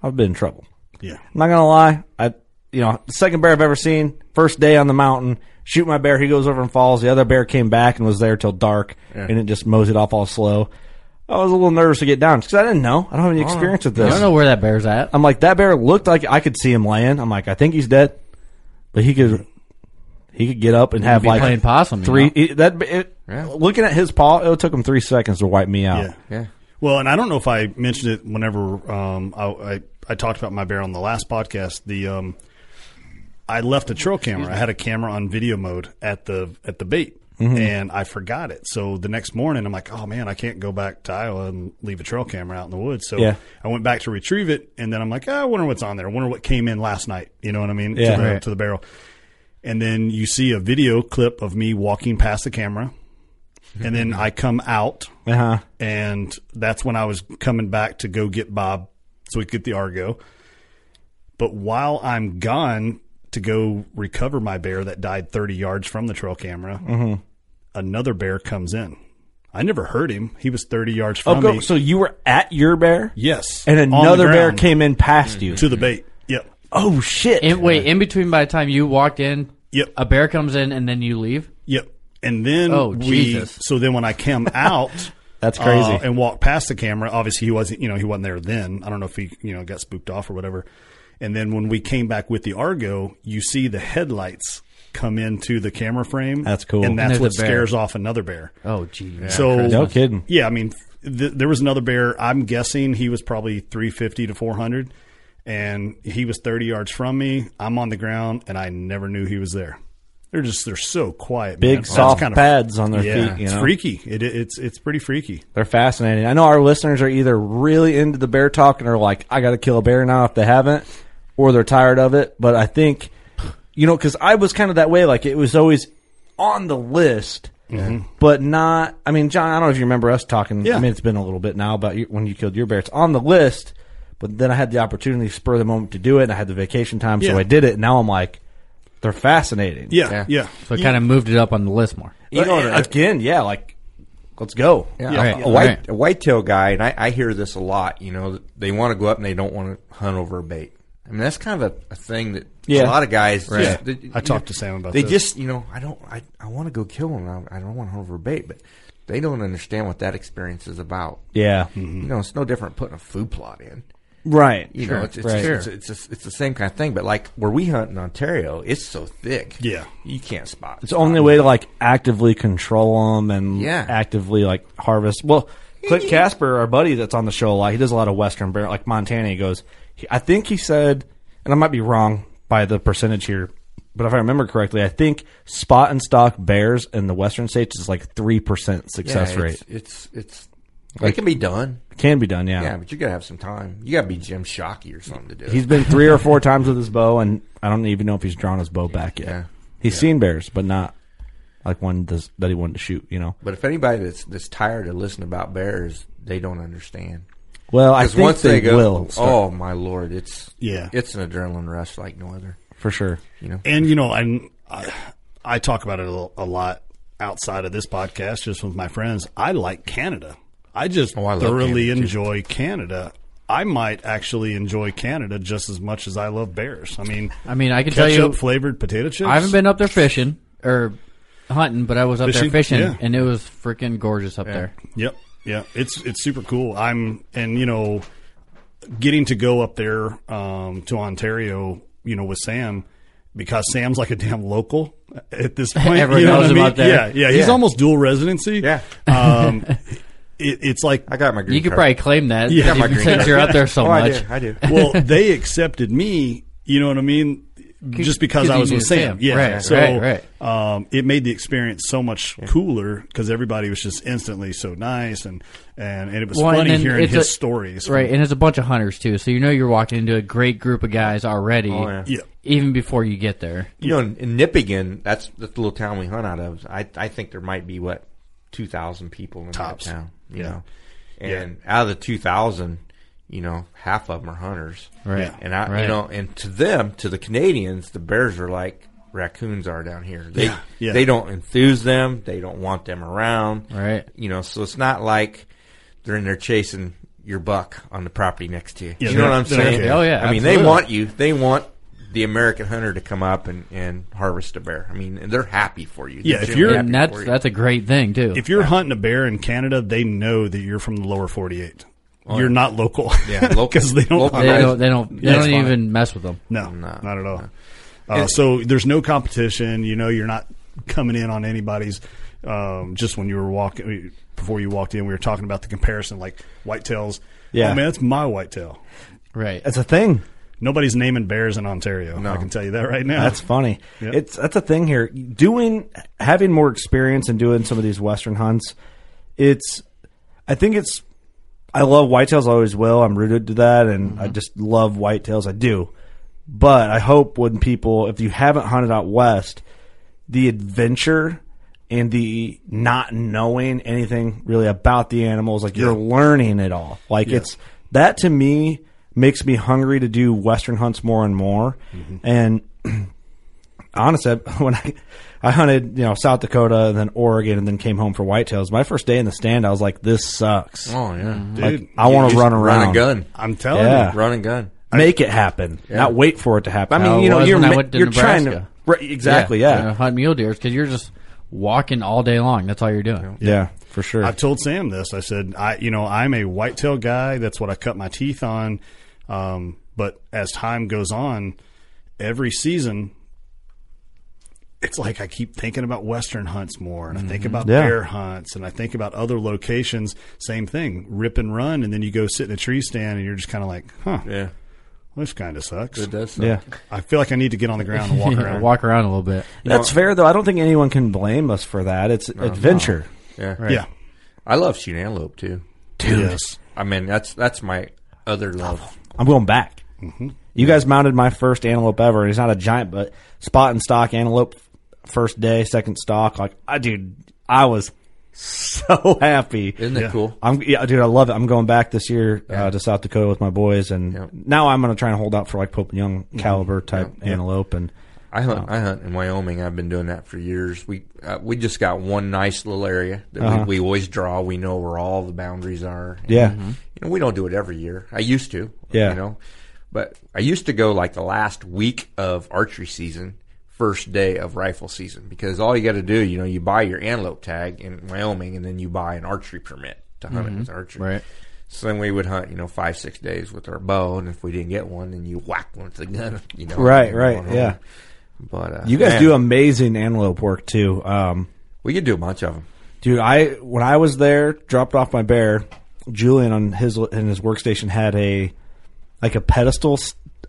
S2: I've been in trouble.
S10: Yeah.
S2: I'm not gonna lie. I, you know, the second bear I've ever seen. First day on the mountain, shoot my bear. He goes over and falls. The other bear came back and was there till dark, and it just moseyed off all slow. I was a little nervous to get down because I didn't know. I don't have any experience with
S9: I
S2: this.
S9: don't know where that bear's at.
S2: I'm like that bear looked like I could see him laying. I'm like I think he's dead, but he could he could get up and have
S9: be
S2: like
S9: playing possum, you
S2: Three
S9: know?
S2: it- that it, looking at his paw, it took him three seconds to wipe me out.
S10: Yeah. Well, and I don't know if I mentioned it whenever um, I, I I talked about my bear on the last podcast. The um, I left a trail camera. I had a camera on video mode at the at the bait, and I forgot it. So the next morning, I'm like, oh man, I can't go back to Iowa and leave a trail camera out in the woods. So
S2: Yeah.
S10: I went back to retrieve it, and then I'm like, "Ah, I wonder what's on there. I wonder what came in last night. You know what I mean?
S2: Yeah.
S10: to, the,
S2: Right.
S10: to the barrel. And then you see a video clip of me walking past the camera, and then I come out
S2: Uh-huh.
S10: and that's when I was coming back to go get Bob so we could get the Argo. But while I'm gone to go recover
S2: Mm-hmm.
S10: my bear that died 30 yards from the trail camera, another bear comes in. I never heard him. He was 30 yards from
S2: Okay,
S10: me.
S2: Oh, so you were at your bear?
S10: Yes.
S2: And
S10: On the
S2: another bear
S10: ground.
S2: came in past you.
S10: To the bait. Yep.
S2: Oh shit!
S9: In, wait, in between by the time you walked in,
S10: Yep.
S9: a bear comes in and then you leave.
S10: Yep. And then
S9: Oh,
S10: we
S9: Jesus.
S10: so then when
S2: (laughs)
S10: I came out
S2: That's crazy.
S10: uh, and walked past the camera, obviously he wasn't you know, he wasn't there then. I don't know if he, you know, got spooked off or whatever. And then when we came back with the Argo, you see the headlights come into the camera frame.
S2: That's cool.
S10: And that's
S9: There's
S10: what
S9: a bear.
S10: scares off another bear.
S9: Oh, gee.
S10: So
S2: No kidding.
S10: Yeah, I mean, th- there was another bear. I'm guessing he was probably 350 to 400, and he was 30 yards from me. I'm on the ground, and I never knew he was there. They're just they're so quiet.
S2: Big
S10: man. That's
S2: soft
S10: kind of-
S2: pads on their
S10: yeah,
S2: feet. You
S10: it's
S2: know?
S10: freaky. It, it's it's pretty freaky.
S2: They're fascinating. I know our listeners are either really into the bear talk and are like, I got to kill a bear now if they haven't, or they're tired of it. But I think, you know, because I was kind of that way. Like, it was always on the list, but not. I mean, John, I don't know if you remember us talking.
S10: Mm-hmm. Yeah.
S2: I mean, it's been a little bit now about you, when you killed your bear. It's on the list, but then I had the opportunity, spur of the moment to do it. And I had the vacation time, so
S10: Yeah.
S2: I did it. And now I'm like, they're fascinating.
S10: Yeah, yeah.
S9: So it kind of moved it up on the list more.
S2: You know, again, yeah, like, let's go.
S8: Yeah,
S9: All right,
S8: a
S9: all
S8: white
S9: right.
S8: a whitetail guy, and I, I hear this a lot. You know, they want to go up and they don't want to hunt over a bait. I mean, that's kind of a, a thing that
S2: Yeah.
S8: a lot of guys.
S10: Right.
S8: just-
S10: Yeah.
S8: they-
S10: I talked to Sam about
S8: They
S10: this.
S8: just, you know, I don't, I, I want to go kill them. I, I don't want to hunt over a bait, but they don't understand what that experience is about.
S2: Yeah.
S10: Mm-hmm.
S8: You know, it's no different putting a food plot in.
S2: Right.
S8: You know, it's it's,
S2: right.
S8: it's, it's, it's, it's the same kind of thing. But like where we hunt in Ontario, it's so thick.
S10: Yeah.
S8: you can't spot.
S2: It's the only way to like actively control them and
S8: Yeah.
S2: actively like harvest. Well, Clint Casper, our buddy that's on the show a lot, he does a lot of Western bear, like Montana. He goes, he, I think he said, and I might be wrong by the percentage here, but if I remember correctly, I think spot and stock bears in the Western states is like three percent
S8: Yeah,
S2: success rate.
S8: It's it's, it's
S2: Like-
S8: it can be done.
S2: Can be done, yeah.
S8: Yeah, but you gotta have some time. You gotta be Jim Shockey or something to do.
S2: He's
S8: it.
S2: been three or four times with his bow, and I don't even know if he's drawn his bow back yet.
S8: Yeah.
S2: He's seen bears, but not like one does, that he wanted to shoot. You know.
S8: but if anybody that's that's tired of listening about bears, they don't understand.
S2: Well, I
S8: 'Cause
S2: think
S8: once
S2: they,
S8: they, go,
S2: will. start-
S8: oh my lord, it's
S10: Yeah.
S8: it's an adrenaline rush like no other.
S2: for sure.
S8: You know,
S10: and you know, I I, I talk about it a, lo- a lot outside of this podcast, just with my friends. I like Canada. I just
S8: Oh, I love
S10: thoroughly
S8: Canada, too.
S10: enjoy Canada. I might actually enjoy Canada just as much as I love bears. I mean,
S9: I mean, I can tell
S10: ketchup
S9: you,
S10: flavored potato chips.
S9: I haven't been up there fishing or hunting, but I was up
S10: Fishing?
S9: there fishing,
S10: Yeah.
S9: and it was freaking gorgeous up there.
S10: Yep, yeah, it's it's super cool. I'm and you know, getting to go up there um, to Ontario, you know, with Sam because Sam's like a (laughs) damn local at
S9: (laughs)
S10: this point.
S9: Everyone
S10: you know
S9: knows
S10: what I
S9: him
S10: mean?
S9: out there.
S10: Yeah, yeah, he's
S8: Yeah.
S10: almost dual residency.
S8: Yeah.
S10: um, (laughs) it, it's like
S8: I got my green
S9: You could
S8: card.
S9: probably claim that
S10: Yeah. Got
S9: even
S10: my green
S9: since
S10: card.
S9: you're up there so
S8: oh,
S9: much.
S8: I do. I do.
S9: (laughs)
S10: well, they accepted me. You know what I mean? Just because
S9: 'cause
S10: I
S9: you
S10: was
S9: knew
S10: with Sam.
S9: Sam.
S10: Yeah.
S9: Right,
S10: so
S9: right,
S10: Um, it made the experience so much cooler because everybody was just instantly so nice and and, and it was
S9: Well, and
S10: funny
S9: then
S10: hearing
S9: it's
S10: his
S9: a-
S10: stories.
S9: Right, and it's a bunch of hunters too, so you know you're walking into a great group of guys already,
S8: Oh,
S10: Yeah.
S9: even before you get there.
S8: You know, in, in Nipigon, that's the little town we hunt out of. I I think there might be what two thousand people in
S10: Tops.
S8: that town. You
S10: Yeah.
S8: know, and out of the two thousand, you know, half of them are hunters.
S9: Right.
S8: And I,
S9: Right.
S8: you know, and to them, to the Canadians, the bears are like raccoons are down here. They
S10: Yeah. Yeah.
S8: they don't enthuse them. They don't want them around.
S9: Right.
S8: You know, so it's not like they're in there chasing your buck on the property next to you.
S10: Yeah,
S8: you know
S10: they're-
S8: what I'm
S10: they're
S8: saying?
S10: okay.
S9: Oh, yeah,
S8: I mean, they
S9: absolutely.
S8: want you. They want the American hunter to come up and, and harvest a bear. I mean, and they're happy for you.
S10: Yeah,
S8: They're
S10: if
S8: genuinely
S10: you're-
S8: happy
S9: And that's
S8: for you.
S9: that's a great thing too.
S10: If you're hunting a bear in Canada, they know that you're from the lower 48. you're not local.
S8: Oh,
S10: (laughs)
S8: Yeah, local-
S10: because they don't.
S8: local
S9: they
S8: Right.
S9: don't they don't they
S10: Yeah,
S9: don't
S10: it's fine.
S9: even mess with them.
S10: No,
S8: No,
S10: not at all. Uh,
S8: And-
S10: so there's no competition. You know, you're not coming in on anybody's. Um, just when you were walking before you walked in, we were talking about the comparison, like whitetails.
S2: Yeah.
S10: oh, man, that's my whitetail.
S9: Right.
S2: That's a thing.
S10: Nobody's naming bears in Ontario. I can tell you that right now.
S2: That's funny.
S10: Yeah.
S2: It's that's a thing here. Doing having more experience and doing some of these western hunts, it's I think it's I love whitetails I always will. I'm rooted to that and
S8: Mm-hmm.
S2: I just love whitetails. I do. But I hope when people if you haven't hunted out west, the adventure and the not knowing anything really about the animals, like you're learning it all. Like it's that to me
S8: Mm-hmm.
S2: makes me hungry to do western hunts more and more. And (clears throat) honestly, (laughs) when I, I hunted, you know, South Dakota and then Oregon and then came home for whitetails, my first day in the stand, I was like, this sucks.
S8: Oh, yeah.
S2: Like,
S8: Dude,
S2: I want
S8: just
S2: to run around.
S8: run a gun.
S10: I'm telling
S8: you, run a gun.
S2: Make it happen.
S8: Yeah.
S2: Not wait for it to happen. I
S9: How
S2: mean,
S9: it
S2: you know,
S9: was
S2: you're,
S9: when I
S2: ma-
S9: went to
S2: you're trying to.
S9: Nebraska.
S2: Right, exactly, yeah.
S9: trying to hunt mule deer because you're just walking all day long. That's all you're doing.
S2: Yeah, for sure.
S10: I've told Sam this. I said, I you know, I'm a whitetail guy. That's what I cut my teeth on. Um, but as time goes on, every season, it's like I keep thinking about western hunts more, and I think about
S2: Yeah.
S10: bear hunts, and I think about other locations. Same thing, rip and run, and then you go sit in a tree stand, and you're just kind of like, huh,
S8: Yeah.
S10: this kind of sucks.
S8: It does. suck.
S2: yeah.
S10: I feel like I need to get on the ground and walk around.
S9: Walk around a little bit.
S2: That's fair, though. I don't think anyone can blame us for that. It's adventure.
S8: Yeah.
S10: Yeah,
S8: I love shooting antelope too.
S10: Yes.
S8: I mean, that's that's my other love.
S2: I'm going back. You guys mounted my first antelope ever, and it's not a giant, but spot and stock antelope. First day, second stock. Like, I dude, I was so (laughs) happy.
S8: Isn't it cool?
S2: I'm, yeah, dude, I love it. I'm going back this year uh, to South Dakota with my boys, and
S8: Yep.
S2: now I'm going to try and hold out for like Pope and Young
S9: Mm-hmm.
S2: caliber type antelope. And
S8: I hunt.
S2: Oh.
S8: I hunt in Wyoming. I've been doing that for years. We uh, we just got one nice little area that we, we always draw. We know where all the boundaries are. And,
S2: Uh-huh. Yeah.
S8: you know we don't do it every year. I used to.
S2: Yeah.
S8: you know, but I used to go like the last week of archery season, first day of rifle season, because all you got to do, you know, you buy your antelope tag in Wyoming, and then you buy an archery permit to hunt
S2: Mm-hmm.
S8: it with archery.
S9: Right.
S8: So then we would hunt, you know, five six days with our bow, and if we didn't get one, then you whack one with the gun, you know.
S2: Right,
S8: and
S2: right,
S8: going home.
S2: yeah.
S8: But uh,
S2: you guys
S8: man,
S2: do amazing antelope work too. Um,
S8: We could do a bunch of them.
S2: Dude, I when I was there, dropped off my bear. Julian on his in his workstation had a like a pedestal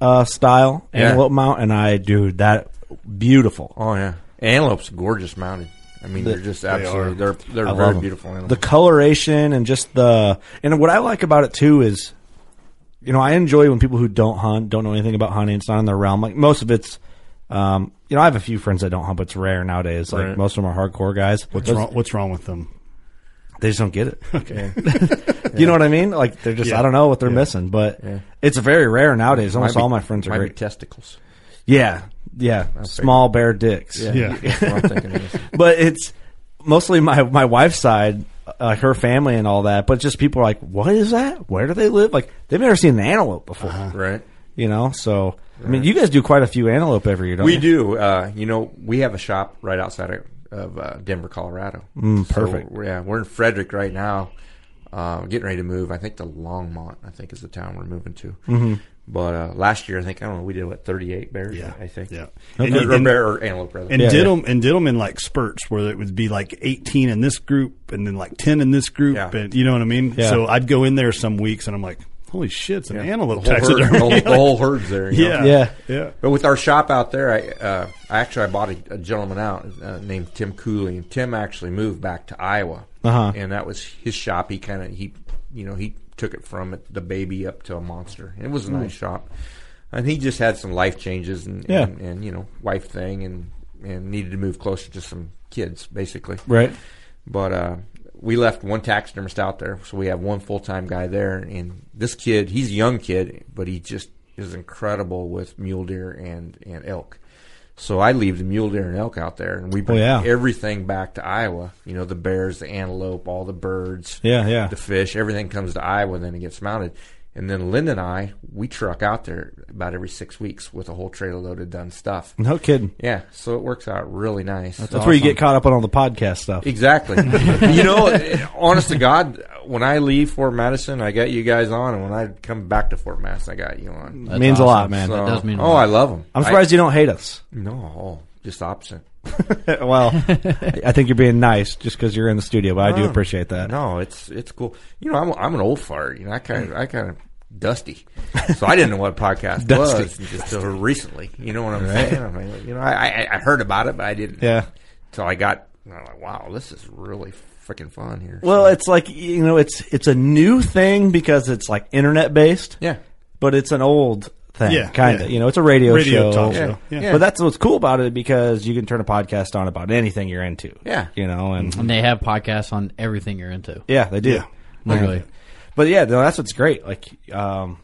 S2: uh, style
S8: Yeah.
S2: antelope mount, and I dude that beautiful.
S8: Oh yeah, antelopes gorgeous mounted. I mean, they're just absolutely they are. they're
S2: I
S8: very
S2: love 'em.
S8: beautiful animals.
S2: The coloration and just the and what I like about it too is, you know, I enjoy when people who don't hunt don't know anything about hunting. It's not in their realm. Like most of it's. Um, you know, I have a few friends that don't hunt, but it's rare nowadays. Like
S8: Right.
S2: most of them are hardcore guys.
S10: what's
S2: Those-
S10: wrong? What's wrong with them?
S2: They just don't get it. (laughs) Okay. you know what I mean? Like they're just I don't know what they're missing, but it's very rare nowadays. Almost
S8: Might be-
S2: all my friends are
S8: might be
S2: great.
S8: testicles.
S2: yeah. Yeah. Small bare dicks.
S10: Yeah.
S8: (laughs) That's what I'm thinking it is.
S2: but it's mostly my my wife's side, uh, her family and all that, but just people are like, "What is that? Where do they live?" Like they've never seen an antelope before.
S8: right.
S2: You know? So I mean, you guys do quite a few antelope every year, don't
S8: We
S2: you?
S8: do. Uh, you know, we have a shop right outside of, of uh, Denver, Colorado.
S2: Mm,
S8: So,
S2: perfect.
S8: we're- yeah, we're in Frederick right now, uh, getting ready to move. I think to Longmont. I think is the town we're moving to.
S2: Mm-hmm.
S8: But uh, last year, I think I don't know. We did what thirty-eight bears.
S10: Yeah.
S8: I think.
S10: Yeah.
S8: Or-
S10: And-
S8: or,
S10: and-
S8: bear or antelope rather.
S10: And
S2: Yeah,
S10: did 'em and did 'em in like spurts where it would be like 18 in this group and then like 10 in this group
S8: Yeah.
S10: and you know what I mean?
S2: Yeah.
S10: So I'd go in there some weeks and I'm like, holy shit, it's an
S8: the
S10: antelope
S8: whole, herd, the whole,
S10: taxidermy. (laughs)
S8: the whole herd's there. you know?
S10: yeah.
S2: Yeah.
S10: Yeah.
S8: But with our shop out there, I, uh, I actually I bought a, a gentleman out uh, named Tim Cooley, and Tim actually moved back to Iowa,
S2: Uh-huh.
S8: and that was his shop. He kind of he, you know, he took it from it, the baby up to a monster. It
S2: Hmm.
S8: was a nice shop, and he just had some life changes and
S2: Yeah.
S8: and, and you know wife thing and and needed to move closer to some kids basically.
S2: Right.
S8: But uh, we left one taxidermist out there, so we have one full time guy there. And this kid, he's a young kid, but he just is incredible with mule deer and, and elk. So I leave the mule deer and elk out there, and we bring
S2: Oh, yeah.
S8: everything back to Iowa. You know, the bears, the antelope, all the birds,
S2: Yeah, yeah.
S8: the fish, everything comes to Iowa, then it gets mounted. And then Linda and I, we truck out there about every six weeks with a whole trailer load of done stuff.
S2: No kidding.
S8: Yeah, so it works out really nice.
S2: Mm. That's where you get caught up on all the podcast stuff.
S8: Exactly. you know, honest to God, when I leave Fort Madison, I got you guys on, and when I come back to Fort Madison, I got you on.
S2: It means a lot,
S9: awesome.
S2: man.
S9: So- That does mean a
S8: oh,
S9: lot.
S8: I love them.
S2: I'm surprised you don't hate us.
S8: no, oh, just the opposite.
S2: (laughs) well, I think you're being nice just because you're in the studio, but I do
S8: No.
S2: appreciate that.
S8: No, it's it's cool. You know, I'm I'm an old fart. You know, I kind
S2: Hmm.
S8: of I kind of dusty, so I didn't know what a podcast
S2: (laughs) Dusty.
S8: was just until recently. You know what I'm saying? I mean, you know, I, I I heard about it, but I didn't.
S2: Yeah.
S8: Until I got, I'm like, wow, this is really freaking fun here.
S2: Well, it's like you know, it's it's a new thing because it's like internet based.
S8: Yeah.
S2: but it's an old thing,
S10: Yeah,
S2: kind of.
S10: yeah.
S2: You know, it's a radio, show.
S10: Radio talk show, Yeah. yeah.
S2: But that's what's cool about it because you can turn a podcast on about anything you're into.
S8: Yeah.
S2: you know, and
S9: And they have podcasts on everything you're into.
S2: Mm-hmm. yeah, they do.
S10: Yeah.
S9: Literally.
S2: But yeah, no, that's what's great. Like, um,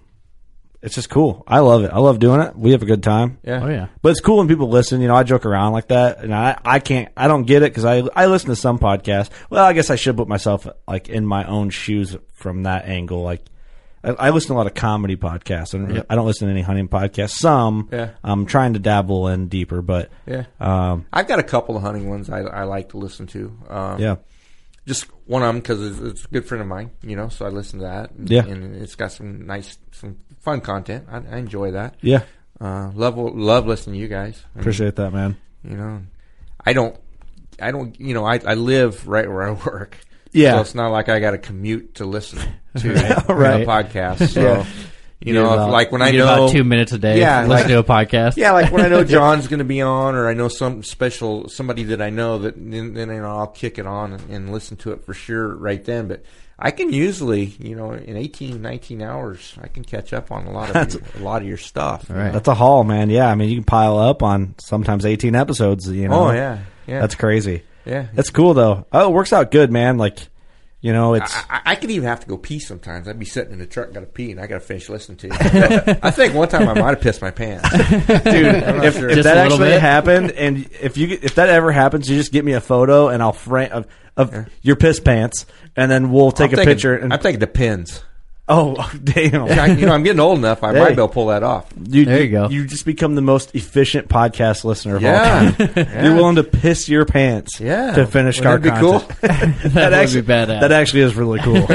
S2: it's just cool. I love it. I love doing it. We have a good time.
S8: Yeah.
S9: Oh, yeah.
S2: But it's cool when people listen. You know, I joke around like that, and I, I can't, I don't get it because I, I listen to some podcasts. Well, I guess I should put myself like in my own shoes from that angle. Like, I, I listen to a lot of comedy podcasts, and I don't listen to any hunting podcasts. Some,
S8: Yeah.
S2: I'm trying to dabble in deeper, but
S8: Yeah.
S2: um,
S8: I've got a couple of hunting ones I, I like to listen to. Um,
S2: yeah,
S8: Just one of them because it's, it's a good friend of mine, you know, so I listen to that. And,
S2: Yeah.
S8: And it's got some nice, some fun content. I, I enjoy that.
S2: yeah.
S8: Uh, love, love listening to you guys. I mean,
S2: Appreciate that, man.
S8: you know, I don't, I don't, you know, I, I live right where I (laughs) work.
S2: Yeah.
S8: So it's not like I got to commute to listen
S9: (laughs)
S2: (laughs)
S8: to
S2: Right.
S8: a podcast.
S2: (laughs)
S8: So,
S2: Yeah.
S8: you know, if,
S9: Get about-
S8: like when
S9: you
S8: I
S9: get
S8: know
S9: about two minutes a day
S8: yeah,
S9: to listen to a podcast.
S8: Yeah, like when I
S9: (laughs)
S8: know John's going to be on, or I know some special somebody that I know that then, then you know, I'll kick it on and, and listen to it for sure right then. But I can usually, you know, in 18, 19 hours, I can catch up on a lot of your, a lot of your stuff.
S9: Right.
S2: That's a haul, man. Yeah, I mean, you can pile up on sometimes 18 episodes. You know,
S8: Oh, yeah, yeah.
S2: that's crazy.
S8: Yeah.
S2: that's cool though. Oh, it works out good, man. Like, you know, it's
S8: I, I- I could even have to go pee sometimes. I'd be sitting in the truck, got to pee, and I got to finish listening to you. I think one time I might have pissed my pants.
S2: (laughs) dude.
S8: I'm not
S2: if,
S8: sure.
S2: if
S9: Just
S2: that
S9: a little
S2: actually
S9: bit.
S2: happened, and if you if that ever happens, you just get me a photo, and I'll frame of, of your piss pants, and then we'll
S8: I'm
S2: take a
S8: thinking-
S2: picture. And
S8: I'm taking the pins.
S2: oh, (laughs) damn.
S8: I, you know, I'm getting old enough. I
S2: Hey.
S8: might be able to pull that off.
S2: You,
S9: There you go.
S2: You just become the most efficient podcast listener of
S8: (laughs) Yeah.
S2: all time. You're willing to piss your pants
S8: Yeah.
S2: to finish
S8: Wouldn't
S2: our
S8: (laughs) that be
S2: content.
S8: cool?
S9: that,
S2: that
S9: would
S2: actually,
S9: be badass.
S2: That actually is really
S9: (laughs)
S2: cool.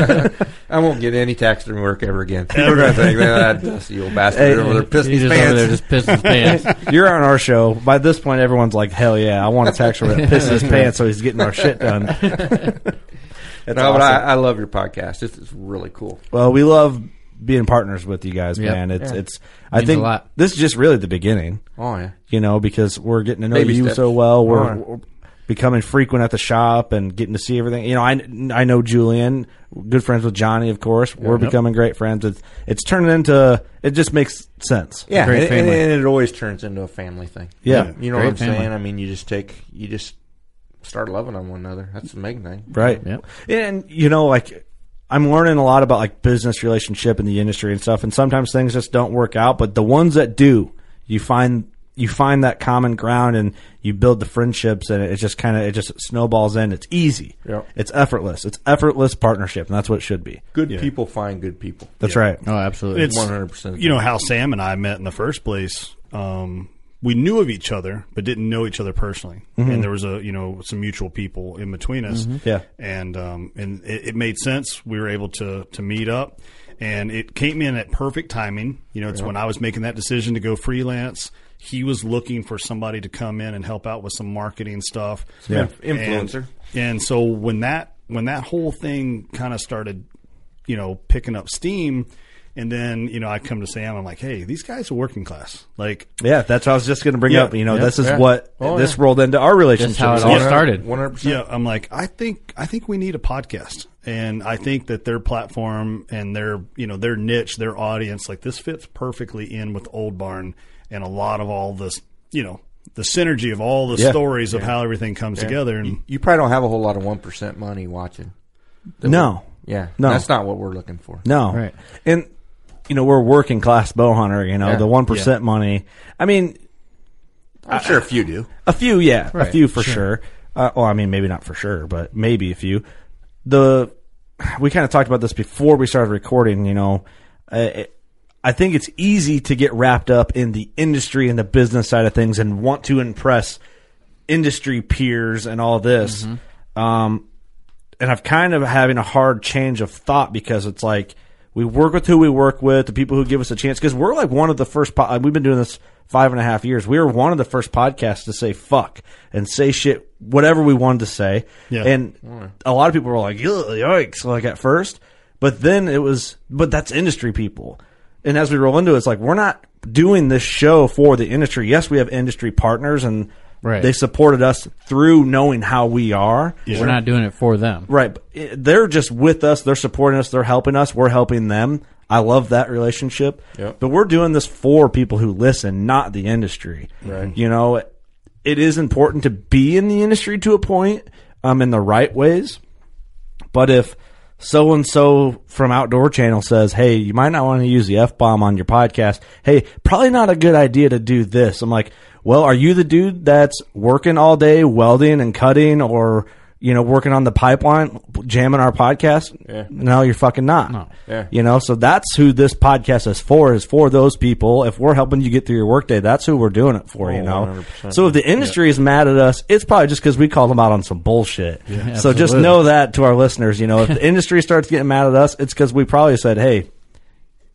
S8: I won't get any taxidermy work ever again. People (laughs) are gonna think that dusty old bastard
S2: Hey,
S8: over there pissing
S9: He's
S8: his
S9: just over there
S8: pants.
S9: just pissing his (laughs) pants.
S2: You're on our show. By this point, everyone's like, "Hell yeah, I want a tax rep to piss his pants so he's getting our shit done."
S9: (laughs)
S2: That's
S8: No, but I,
S2: awesome.
S8: I love your podcast. It's, it's really cool.
S2: well, we love being partners with you guys,
S9: Yep.
S2: man. It's it's. I
S9: Means a
S2: think
S9: lot.
S2: this is just really the beginning,
S8: Oh yeah,
S2: you know, because we're getting to know
S8: Baby
S2: you
S8: steps.
S2: so well. We're,
S8: All right.
S2: we're becoming frequent at the shop and getting to see everything. You know, I I know Julian, good friends with Johnny, of course. we're becoming great friends. It's it's turning into. It just makes sense.
S8: yeah, and,
S9: great
S8: and-
S9: family.
S8: and it always turns into a family thing.
S2: Yeah.
S8: you know
S9: Great
S8: what I'm
S9: family.
S8: saying. I mean, you just take, you just start loving on one another. That's the main thing.
S2: Right.
S9: Yep.
S2: And you know, like I'm learning a lot about like business relationship in the industry and stuff. And sometimes things just don't work out, but the ones that do, you find you find that common ground and you build the friendships and it just kind of it just snowballs in. It's easy.
S8: Yep.
S2: It's effortless. It's effortless partnership, and that's what it should be.
S8: Good people find good people.
S2: That's right.
S9: Oh, absolutely.
S10: It's
S8: 100%.
S10: You know how Sam and I met in the first place. Um, we knew of each other, but didn't know each other personally. And there was a you know some mutual people in between us.
S2: Yeah.
S10: and um, and it, it made sense. We were able to to meet up, and it came in at perfect timing. You know, it's when I was making that decision to go freelance. He was looking for somebody to come in and help out with some marketing stuff.
S8: Yeah. Influencer.
S10: And, and so when that when that whole thing kind of started, you know, picking up steam, and then you know I come to Sam, I'm like, hey, these guys are working class. Like,
S2: Yeah, that's what I was just going to bring
S10: Yeah.
S2: up. You know,
S10: Yep.
S2: this is
S8: Yeah.
S2: what
S8: Oh,
S2: this
S8: yeah.
S2: rolled into our relationship.
S9: how it all started.
S8: One hundred percent.
S10: yeah, I'm like, I think I think we need a podcast, and I think that their platform and their you know their niche, their audience, like this fits perfectly in with Old Barn and a lot of all this, you know. The synergy of all the
S2: Yeah.
S10: stories of how everything comes together, and
S8: You probably don't have a whole lot of one percent money watching.
S2: No.
S8: Yeah,
S2: No.
S8: that's not what we're looking for.
S2: No.
S9: Right.
S2: And you know, we're working class bow hunter, you know,
S8: Yeah.
S2: the one percent money. I mean,
S8: I'm sure if you do,
S2: a few, yeah. A
S9: Right.
S2: few for sure. Uh, well, I mean, maybe not for sure, but maybe a few. The we kind of talked about this before we started recording, you know. Uh, it, I think it's easy to get wrapped up in the industry and the business side of things and want to impress industry peers and all this. Um, and I've kind of having a hard change of thought because it's like we work with who we work with, the people who give us a chance. Because we're like one of the first. Po- uh, we've been doing this five and a half years. We were one of the first podcasts to say fuck and say shit, whatever we wanted to say.
S10: Yeah.
S2: And a lot of people were like, "Ugh, yikes, like at first. But then it was, but that's industry people. And as we roll into it, it's like, we're not doing this show for the industry. Yes, we have industry partners and
S9: Right.
S2: they supported us through knowing how we are.
S9: We're not doing it for them.
S2: Right. but it- They're just with us. They're supporting us. They're helping us. We're helping them. I love that relationship.
S8: Yep.
S2: But we're doing this for people who listen, not the industry.
S8: Right.
S2: You know, it is important to be in the industry to a point um, in the right ways. But if so and so from Outdoor Channel says, "Hey, you might not want to use the f bomb on your podcast. Hey, probably not a good idea to do this." I'm like, "Well, are you the dude that's working all day welding and cutting, or you know, working on the pipeline, jamming our podcast?"
S8: Yeah.
S2: No, you're fucking not.
S8: Yeah.
S2: You know, so that's who this podcast is for. Is for those people. If we're helping you get through your workday, that's who we're doing it for.
S8: Oh,
S2: you know.
S8: 100%.
S2: So if the industry is mad at us, it's probably just because we called them out on some bullshit.
S9: Yeah,
S2: so just
S9: absolutely.
S2: know that to our listeners, you know, if the industry starts getting mad at us, it's because we probably said, "Hey,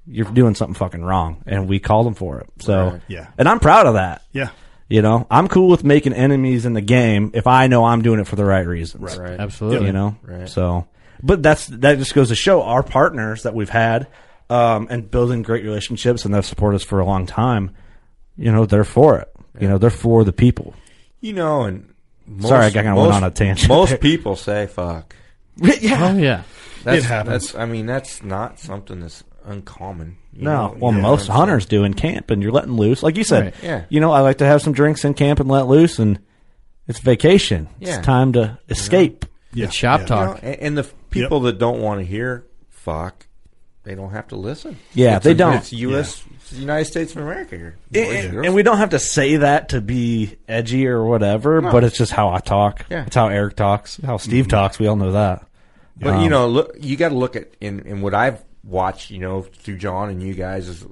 S2: you're doing something fucking wrong," and we called them for it. So
S10: Right. Yeah.
S2: and I'm proud of that.
S10: Yeah.
S2: You know, I'm cool with making enemies in the game if I know I'm doing it for the right reasons.
S8: Right.
S9: Absolutely.
S2: You know,
S8: Right.
S2: so but that's that just goes to show our partners that we've had um, and building great relationships and they've supported us for a long time. You know, they're for it. You know, they're for the people.
S8: You know, and most,
S2: Sorry, I kinda went
S8: most-
S2: on a tangent there.
S8: (laughs) Most people say "fuck."
S2: yeah.
S9: Oh yeah.
S8: That's,
S10: It happens.
S8: That's, I mean, that's not something that's uncommon. you
S2: No,
S8: know?
S2: well,
S8: You know
S2: most
S8: what I'm
S2: hunters do in camp, and you're letting loose. Like you said,
S9: Right.
S8: Yeah.
S2: you know, I like to have some drinks in camp and let loose, and it's vacation.
S8: Yeah.
S2: It's time to escape.
S10: Yeah.
S9: It's shop
S10: yeah.
S8: saying? You know,
S9: talk.
S8: and, and the f- people that don't want to hear "fuck," they don't have to listen.
S2: Yeah,
S8: It's
S2: they
S8: a-
S2: don't.
S8: It's U.S. It's the United States of America here.
S2: And-
S8: boys
S2: and,
S8: girls.
S2: and we don't have to say that to be edgy or whatever, but it's just how I talk.
S8: Yeah.
S2: It's how Eric talks, how Steve talks. We all know that. Um,
S8: But
S2: Oh.
S8: you know, look, you got to look at in in what I've watched, you know, through John and you guys is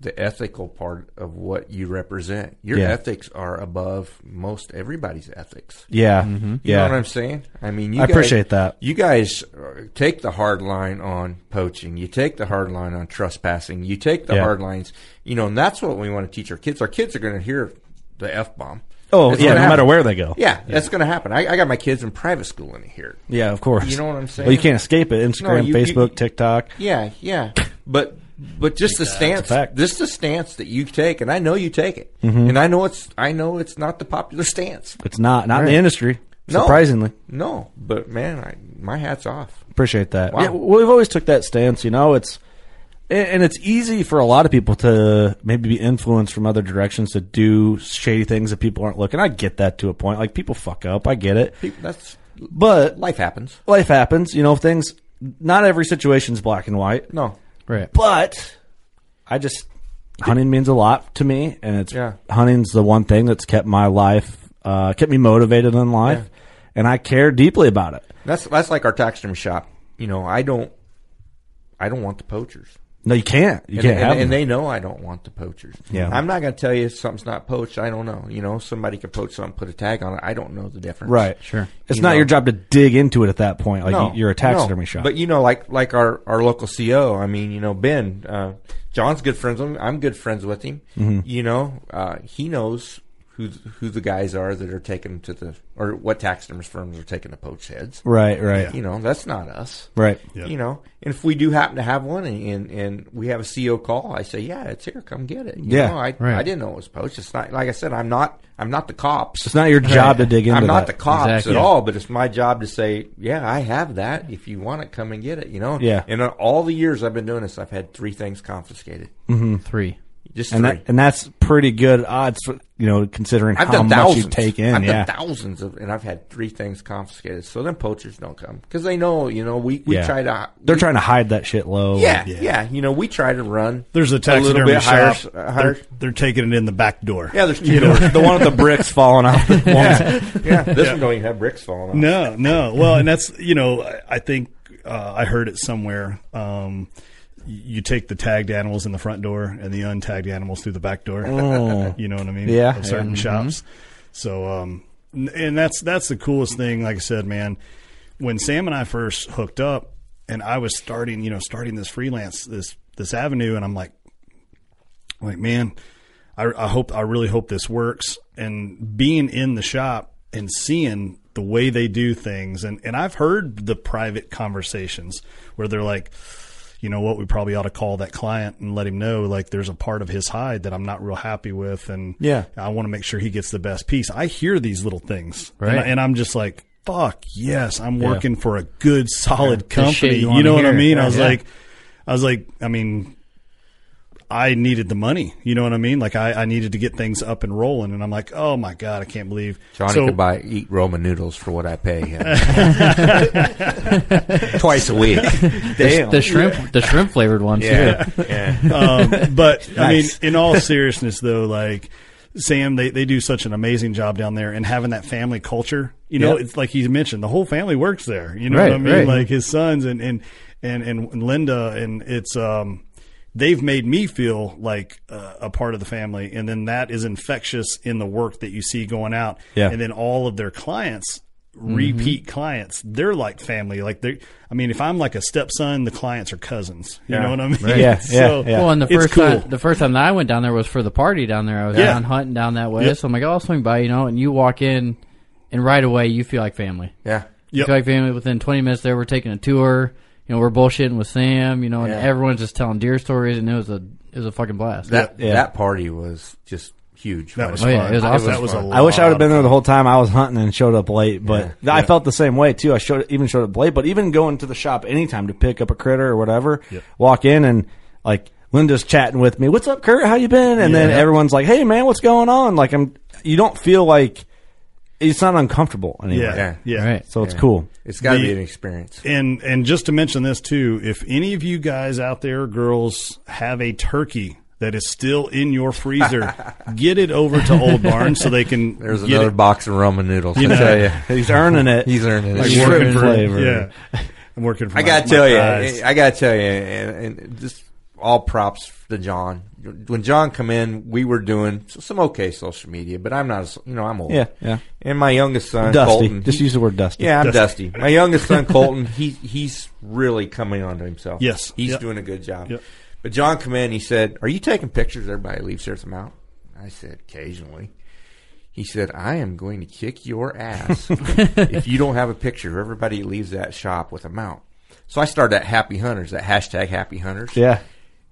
S8: the ethical part of what you represent. Your
S2: Yeah.
S8: ethics are above most everybody's ethics.
S2: Yeah,
S8: You
S2: yeah.
S8: know what I'm saying? I mean, you
S2: I
S8: guys-
S2: appreciate that.
S8: You guys uh, take the hard line on poaching. You take the hard line on trespassing. You take the
S2: Yeah.
S8: hard lines. You know, and that's what we want to teach our kids. Our kids are going to hear the f bomb.
S2: oh yeah, no matter where they go.
S8: Yeah, that's going to happen. I, I got my kids in private school and they hear it.
S2: yeah, of course.
S8: You know what I'm
S2: Well,
S8: saying?
S2: you can't escape it. Instagram,
S8: No, you- you-
S2: Facebook, TikTok.
S8: Yeah, yeah. But but just the stance,
S2: fact.
S8: just the stance that you take, and I know you take it,
S2: Mm-hmm.
S8: and I know it's I know it's not the popular stance.
S2: It's not not in
S8: Right.
S2: the industry.
S8: No.
S2: Surprisingly,
S8: No, but man, I, my hat's off.
S2: appreciate that.
S8: Wow.
S2: Yeah, well, we've always took that stance. You know, it's and and it's easy for a lot of people to maybe be influenced from other directions to do shady things that people aren't looking. I get that to a point. Like people fuck up. I get it.
S8: People, that's
S2: But
S8: life happens.
S2: life happens. You know, things. Not every situation's black and white.
S8: No,
S9: Right.
S2: But I just hunting means a lot to me, and it's
S8: Yeah.
S2: hunting's the one thing that's kept my life, uh, kept me motivated in life, and I care deeply about it.
S8: that's that's like our taxidermy shop. You know, I don't, I don't want the poachers.
S2: No, you can't. You
S8: And,
S2: can't
S8: and-
S2: have
S8: and
S2: them.
S8: they know I don't want the poachers.
S2: Yeah.
S8: I'm not going to tell you if something's not poached. I don't know. You know, somebody could poach something, put a tag on it. I don't know the difference.
S2: right.
S9: Sure.
S2: It's
S8: You
S2: not
S8: know.
S2: your job to dig into it at that point. Like
S8: No,
S2: you- you're a taxidermy
S8: no.
S2: shop.
S8: But you know, like like our our local CO. I mean, you know, Ben, uh, John's good friends with him. I'm good friends with him.
S2: Mm-hmm.
S8: You know, uh, he knows who who the guys are that are taking to the or what taxidermist firms are taking the poached heads.
S2: right. Right.
S8: You know, that's not us.
S2: Right.
S10: Yeah.
S8: You know, and if we do happen to have one and, and, and we have a CO call, I say, yeah, it's here. Come get it. You
S2: Yeah,
S8: know, I,
S9: right.
S8: I didn't know it was poached. It's not, like I said, I'm not, I'm not the cops.
S2: It's not your job to dig into
S8: I'm not the
S2: that.
S8: cops
S9: Exactly.
S8: at all, but it's my job to say, yeah, I have that. If you want it, come and get it. You know.
S2: Yeah.
S8: And uh, all the years I've been doing this, I've had three things confiscated.
S9: Three.
S8: Just
S2: and
S8: three.
S2: that, and that's pretty good odds, for, you know, considering
S8: I've
S2: how
S8: done
S2: much
S8: thousands.
S2: you take in.
S8: I've
S2: yeah.
S8: done thousands of, and I've had three things confiscated. So then poachers don't come because they know, you know, we, we
S2: Yeah.
S8: try to.
S2: They're
S8: we-
S2: trying to hide that shit low.
S8: Yeah,
S10: Yeah.
S8: yeah, You know, we try to run.
S10: There's a
S8: little
S10: taxidermy
S8: bit
S10: shop.
S8: higher- uh, higher-
S10: They're, they're taking it in the back door.
S8: Yeah, there's two
S10: You know?
S2: (laughs)
S8: doors.
S2: the one with the bricks falling off.
S8: (laughs)
S2: The (laughs) wall.
S8: yeah, (laughs) this one don't even have bricks falling off.
S10: No, no. Well, and that's you know, I, I think uh, I heard it somewhere. Um, you take the tagged animals in the front door and the untagged animals through the back door.
S8: Oh.
S10: (laughs) you know what I mean?
S2: Yeah,
S10: Of certain
S2: yeah. mm-hmm.
S10: shops. So, um, n- and that's that's the coolest thing. Like I said, man, when Sam and I first hooked up, and I was starting, you know, starting this freelance this this avenue, and I'm like, like man I, I hope i really hope this works and being in the shop and seeing the way they do things and, and i've heard the private conversations where they're like you know what we probably ought to call that client and let him know like there's a part of his hide that i'm not real happy with and
S2: Yeah.
S10: i want to make sure he gets the best piece i hear these little things and,
S9: Right.
S10: I, and i'm just like fuck yes i'm working for a good solid company
S9: shit you
S10: you,
S9: wanna
S10: know what i
S9: hear.
S10: mean i was
S9: Yeah.
S10: like i was like i mean I needed the money. You know what I mean? Like I, I needed to get things up and rolling, and I'm like, oh my god, I can't believe
S8: Johnny
S10: So-
S8: could buy eat Roman noodles for what I pay
S10: (laughs)
S8: him twice
S2: (laughs)
S8: a week. Damn.
S9: The shrimp, the shrimp flavored ones.
S8: Yeah. (laughs)
S9: too.
S2: (laughs)
S8: Yeah.
S10: um, but I mean,
S8: Nice.
S10: in all seriousness, though, like Sam, they, they do such an amazing job down there, and having that family culture, you know,
S2: Yeah.
S10: it's like he's mentioned, the whole family works there. You know
S2: Right,
S10: what I mean?
S2: right.
S10: Like his sons and and and and Linda, and it's um, they've made me feel like uh, a part of the family, and then that is infectious in the work that you see going out,
S2: Yeah. Mm-hmm.
S10: and then all of their clients. Repeat clients, they're like family. Like they, I mean, if I'm like a stepson, the clients are cousins. You
S2: Yeah.
S10: know what I mean? (laughs)
S2: Right. Yeah,
S10: So-
S2: yeah, yeah.
S9: Well, and the
S10: It's
S9: first
S10: cool.
S9: time the first time that I went down there was for the party down there. I was
S10: Yeah.
S9: down hunting down that way,
S10: Yep.
S9: so I'm like, oh, I'll swing by, you know. And you walk in, and right away you feel like family.
S8: Yeah.
S9: You
S10: Yep.
S9: feel like family. Within 20 minutes there, we're taking a tour. You know, we're bullshitting with Sam. You know, and
S8: Yeah.
S9: everyone's just telling deer stories, and it was a it was a fucking blast.
S8: That
S2: Yeah.
S8: that party was just huge.
S10: That was
S9: Oh, yeah,
S10: fun.
S9: it was awesome.
S10: That was a
S8: I
S10: lot
S2: I wish I would have been
S10: of
S2: there the
S10: fun.
S2: whole time. I was hunting and showed up late, but
S8: Yeah.
S2: I
S8: Yeah.
S2: felt the same way too. I showed even showed up late, but even going to the shop anytime to pick up a critter or whatever, walk in and like Linda's chatting with me. What's up, Kurt? How you been? And then
S10: Yeah.
S2: everyone's like, "Hey, man, what's going on?" Like I'm. You don't feel like it's not uncomfortable anymore.
S10: Yeah, yeah.
S9: Right.
S2: So it's cool.
S8: It's got to
S10: The-
S8: be an experience.
S10: And and just to mention this too, if any of you guys out there, girls, have a turkey that is still in your freezer,
S8: (laughs)
S10: get it over to Old Barn so they can.
S8: There's
S10: get
S8: another
S10: it,
S8: box of Roman noodles.
S10: You
S8: I
S10: know.
S8: tell you,
S2: He's earning it.
S8: (laughs) he's earning it.
S10: like,
S2: Shrimp
S10: working for-
S2: flavor.
S10: Yeah, I'm working. For
S8: I
S10: my-
S8: gotta
S10: my
S8: tell you, eh,
S10: thighs.
S8: I gotta tell you, and, and just all props to John. When John come in, we were doing some okay social media, but I'm not, as- you know, I'm old.
S2: Yeah, yeah.
S8: And my youngest son,
S2: Dusty.
S8: Colton,
S2: Just use the word dusty.
S8: Yeah, I'm
S10: Dusty.
S8: dusty. My youngest
S2: (laughs)
S8: son, Colton, he he's really coming onto himself.
S10: Yes.
S8: he's
S10: Yep.
S8: doing a good job.
S10: Yep.
S8: But John come in, he said, "Are you taking pictures?" Everybody leaves there's some out. I said, "Occasionally." He said, "I am going to kick your
S9: (laughs)
S8: ass if you don't have a picture." of Everybody that leaves that shop with a mount. So I started that Happy Hunters, that hashtag Happy
S2: (laughs)
S8: Hunters.
S2: Yeah.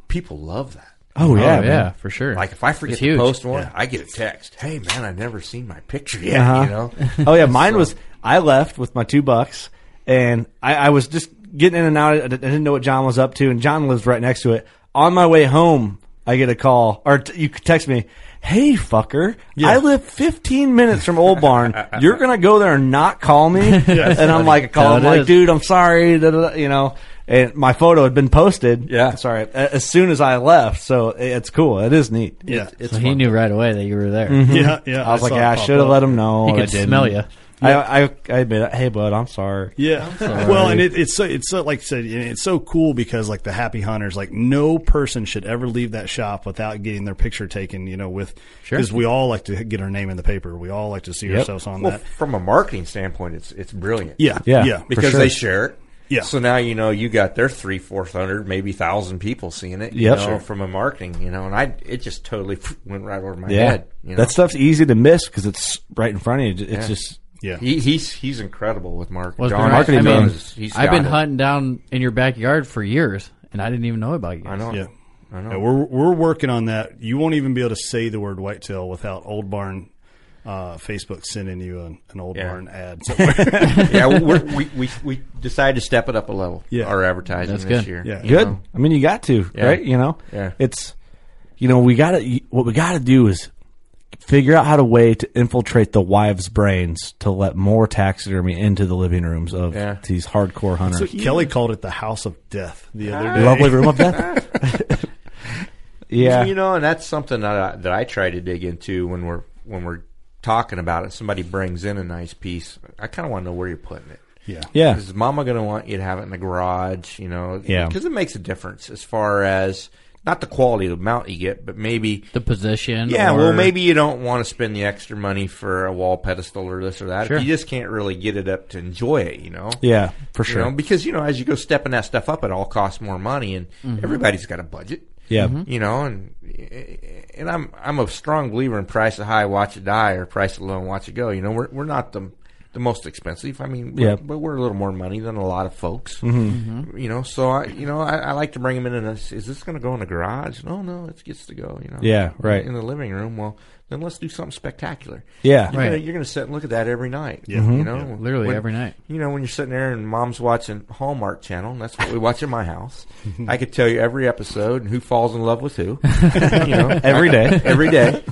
S8: people love that.
S2: Oh yeah.
S9: oh,
S2: man.
S9: yeah, for sure.
S8: Like if I
S9: It's
S8: forget to
S9: huge.
S8: post one, I get a text. Hey man, I've never seen my picture yet. You know,
S2: (laughs) oh yeah, mine was. I left with my two bucks, and I, I was just getting in and out. I didn't know what John was up to, and John lives right next to it. On my way home, I get a call or t- you text me, "Hey fucker, I live 15 minutes from Old Barn. You're gonna go there and not call me?" and I'm like, I call
S9: How
S2: him
S9: it
S2: like,
S9: is.
S2: "Dude, I'm sorry," da, da, da, you know. And my photo had been posted.
S8: Yeah.
S2: sorry. a- As soon as I left, so it's cool. It is neat.
S10: Yeah,
S9: so he knew right away that you were there.
S10: yeah, yeah.
S2: I was like,
S10: saw
S2: yeah,
S10: it
S2: I
S10: pop
S2: should have
S10: up.
S2: let him know.
S9: He
S2: Mm-hmm. Oh, I
S9: could
S2: didn't.
S9: smell ya.
S2: I, I, I admit, hey, bud, I'm sorry.
S10: Yeah. Well, and it, it's so it's so like I said, and it's so cool because like the happy hunters, like no person should ever leave that shop without getting their picture taken. You know, with
S9: Sure.
S10: because we all like to get our name in the paper. We all like to see ourselves on
S8: well,
S10: that.
S8: from a marketing standpoint, it's it's brilliant.
S10: Yeah,
S2: Yeah.
S10: yeah,
S2: For
S8: because
S2: sure.
S8: they share it.
S10: Yeah.
S8: So now you know you got their three, four hundred, maybe thousand people seeing it. You
S2: Yep.
S8: know,
S2: Sure.
S8: from a marketing, you know, and I it just totally (laughs) went right over my
S2: Yeah,
S8: head. You know?
S2: that stuff's easy to miss because it's right in front of you. It's just
S10: yeah.
S8: he, he's he's incredible with marketing.
S9: Was
S8: John
S9: there-
S2: marketing
S9: I
S8: Jones
S9: mean,
S8: is- he's
S9: I've
S8: got
S9: been
S8: it.
S9: hunting down in your backyard for years, and I didn't even know about you.
S8: I know.
S10: Yeah.
S8: I know.
S10: Yeah, we're we're working on that. You won't even be able to say the word whitetail without Old Barn uh, Facebook sending you an, an Old
S8: Yeah.
S10: Barn ad somewhere. (laughs)
S8: (laughs) yeah, we're, we we we decided to step it up a level.
S10: Yeah.
S8: Our advertising
S9: That's
S8: this
S9: good.
S8: year.
S10: Yeah.
S8: you
S2: good.
S8: know.
S2: I mean, you got to
S8: Yeah.
S2: right. You know,
S8: Yeah.
S2: It's you know we got to what we got to do is figure out how to way to infiltrate the wives' brains to let more taxidermy into the living rooms of
S8: Yeah.
S2: these hardcore hunters.
S10: Kelly called it the House of Death the other day.
S2: Ah. Lovely room of death.
S8: (laughs)
S2: yeah,
S8: You know, and that's something that I, that I try to dig into when we're when we're talking about it. Somebody brings in a nice piece. I kind of want to know where you're putting it.
S10: Yeah,
S2: yeah.
S8: Is mama going to want you to have it in the garage? You know,
S2: Yeah.
S8: because it makes a difference as far as not the quality of the mount you get, but maybe.
S9: The position.
S8: Yeah,
S9: or-
S8: well, maybe you don't want to spend the extra money for a wall pedestal or this or that.
S9: Sure.
S8: If you just can't really get it up to enjoy it, you know.
S2: Yeah, for sure.
S8: You know, because you know, as you go stepping that stuff up, it all costs more money, and
S2: Mm-hmm.
S8: everybody's got a budget.
S2: Yeah. Mhm.
S8: you know, and and I'm I'm a strong believer in price it high, watch it die, or price it low and watch it go. You know, we're we're not the the most expensive. I mean,
S2: Yeah.
S8: yeah. but we're a little more money than a lot of folks.
S2: Mhm.
S8: You know, so I, you know, I, I like to bring them in. And I s- is this going to go in the garage? No, no, it gets to go. You know,
S2: Yeah, right.
S8: in the living room. Well, then let's do something spectacular.
S2: Yeah.
S8: you're
S2: Right.
S8: Gonna, you're going to sit and look at that every night.
S2: Yeah. Mhm.
S8: you know,
S2: Yeah. Literally every night.
S8: You know, when you're sitting there and mom's watching Hallmark Channel, and that's what we watch in my house. I could tell you every episode and who falls in love with who. (laughs) you know,
S2: Every day.
S8: every day.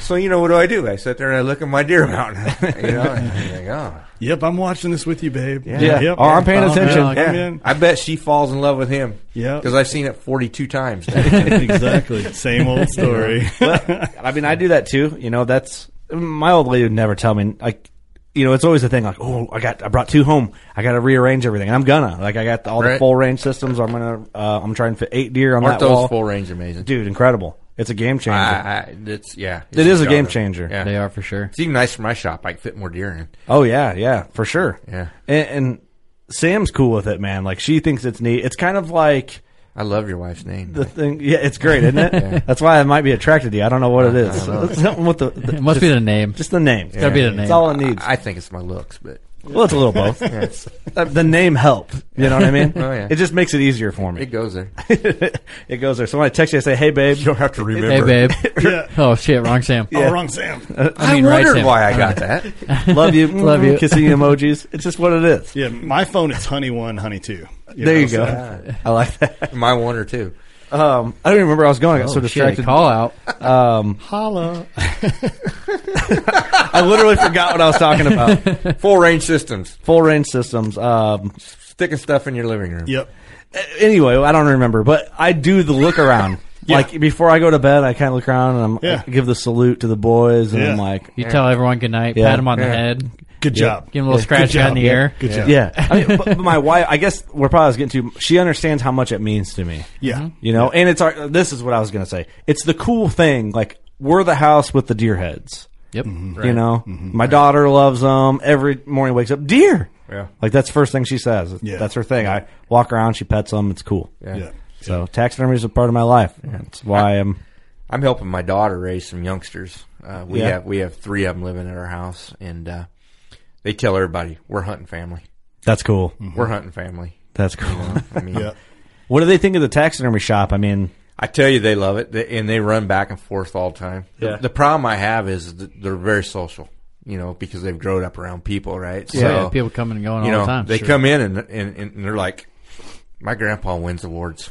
S8: So you know what do I do? I sit there and I look at my deer mountain. (laughs) You know, and I'm like, oh.
S10: Yep, I'm watching this with you, babe.
S8: Yeah.
S10: Yep.
S8: Oh, I'm paying
S10: Oh,
S8: attention.
S10: yeah,
S8: Yeah.
S10: I'm in.
S8: I bet she falls in love with him.
S10: Yeah.
S8: Because I've seen it 42 times. now.
S10: Exactly. Same old story. Oh,
S2: Well, I mean, I do that too. You know, that's my old lady would never tell me. Like, you know, it's always a thing. Like, oh, I got, I brought two home. I got to rearrange everything. I'm gonna like, I got all the
S8: Right.
S2: full range systems. I'm gonna, uh, I'm trying to fit eight deer on
S8: Aren't
S2: that
S8: those
S2: wall.
S8: full range amazing?
S2: dude? Incredible. It's a game changer.
S8: I, I, it's, yeah.
S2: It is a game changer. They
S9: are for sure.
S8: It's even nice for my shop. I can fit more deer in.
S2: Oh yeah, yeah, for sure.
S8: Yeah.
S2: and, and Sam's cool with it, man. Like she thinks it's neat. It's kind of like
S8: I love your wife's name.
S2: the thing. Yeah, it's great, isn't
S8: (laughs)
S2: it? That's why I might be attracted to you. I don't know what it is.
S8: I don't
S2: (laughs)
S8: know.
S2: Something with the, the-
S9: (laughs) It must be the name.
S2: Just the name.
S9: It's gotta be the
S2: That's
S9: name.
S2: all it needs.
S8: I, I think it's my looks, but.
S2: Well, it's a little both. Uh, the name helped. You know what I mean?
S8: Oh, yeah.
S2: It just makes it easier for me.
S8: It goes there.
S2: (laughs) it goes there. So when I text you, I say, "Hey, babe." You don't have to
S9: Hey, babe.
S8: (laughs)
S9: Oh, shit. Wrong Sam.
S10: Oh, wrong Sam.
S8: I,
S9: mean, right,
S8: wondered
S9: Sam.
S8: why I
S9: All (laughs)
S8: got
S9: right.
S8: that.
S2: Love you. Mm,
S9: Love you.
S2: Kissing emojis. It's just what it is.
S10: Yeah, my phone it's honey one, honey two.
S2: there you
S10: know,
S2: go.
S10: so-
S2: I like that.
S8: My wonder, too.
S2: Um, I don't even remember where I was going. I got
S9: Oh,
S2: so
S9: shit,
S2: distracted.
S9: Call out.
S2: Um,
S10: Holla.
S2: I literally forgot what I was talking about.
S8: Full range systems.
S2: Full range systems. Um,
S8: Sticking stuff in your living room.
S10: Yep.
S2: anyway, I don't remember, but I do the look around.
S10: Yeah.
S2: Like before I go to bed, I kind of look around and I'm,
S10: Yeah.
S2: I give the salute to the boys, and I'm
S10: Yeah.
S2: like,
S9: You tell everyone good night.
S2: Yeah.
S9: Pat him on the
S8: Yeah.
S9: head.
S10: Good job.
S9: Give him a little scratch
S10: job.
S9: on the ear.
S10: Good job.
S2: Yeah, I mean, but, but my wife. I guess we're probably getting to. She understands how much it means to me.
S10: Yeah.
S2: you know, and it's our. This is what I was gonna say. It's the cool thing. Like we're the house with the deer heads.
S9: Yep.
S2: You know, my daughter loves them. Every morning wakes up deer.
S8: Yeah.
S2: like that's first thing she says.
S10: Yeah.
S2: that's her thing. I walk around, she pets them. It's cool.
S8: Yeah.
S10: Yeah.
S2: So taxidermy is a part of my life. That's why I'm.
S8: I'm helping my daughter raise some youngsters. Uh, we
S2: Yeah.
S8: have we have three of them living at our house, and uh, they tell everybody we're hunting family.
S2: That's cool.
S8: We're hunting family.
S2: That's cool.
S8: I mean,
S10: Yeah.
S2: (laughs) what do they think of the taxidermy shop? I mean,
S8: I tell you, they love it, they, and they run back and forth all the time. The-
S2: Yeah.
S8: The, problem I have is that they're very social, you know, because they've grown up around people, right?
S9: Yeah, yeah, people coming and going
S8: you
S9: all
S8: know,
S9: the time.
S8: They
S9: Sure.
S8: come in and, and and they're like, my grandpa wins awards.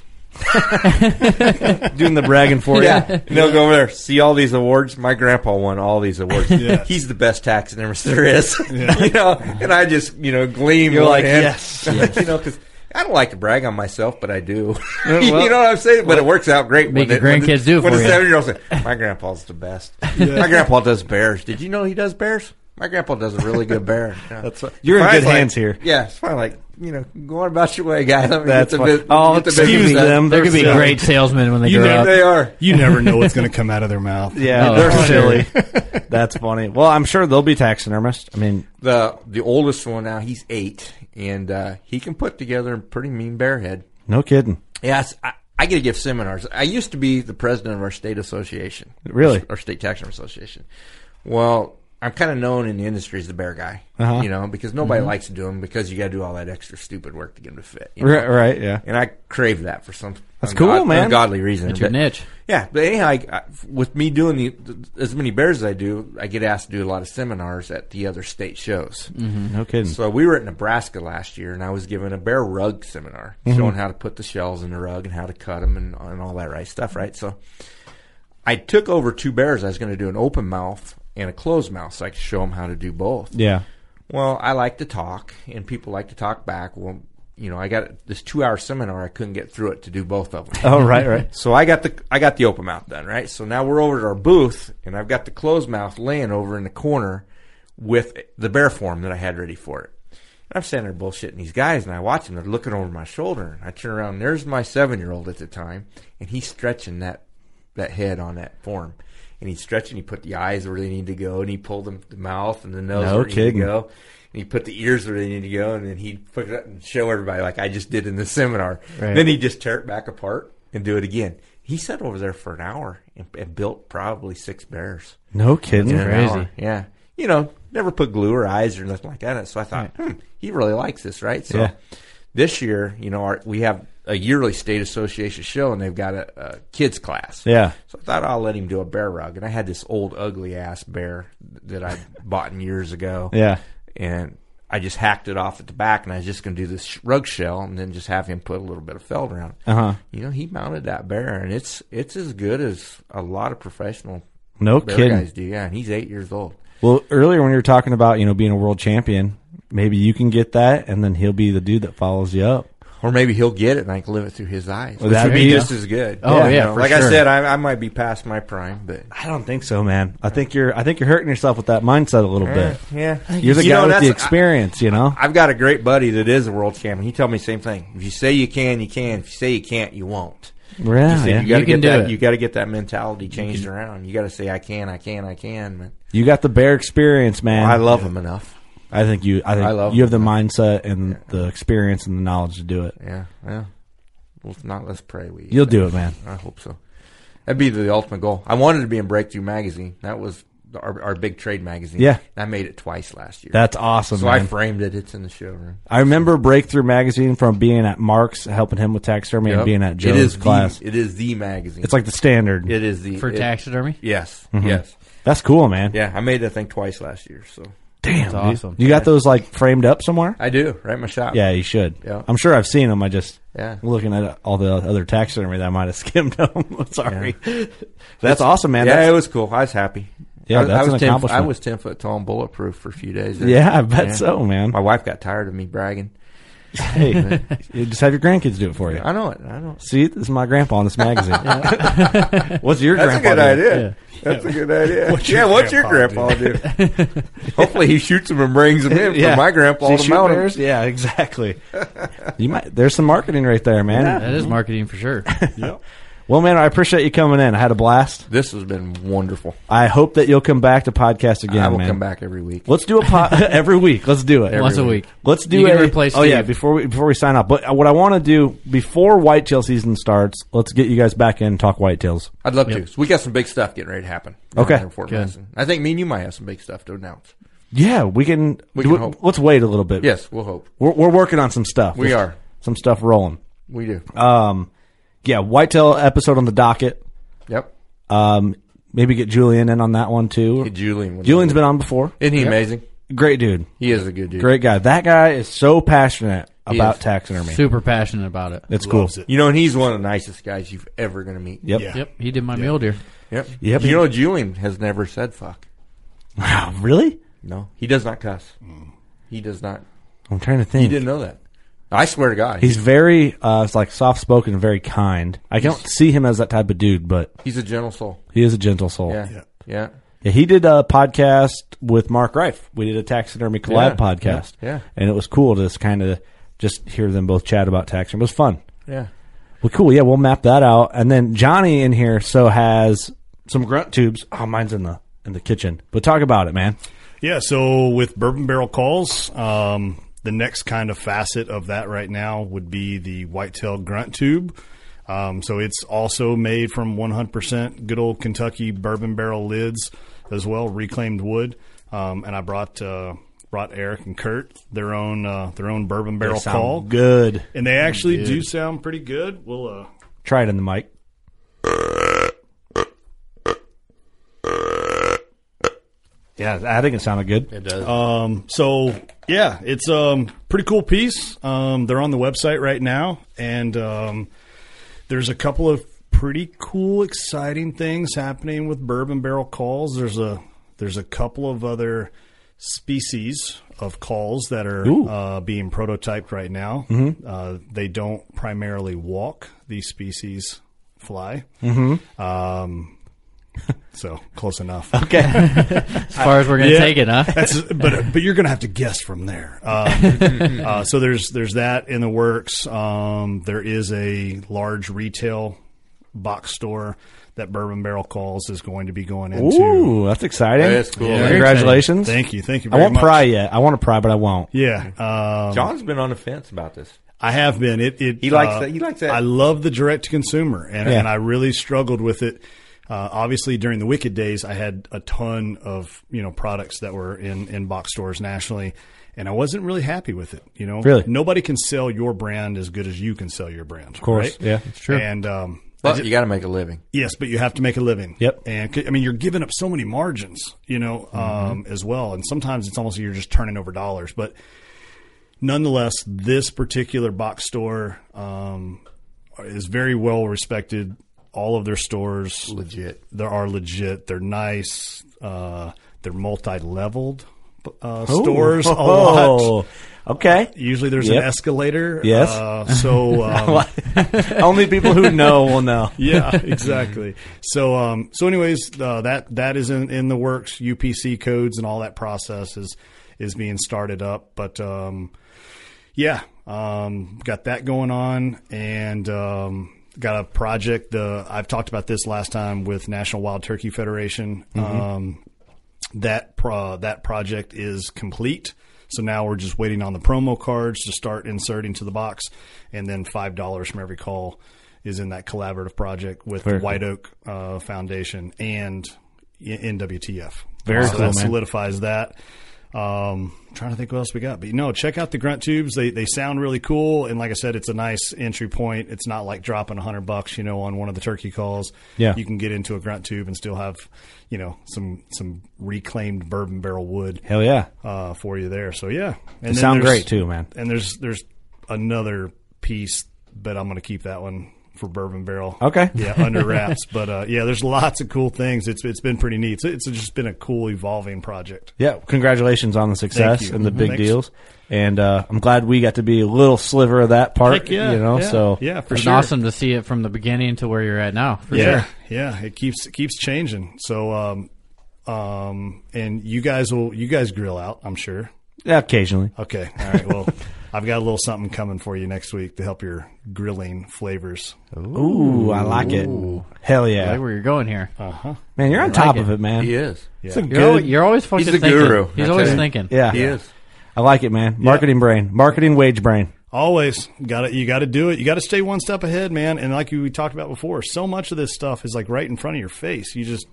S2: doing the bragging for you.
S8: Yeah, (laughs) and they'll go over there, see all these awards. My grandpa won all
S2: (laughs)
S8: these awards.
S10: Yeah.
S8: He's the best taxidermist there is. (laughs) you know, and I just you know gleam.
S2: You're
S8: one
S2: like,
S8: hand.
S2: yes,
S8: (laughs) you know, because I don't like to brag on myself, but I do.
S2: Yeah,
S8: (laughs) you know
S2: well,
S8: what I'm saying? But it works out great. when
S9: make your
S8: the- when the-
S9: grandkids do it
S8: When
S9: for
S8: the
S9: you.
S8: seven year old says,
S2: (laughs)
S8: "My grandpa's the best." My grandpa does bears. Did you know he does bears? My grandpa does a really
S2: (laughs)
S8: good bear. That's what,
S2: You're in good hands here.
S8: Yeah, it's fine. Like you know, go on about your way, guy. Let me
S2: That's
S8: get the
S2: fine.
S8: bus-
S2: I'll
S8: get the business
S2: excuse
S8: done.
S2: them.
S9: They're going to be
S2: They're
S9: great salesmen when they
S10: You
S9: grow
S10: know
S9: up.
S8: They are.
S10: You never know what's going to come out of their mouth.
S2: Yeah,
S9: Oh,
S2: they're
S9: for
S2: silly. (laughs) That's funny. Well, I'm sure they'll be taxidermist. I mean,
S8: the the oldest one now he's eight and uh, he can put together a pretty mean bear head
S2: no kidding.
S8: yes I, I get to give seminars i used to be the president of our state association
S2: Really?
S8: our, state taxidermy association well i'm kind of known in the industry as the bear guy
S2: Uh-huh.
S8: you know because nobody likes to do them because you got to do all that extra stupid work to get them to fit you know?
S2: Right, right, yeah.
S8: and i crave that for some
S2: That's cool, man.
S8: ungodly reason
S9: It's your
S8: But-
S9: niche.
S8: yeah, but anyhow, I, I, with me doing the, as many bears as I do, I get asked to do a lot of seminars at the other state shows.
S2: No kidding.
S8: So uh, we were at Nebraska last year, and I was given a bear rug seminar,
S2: Mm-hmm.
S8: showing how to put the shells in the rug and how to cut them and, and all that right stuff, right? So I took over two bears. I was going to do an open mouth and a closed mouth, so I could show them how to do both.
S2: yeah.
S8: Well, I like to talk, and people like to talk back. Well, you know, I got this two-hour seminar. I couldn't get through it to do both of them.
S2: Oh, right, right.
S8: So I got the I got the open mouth done, right? So now we're over at our booth, and I've got the closed mouth laying over in the corner with the bear form that I had ready for it. And I'm standing there bullshitting these guys, and I watch them. They're looking over my shoulder, and I turn around. And there's my seven year old at the time, and he's stretching that that head on that form, and he's stretching. He put the eyes where they need to go, and he pulled them the mouth and the nose
S2: No
S8: where they need
S2: kidding.
S8: to go. And he put the ears where they need to go, and then he'd put it up and show everybody like I just did in the seminar.
S2: Right.
S8: Then he'd just tear it back apart and do it again. He sat over there for an hour and, and built probably six bears.
S2: No kidding.
S8: in an hour. Yeah. you know, never put glue or eyes or nothing like that. in it. So I thought, hmm, he really likes this, right? So
S2: Yeah.
S8: this year, you know, our, we have a yearly state association show, and they've got a, a kids class.
S2: Yeah.
S8: So I thought I'll let him do a bear rug, and I had this old ugly ass bear that I bought in years ago.
S2: Yeah.
S8: And I just hacked it off at the back, and I was just going to do this sh- rug shell, and then just have him put a little bit of felt around. it.
S2: Uh-huh.
S8: You know, he mounted that bear, and it's it's as good as a lot of professional
S2: No
S8: bear
S2: kidding.
S8: guys do. Yeah, and he's eight years old.
S2: Well, earlier when you were talking about you know being a world champion, maybe you can get that, and then he'll be the dude that follows you up.
S8: Or maybe he'll get it, and I can live it through his eyes.
S2: Well,
S8: which
S2: that'd
S8: would be
S2: be-
S8: just as good.
S2: Oh, yeah,
S8: you know,
S2: for
S8: like I
S2: sure.
S8: said, I, I might be past my prime, but
S2: I don't think so, man. I think you're I think you're hurting yourself with that mindset a little
S8: Eh,
S2: bit.
S8: yeah.
S2: you're the
S8: You
S2: guy
S8: know,
S2: with the
S8: that's-
S2: experience. you know,
S8: I've got a great buddy that is a world champion. He told me the same thing. If you say you can, you can. If you say you can't, you won't.
S2: Yeah,
S8: He said,
S2: yeah.
S8: you got to
S2: You can
S8: get
S2: do
S8: that.
S2: it.
S8: You got to get that mentality changed around. You got to say I can, I can, I can. Man.
S2: you got the bear experience, man.
S8: I love him enough.
S2: I think you. I think
S8: I love
S2: you have the mindset and the experience and the knowledge to do it.
S8: Yeah, yeah. Well, if not, let's pray we.
S2: You'll do it, man.
S8: I hope so. That'd be the ultimate goal. I wanted to be in Breakthrough Magazine. That was the- our, our big trade magazine.
S2: Yeah.
S8: And I made it twice last year.
S2: That's awesome,
S8: So I
S2: man.
S8: framed it. It's in the showroom.
S2: I remember Breakthrough Magazine from being at Mark's, helping him with taxidermy,
S8: Yep.
S2: and being at Joe's
S8: it is
S2: class.
S8: The, it is the magazine.
S2: It's like the standard.
S8: It is the
S9: For
S8: it-
S9: taxidermy?
S8: Yes,
S2: Mhm.
S8: yes.
S2: That's cool, man.
S8: Yeah, I made that thing twice last year. So
S2: Damn, dude. You got those like framed up somewhere?
S8: I do right in my shop.
S2: Yeah, you should.
S8: Yeah.
S2: I'm sure I've seen them. I just
S8: Yeah.
S2: looking at all the other taxidermy that I might have (laughs) skimmed them.
S8: (laughs)
S2: Sorry.
S8: Yeah.
S2: That's awesome, man.
S8: Yeah,
S2: That's-
S8: it was cool. I was happy.
S2: Yeah,
S8: I, was-
S2: that's
S8: I was
S2: an
S8: 10,
S2: accomplishment.
S8: I was ten foot tall and bulletproof for a few days.
S2: Yeah, I bet so, man.
S8: My wife got tired of me bragging.
S2: Hey,
S8: (laughs)
S2: you just have your grandkids do it for you.
S8: I know it. I know. it.
S2: See, this is my grandpa in this
S9: (laughs)
S2: magazine. What's your
S8: That's
S2: grandpa?
S8: a good
S2: doing?
S8: idea.
S2: Yeah.
S8: That's a good
S2: (laughs)
S8: idea.
S2: What's
S8: yeah,
S2: your
S8: what's your
S2: grandpa
S8: grandpa do?
S2: (laughs)
S8: Hopefully, he shoots them and brings them in
S2: Yeah.
S8: for my grandpa
S2: See,
S8: to
S2: shoot
S8: mount 'em.
S2: bears? Yeah,
S8: (laughs)
S2: exactly. you might. There's some marketing right there, man.
S9: Yeah, that is marketing for sure.
S2: Well, man, I appreciate you coming in. I had a blast.
S8: This has been wonderful.
S2: I hope that you'll come back to podcast again.
S8: I will
S2: man.
S8: come back every week.
S2: Let's do a
S8: (laughs)
S2: po- (laughs) every week. Let's do it
S9: Once a week.
S2: Let's do
S9: You can
S2: a
S9: replace
S2: Oh yeah,
S9: Steve.
S2: before we before we sign off. But uh, what I want to do before whitetail season starts, let's get you guys back in and talk whitetails.
S8: I'd love
S9: Yep.
S8: to. So we got some big stuff getting ready to happen.
S2: Okay.
S8: Down in Fort
S9: Good.
S8: Mason. I think me and you might have some big stuff to announce.
S2: Yeah, we can.
S8: We
S2: do
S8: can
S2: it-
S8: hope.
S2: Let's wait a little bit.
S8: Yes, we'll hope.
S2: we're, we're working on some stuff.
S8: We
S2: Just
S8: are.
S2: some stuff rolling.
S8: We do.
S2: Um, yeah, whitetail episode on the docket.
S8: Yep.
S2: Um, maybe get Julian in on that one too.
S8: Hey, Julian. would
S2: Julian's
S8: love
S2: been on before.
S8: it. Isn't he amazing?
S2: Great dude.
S8: He is a good dude.
S2: Great guy. That guy is so passionate
S8: He
S2: about
S8: is.
S2: taxidermy.
S9: Super passionate about it.
S2: It's cool.
S10: Loves it.
S8: You know, and he's one of the nicest guys you've ever going to meet.
S2: Yep.
S10: Yeah.
S9: Yep, he did my mule deer.
S8: Yep.
S2: Yep.
S8: You know, Julian has never said fuck.
S2: Wow. Really?
S8: No, he does not cuss. He does not.
S2: I'm trying to
S8: He
S2: think.
S8: didn't know that. I swear to God,
S2: He's
S8: he's
S2: very uh, it's like soft spoken and very kind. I don't see him as that type of dude, but
S8: he's a gentle soul.
S2: he is a gentle soul.
S8: Yeah.
S10: Yeah.
S8: Yeah.
S2: Yeah, he did a podcast with Mark Reif. We did a taxidermy collab
S8: Yeah.
S2: podcast.
S8: Yeah. Yeah.
S2: And it was cool to just kind of just hear them both chat about taxidermy. It was fun.
S8: Yeah.
S2: Well, cool. Yeah, we'll map that out. And then Johnny in here so has some grunt tubes. Oh, mine's in the in the kitchen. But talk about it, man.
S10: Yeah, so with bourbon barrel calls, um, the next kind of facet of that right now would be the whitetail grunt tube. Um, so it's also made from 100% good old Kentucky bourbon barrel lids as well, reclaimed wood. Um, and I brought uh, brought Eric and Kurt their own uh, their own bourbon barrel
S2: Sound
S10: call,
S2: good.
S10: and they actually do sound pretty good. We'll uh,
S2: Try it in the mic. Yeah, I think it sounded good. It does.
S10: so yeah, it's um pretty cool piece. Um, they're on the website right now, and um, there's a couple of pretty cool, exciting things happening with bourbon barrel calls. There's a there's a couple of other species of calls that are
S2: Ooh.
S10: uh, being prototyped right now. Uh, they don't primarily walk; these species fly. Mm-hmm. Um, (laughs) so close enough. (laughs)
S9: As far as we're gonna
S10: Yeah.
S9: take it, huh?
S2: (laughs)
S10: That's but but you're gonna have to guess from there. Um, uh, so there's there's that in the works. Um, there is a large retail box store that Bourbon Barrel Calls is going to be going into.
S2: Ooh, that's exciting.
S8: That is cool. Yeah,
S9: very
S2: Congratulations.
S10: Thank you, thank
S2: I
S10: you. Very
S2: won't
S10: much.
S2: pry yet. I want to pry, but I won't.
S10: Yeah, um,
S8: John's been on the fence about this.
S10: I have been. It, uh, it
S8: He likes that- he likes that.
S10: I love the direct to consumer, and,
S2: Yeah.
S10: and I really struggled with it Uh, obviously, during the Wicked days, I had a ton of you know products that were in in box stores nationally, and I wasn't really happy with it. You know,
S2: Really?
S10: nobody can sell your brand as good as you can sell your brand. Of
S2: course. Yeah,
S10: it's
S2: it's true.
S10: And um, I
S8: But
S10: did-
S8: you got to make a living.
S10: Yes, but you have to make a living.
S2: Yep.
S10: And c- I mean, you're giving up so many margins, you know, um,
S2: Mm-hmm.
S10: as well. And sometimes it's almost like you're just turning over dollars. But nonetheless, this particular box store um, is very well respected. All of their stores
S8: Legit.
S10: They are legit. They're nice. Uh, they're multi-leveled uh,
S2: Ooh. (laughs)
S10: stores. A
S2: Oh,
S10: lot.
S2: Okay.
S10: (laughs) Usually, there's
S2: Yep.
S10: an escalator.
S2: Yes. (laughs)
S10: Uh, so um,
S2: Only people who know will
S10: (laughs)
S2: know.
S10: yeah, exactly. So, um, so anyways, uh, that that is in, in the works. UPC codes and all that process is is being started up. But um, yeah, um, got that going on, and um, got a project. The I've talked about this last time with National Wild Turkey Federation.
S2: Mm-hmm.
S10: Um, that pro, that project is complete. So now we're just waiting on the promo cards to start inserting to the box, and then five dollars from every call is in that collaborative project with the White Oak uh, Foundation and Y- NWTF.
S2: Very
S10: so
S2: cool,
S10: That
S2: man.
S10: solidifies that. Um, trying to think what else we got, but no, check out the grunt tubes. They they sound really cool, and like I said, it's a nice entry point. It's not like dropping a hundred bucks, you know, on one of the turkey calls.
S2: Yeah.
S10: you can get into a grunt tube and still have, you know, some some reclaimed bourbon barrel wood
S2: Hell yeah.
S10: uh, for you there. So yeah, and then
S2: They sound
S10: there's-
S2: great too, man.
S10: And there's there's another piece, but I'm going to keep that one for bourbon barrel.
S2: Okay.
S10: (laughs) Yeah, under wraps. but uh, yeah, there's lots of cool things. It's it's been pretty neat. It's, it's just been a cool evolving project.
S2: Yeah, congratulations on the
S10: Thank
S2: success
S10: you.
S2: and the big
S10: Thanks.
S2: deals. And uh, I'm glad we got to be a little sliver of that part.
S10: Heck yeah,
S2: you know,
S10: yeah,
S2: so
S10: yeah, for
S9: It's
S10: sure.
S9: awesome to see it from the beginning to where you're at now. For
S10: yeah,
S9: sure.
S10: yeah. It keeps it keeps changing. So um, um, and you guys will you guys grill out. I'm sure.
S2: yeah, occasionally.
S10: Okay. All right.
S9: (laughs)
S10: Well, I've got a little something coming for you next week to help your grilling flavors.
S2: Ooh, I like it. Hell
S9: I
S2: yeah,
S9: like where you're going here.
S2: man, you're on top
S9: it.
S2: of it, man.
S8: He is.
S2: It's a
S9: You're, al-
S2: good.
S9: you're always fucking
S8: He's the
S9: thinking.
S8: guru.
S9: He's
S8: I
S9: always
S8: tell you.
S9: thinking.
S2: Yeah,
S8: He is.
S2: I like it, man. Marketing brain, marketing wage brain.
S10: Always got to You got to do it. You got to stay one step ahead, man. And like we talked about before, so much of this stuff is like right in front of your face. You just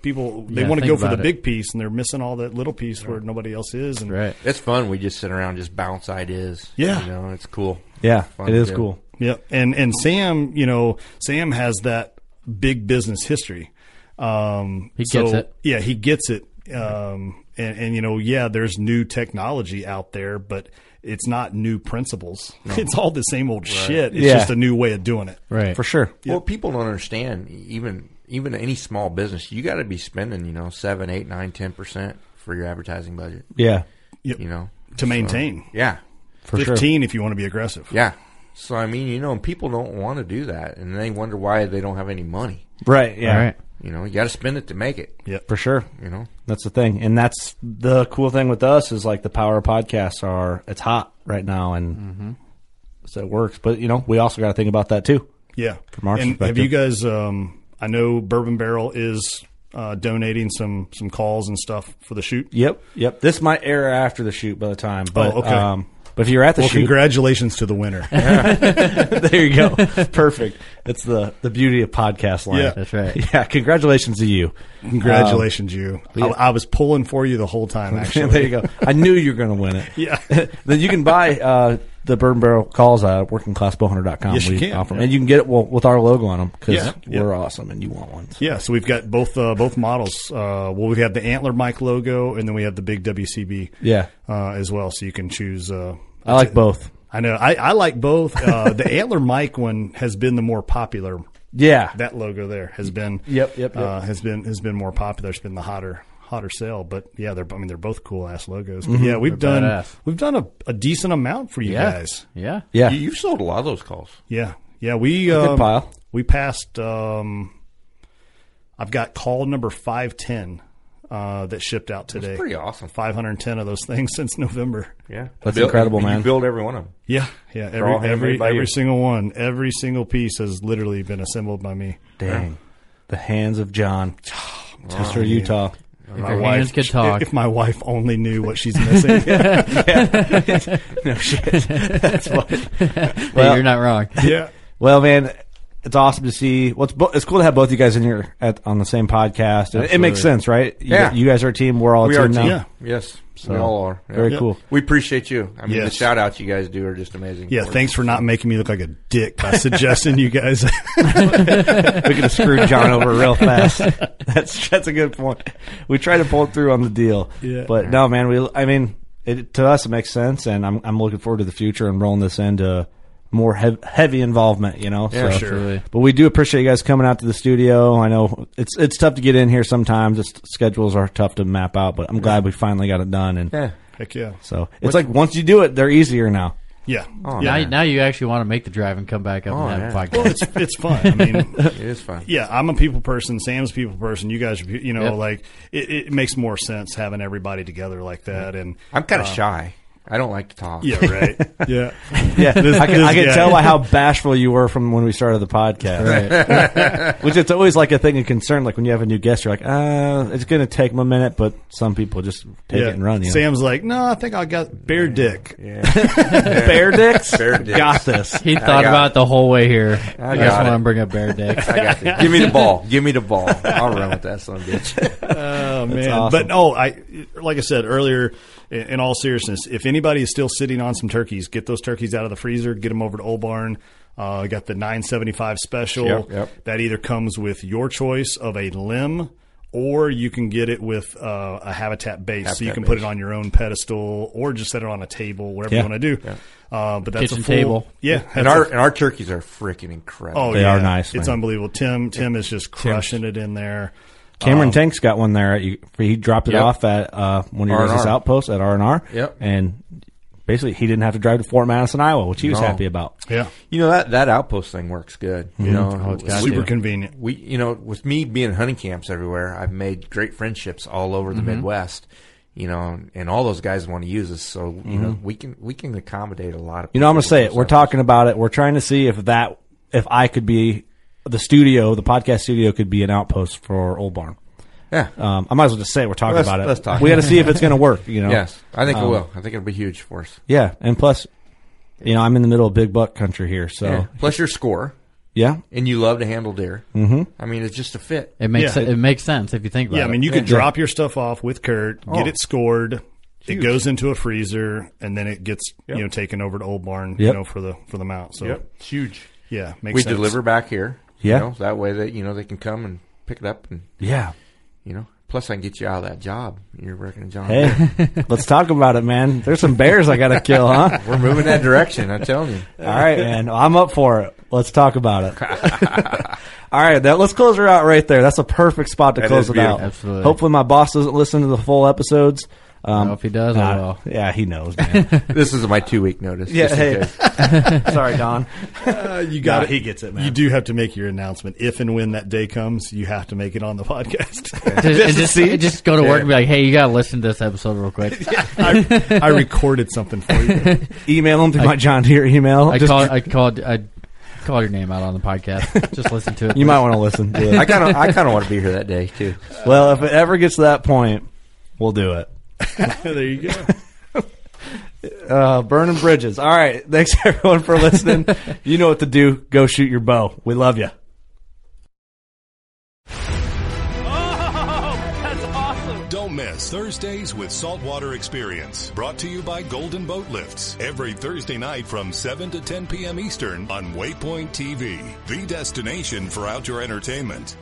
S10: people they
S9: Yeah,
S10: want to go
S9: think
S10: for the
S9: about it.
S10: big piece, and they're missing all that little piece where nobody else is. And
S9: Right.
S8: It's fun. We just sit around, and just bounce ideas.
S10: Yeah.
S8: you know, it's cool.
S2: Yeah,
S8: Fun
S2: it is
S8: to do.
S2: cool.
S10: Yep. And and Sam, you know, Sam has that big business history. Um,
S9: He
S10: so-
S9: gets it.
S10: Yeah, he gets it. Um, and, and you know, yeah, there's new technology out there, but it's not new principles. (laughs) It's all the same old shit. It's
S2: Yeah.
S10: just a new way of doing it.
S9: Right.
S2: For sure.
S8: Well, people don't understand even even any small business. You got to be spending, you know, seven, eight, nine, ten percent for your advertising budget.
S2: Yeah,
S10: Yep.
S8: You know,
S10: to maintain.
S8: yeah,
S2: for sure.
S10: Fifteen if you want to be aggressive.
S8: yeah. So I mean, you know, and people don't want to do that, and they wonder why they don't have any money.
S2: Right. Yeah.
S9: All right.
S8: You know, you got to spend it to make it.
S2: For sure.
S8: You know,
S2: That's the thing, and that's the cool thing with us is like the power of podcasts are it's hot right now, and so it works. But you know, we also got to think about that too.
S10: Yeah.
S2: From our
S10: and have
S2: perspective.
S10: you guys? Um, I know Bourbon Barrel is uh, donating some some calls and stuff for the shoot.
S2: Yep, yep. This might air after the shoot by the time, but
S10: Oh, okay.
S2: um, but if you're at the
S10: Well,
S2: shoot,
S10: congratulations to the winner.
S2: (laughs) there you
S10: (laughs)
S2: go, perfect. It's the the beauty of podcast line.
S10: Yeah.
S9: That's right.
S2: Yeah, congratulations to you. (laughs)
S10: Congratulations, you.
S2: Um,
S10: I, I was pulling for you the
S2: (laughs)
S10: whole time, actually.
S2: there you go. I knew you were going to win it.
S10: Yeah.
S2: (laughs) then you can buy uh, the bourbon barrel calls at workingclassbowhunter.com.
S10: Yes, you
S2: We
S10: can.
S2: offer 'em.
S10: Yeah.
S2: and you can get it well, with our logo on them because
S10: Yeah.
S2: we're awesome and you want one.
S10: Yeah, so we've got both uh, both models. Uh, well, we have the Antler Mike logo, and then we have the big WCB
S2: Yeah.
S10: uh, as well. So you can choose. Uh,
S2: I like both.
S10: I know. I, I like both.
S2: (laughs)
S10: Uh, the Antler Mike one has been the more popular.
S2: Yeah,
S10: That logo there has been.
S2: Yep, yep, yep.
S10: Uh, has been has been more popular. It's been the hotter hotter sale. But yeah, they're. I mean, they're both cool ass logos.
S2: Mm-hmm.
S10: But yeah, we've done
S9: badass.
S10: we've done a, a decent amount for you
S9: Yeah.
S10: guys.
S9: Yeah.
S2: yeah.
S8: you, you've sold a lot of those calls.
S10: Yeah, yeah. We
S2: good
S10: um,
S2: pile.
S10: We passed. Um, I've got call number five ten uh, that shipped out today.
S8: pretty
S10: (laughs)
S8: awesome.
S10: Five hundred ten of those things since November.
S8: Yeah,
S2: That's incredible,
S8: you
S2: man.
S8: build every one of them.
S10: Yeah, yeah.
S8: all
S10: Every
S8: handmade
S10: every
S8: by you.
S10: every single one, every single piece has literally been assembled by me.
S2: Dang, the hands of John,
S10: Oh,
S2: Chester, Utah.
S9: If your hands could
S10: (laughs)
S9: talk.
S10: If my wife only knew what she's
S8: (laughs)
S10: missing. yeah.
S2: (laughs) no shit. That's what.
S9: hey, you're not wrong.
S10: yeah.
S2: Well, man, It's awesome to see. What's bo- it's cool to have both you guys in here at, on the same podcast. It- It, makes
S8: Absolutely.
S2: sense, right? You,
S8: Yeah.
S2: you guys are a team. We're all a
S8: we
S2: team
S8: are
S2: now.
S8: team. Yes,
S2: So,
S8: we all are. Yeah.
S2: Very cool.
S8: We appreciate you. I mean, the
S10: Yes.
S8: shout outs you guys do are just amazing.
S10: Yeah, thanks for not making me look like a dick by suggesting you guys. (laughs)
S2: we could have screwed John over real
S8: (laughs)
S2: fast. That's that's a good point. We tried to pull it through on the deal,
S10: Yeah.
S2: but no, man. We, I mean, it, to us it makes sense, and I'm I'm looking forward to the future and rolling this into more hev- heavy involvement. You know,
S8: Yeah,
S2: So-
S8: sure. Absolutely.
S2: But we do appreciate you guys coming out to the studio. I know it's it's tough to get in here sometimes. It's, schedules are tough to map out, but I'm glad we finally got it done. And
S8: Yeah.
S10: Heck yeah.
S2: so it's like once you do it, they're easier now.
S10: Yeah.
S8: Oh,
S10: yeah.
S9: Now, now you actually want to make the drive and come back up
S8: Oh,
S9: and have
S8: yeah.
S9: a podcast.
S10: Well, it's it's fun. I mean,
S9: (laughs)
S8: It is fun.
S10: yeah, I'm a people person. Sam's a people person. You guys, are, pe- you know,
S9: Yep.
S10: like it, it makes more sense having everybody together like that. And
S8: I'm kind of shy. I don't like to talk.
S10: Uh, yeah, right. Yeah,
S2: Yeah,
S10: (laughs) This-
S2: I can, I can
S10: this guy.
S2: tell by how bashful you were from when we started the podcast, (laughs) which it's always like a thing of concern. Like when you have a new guest, you're like, uh, it's going to take them a minute, but some people just take
S10: yeah.
S2: it and run. You
S10: Sam's like, no, I think I got bear dick.
S2: know? bear dicks,
S8: Bear dicks.
S2: got
S8: (laughs)
S2: this.
S9: he thought
S8: got
S9: about it the whole way here.
S8: I
S9: I, just
S8: got
S9: want
S8: it.
S9: to bring up
S8: (laughs)
S9: Bear Dick.
S8: I got this. (laughs) Give me the ball. Give me the ball. I'll run with that son of
S10: (laughs)
S8: a bitch.
S10: Oh man!
S2: awesome.
S10: But no, I like I said earlier. In in all seriousness, if anybody is still sitting on some turkeys, get those turkeys out of the freezer. Get them over to Old Barn. Uh, I got the nine seventy five special
S8: Yep, yep.
S10: that either comes with your choice of a limb, or you can get it with uh, a habitat base. so you
S8: Habitat
S10: can put it
S8: base.
S10: on your own pedestal, or just set it on a table, whatever
S2: Yeah.
S10: you want to do. Uh, but that's a
S9: Kitchen
S10: full,
S9: table.
S10: Yeah,
S8: And
S10: that's a-
S8: our and our turkeys are freaking incredible.
S10: oh
S2: They
S10: yeah,
S2: are nice,
S10: It's
S2: man.
S10: unbelievable. Tim Tim is just crushing it in there.
S2: Cameron Tank's got one there. At you, he dropped it
S8: Yep.
S2: off at uh, one of your
S8: R&R.
S2: guys' outposts at R and R.
S8: Yep.
S2: and basically he didn't have to drive to Fort Madison, Iowa, which he was
S8: No.
S2: happy about.
S10: Yeah,
S8: You know that that outpost thing works good.
S10: Mm-hmm.
S8: You know,
S10: Oh,
S9: got
S8: we,
S10: super convenient.
S8: we you know with me being hunting camps everywhere, I've made great friendships all over
S2: Mm-hmm.
S8: the Midwest. You know, and all those guys want to use us, so you know we can we can accommodate a lot of.
S2: Mm-hmm. You know, I'm
S8: people
S2: gonna say
S8: with
S2: it. We're
S8: those outposts.
S2: talking about it. We're trying to see if that, if I could be the studio, the podcast studio could be an outpost for Old Barn.
S8: Yeah.
S2: Um, I might as well just say we're talking
S8: Let's-
S2: about it.
S8: let's talk.
S2: We got to see if it's going to work. You know.
S8: Yes, I think it
S2: Um,
S8: will. I think it'll be huge for us.
S2: Yeah, and plus, you know, I'm in the middle of big buck country here, so
S8: Yeah.
S2: yeah.
S8: Plus your score, and you love to handle deer. Mm-hmm. I mean, it's just a fit.
S9: It makes
S10: Yeah.
S9: it, makes sense if you think about
S10: Yeah,
S9: it.
S10: I mean, you could drop your stuff off with Kurt,
S8: Oh.
S10: get it scored. It goes into a freezer, and then it gets you know taken over to Old Barn, you
S2: Yep.
S10: know, for the for the mount. So
S8: It's huge.
S10: yeah, makes
S8: we
S10: sense.
S8: deliver back here. you
S2: Yeah.
S8: know, that way that you know they can come and pick it up and
S2: yeah.
S8: you know. Plus, I can get you out of that job. You're working a job.
S2: Hey, let's talk about it, man. There's some bears I got to kill,
S8: (laughs)
S2: huh?
S8: We're moving that direction. I'm telling you.
S2: All right, man. I'm up for it. Let's talk about
S8: (laughs)
S2: it. All right, that, let's close her out right there. That's a perfect spot to
S8: That
S2: close
S8: is
S2: it out.
S8: beautiful.
S9: Absolutely.
S2: Hopefully, my boss doesn't listen to the full episodes. Um,
S9: Well, if he does, I
S10: (laughs)
S2: uh,
S9: will.
S2: Yeah, he knows, man.
S8: This is my two week notice.
S2: (laughs) Yeah,
S8: just in
S2: hey. (laughs)
S8: case.
S2: Sorry, Don.
S10: you got
S2: Nah,
S10: it.
S2: he gets it, man.
S10: You do have to make your announcement if and when that day comes. You have to make it on the (laughs) podcast. (laughs)
S9: Just, and just, and just go to work and be like, hey, you got to listen to this episode
S10: (laughs)
S9: real quick.
S10: I, I recorded something for you.
S2: Email him through my John Deere email.
S9: I
S2: Just-
S10: (laughs)
S9: called, I called, I called your name out on the podcast. Just listen to it.
S2: you might want to listen. To it.
S8: I kind of, I kind of want to be here that day too.
S2: Well, if it ever gets to that point, we'll do it. (laughs)
S10: there you go.
S2: Uh, burning bridges. All right. Thanks, (laughs) everyone, for listening. you know what to do. Go shoot your bow. We love you.
S13: Don't miss Thursdays with Saltwater Experience, brought to you by Golden Boat Lifts, every Thursday night from 7 to 10 p.m. Eastern on Waypoint TV, the destination for outdoor entertainment.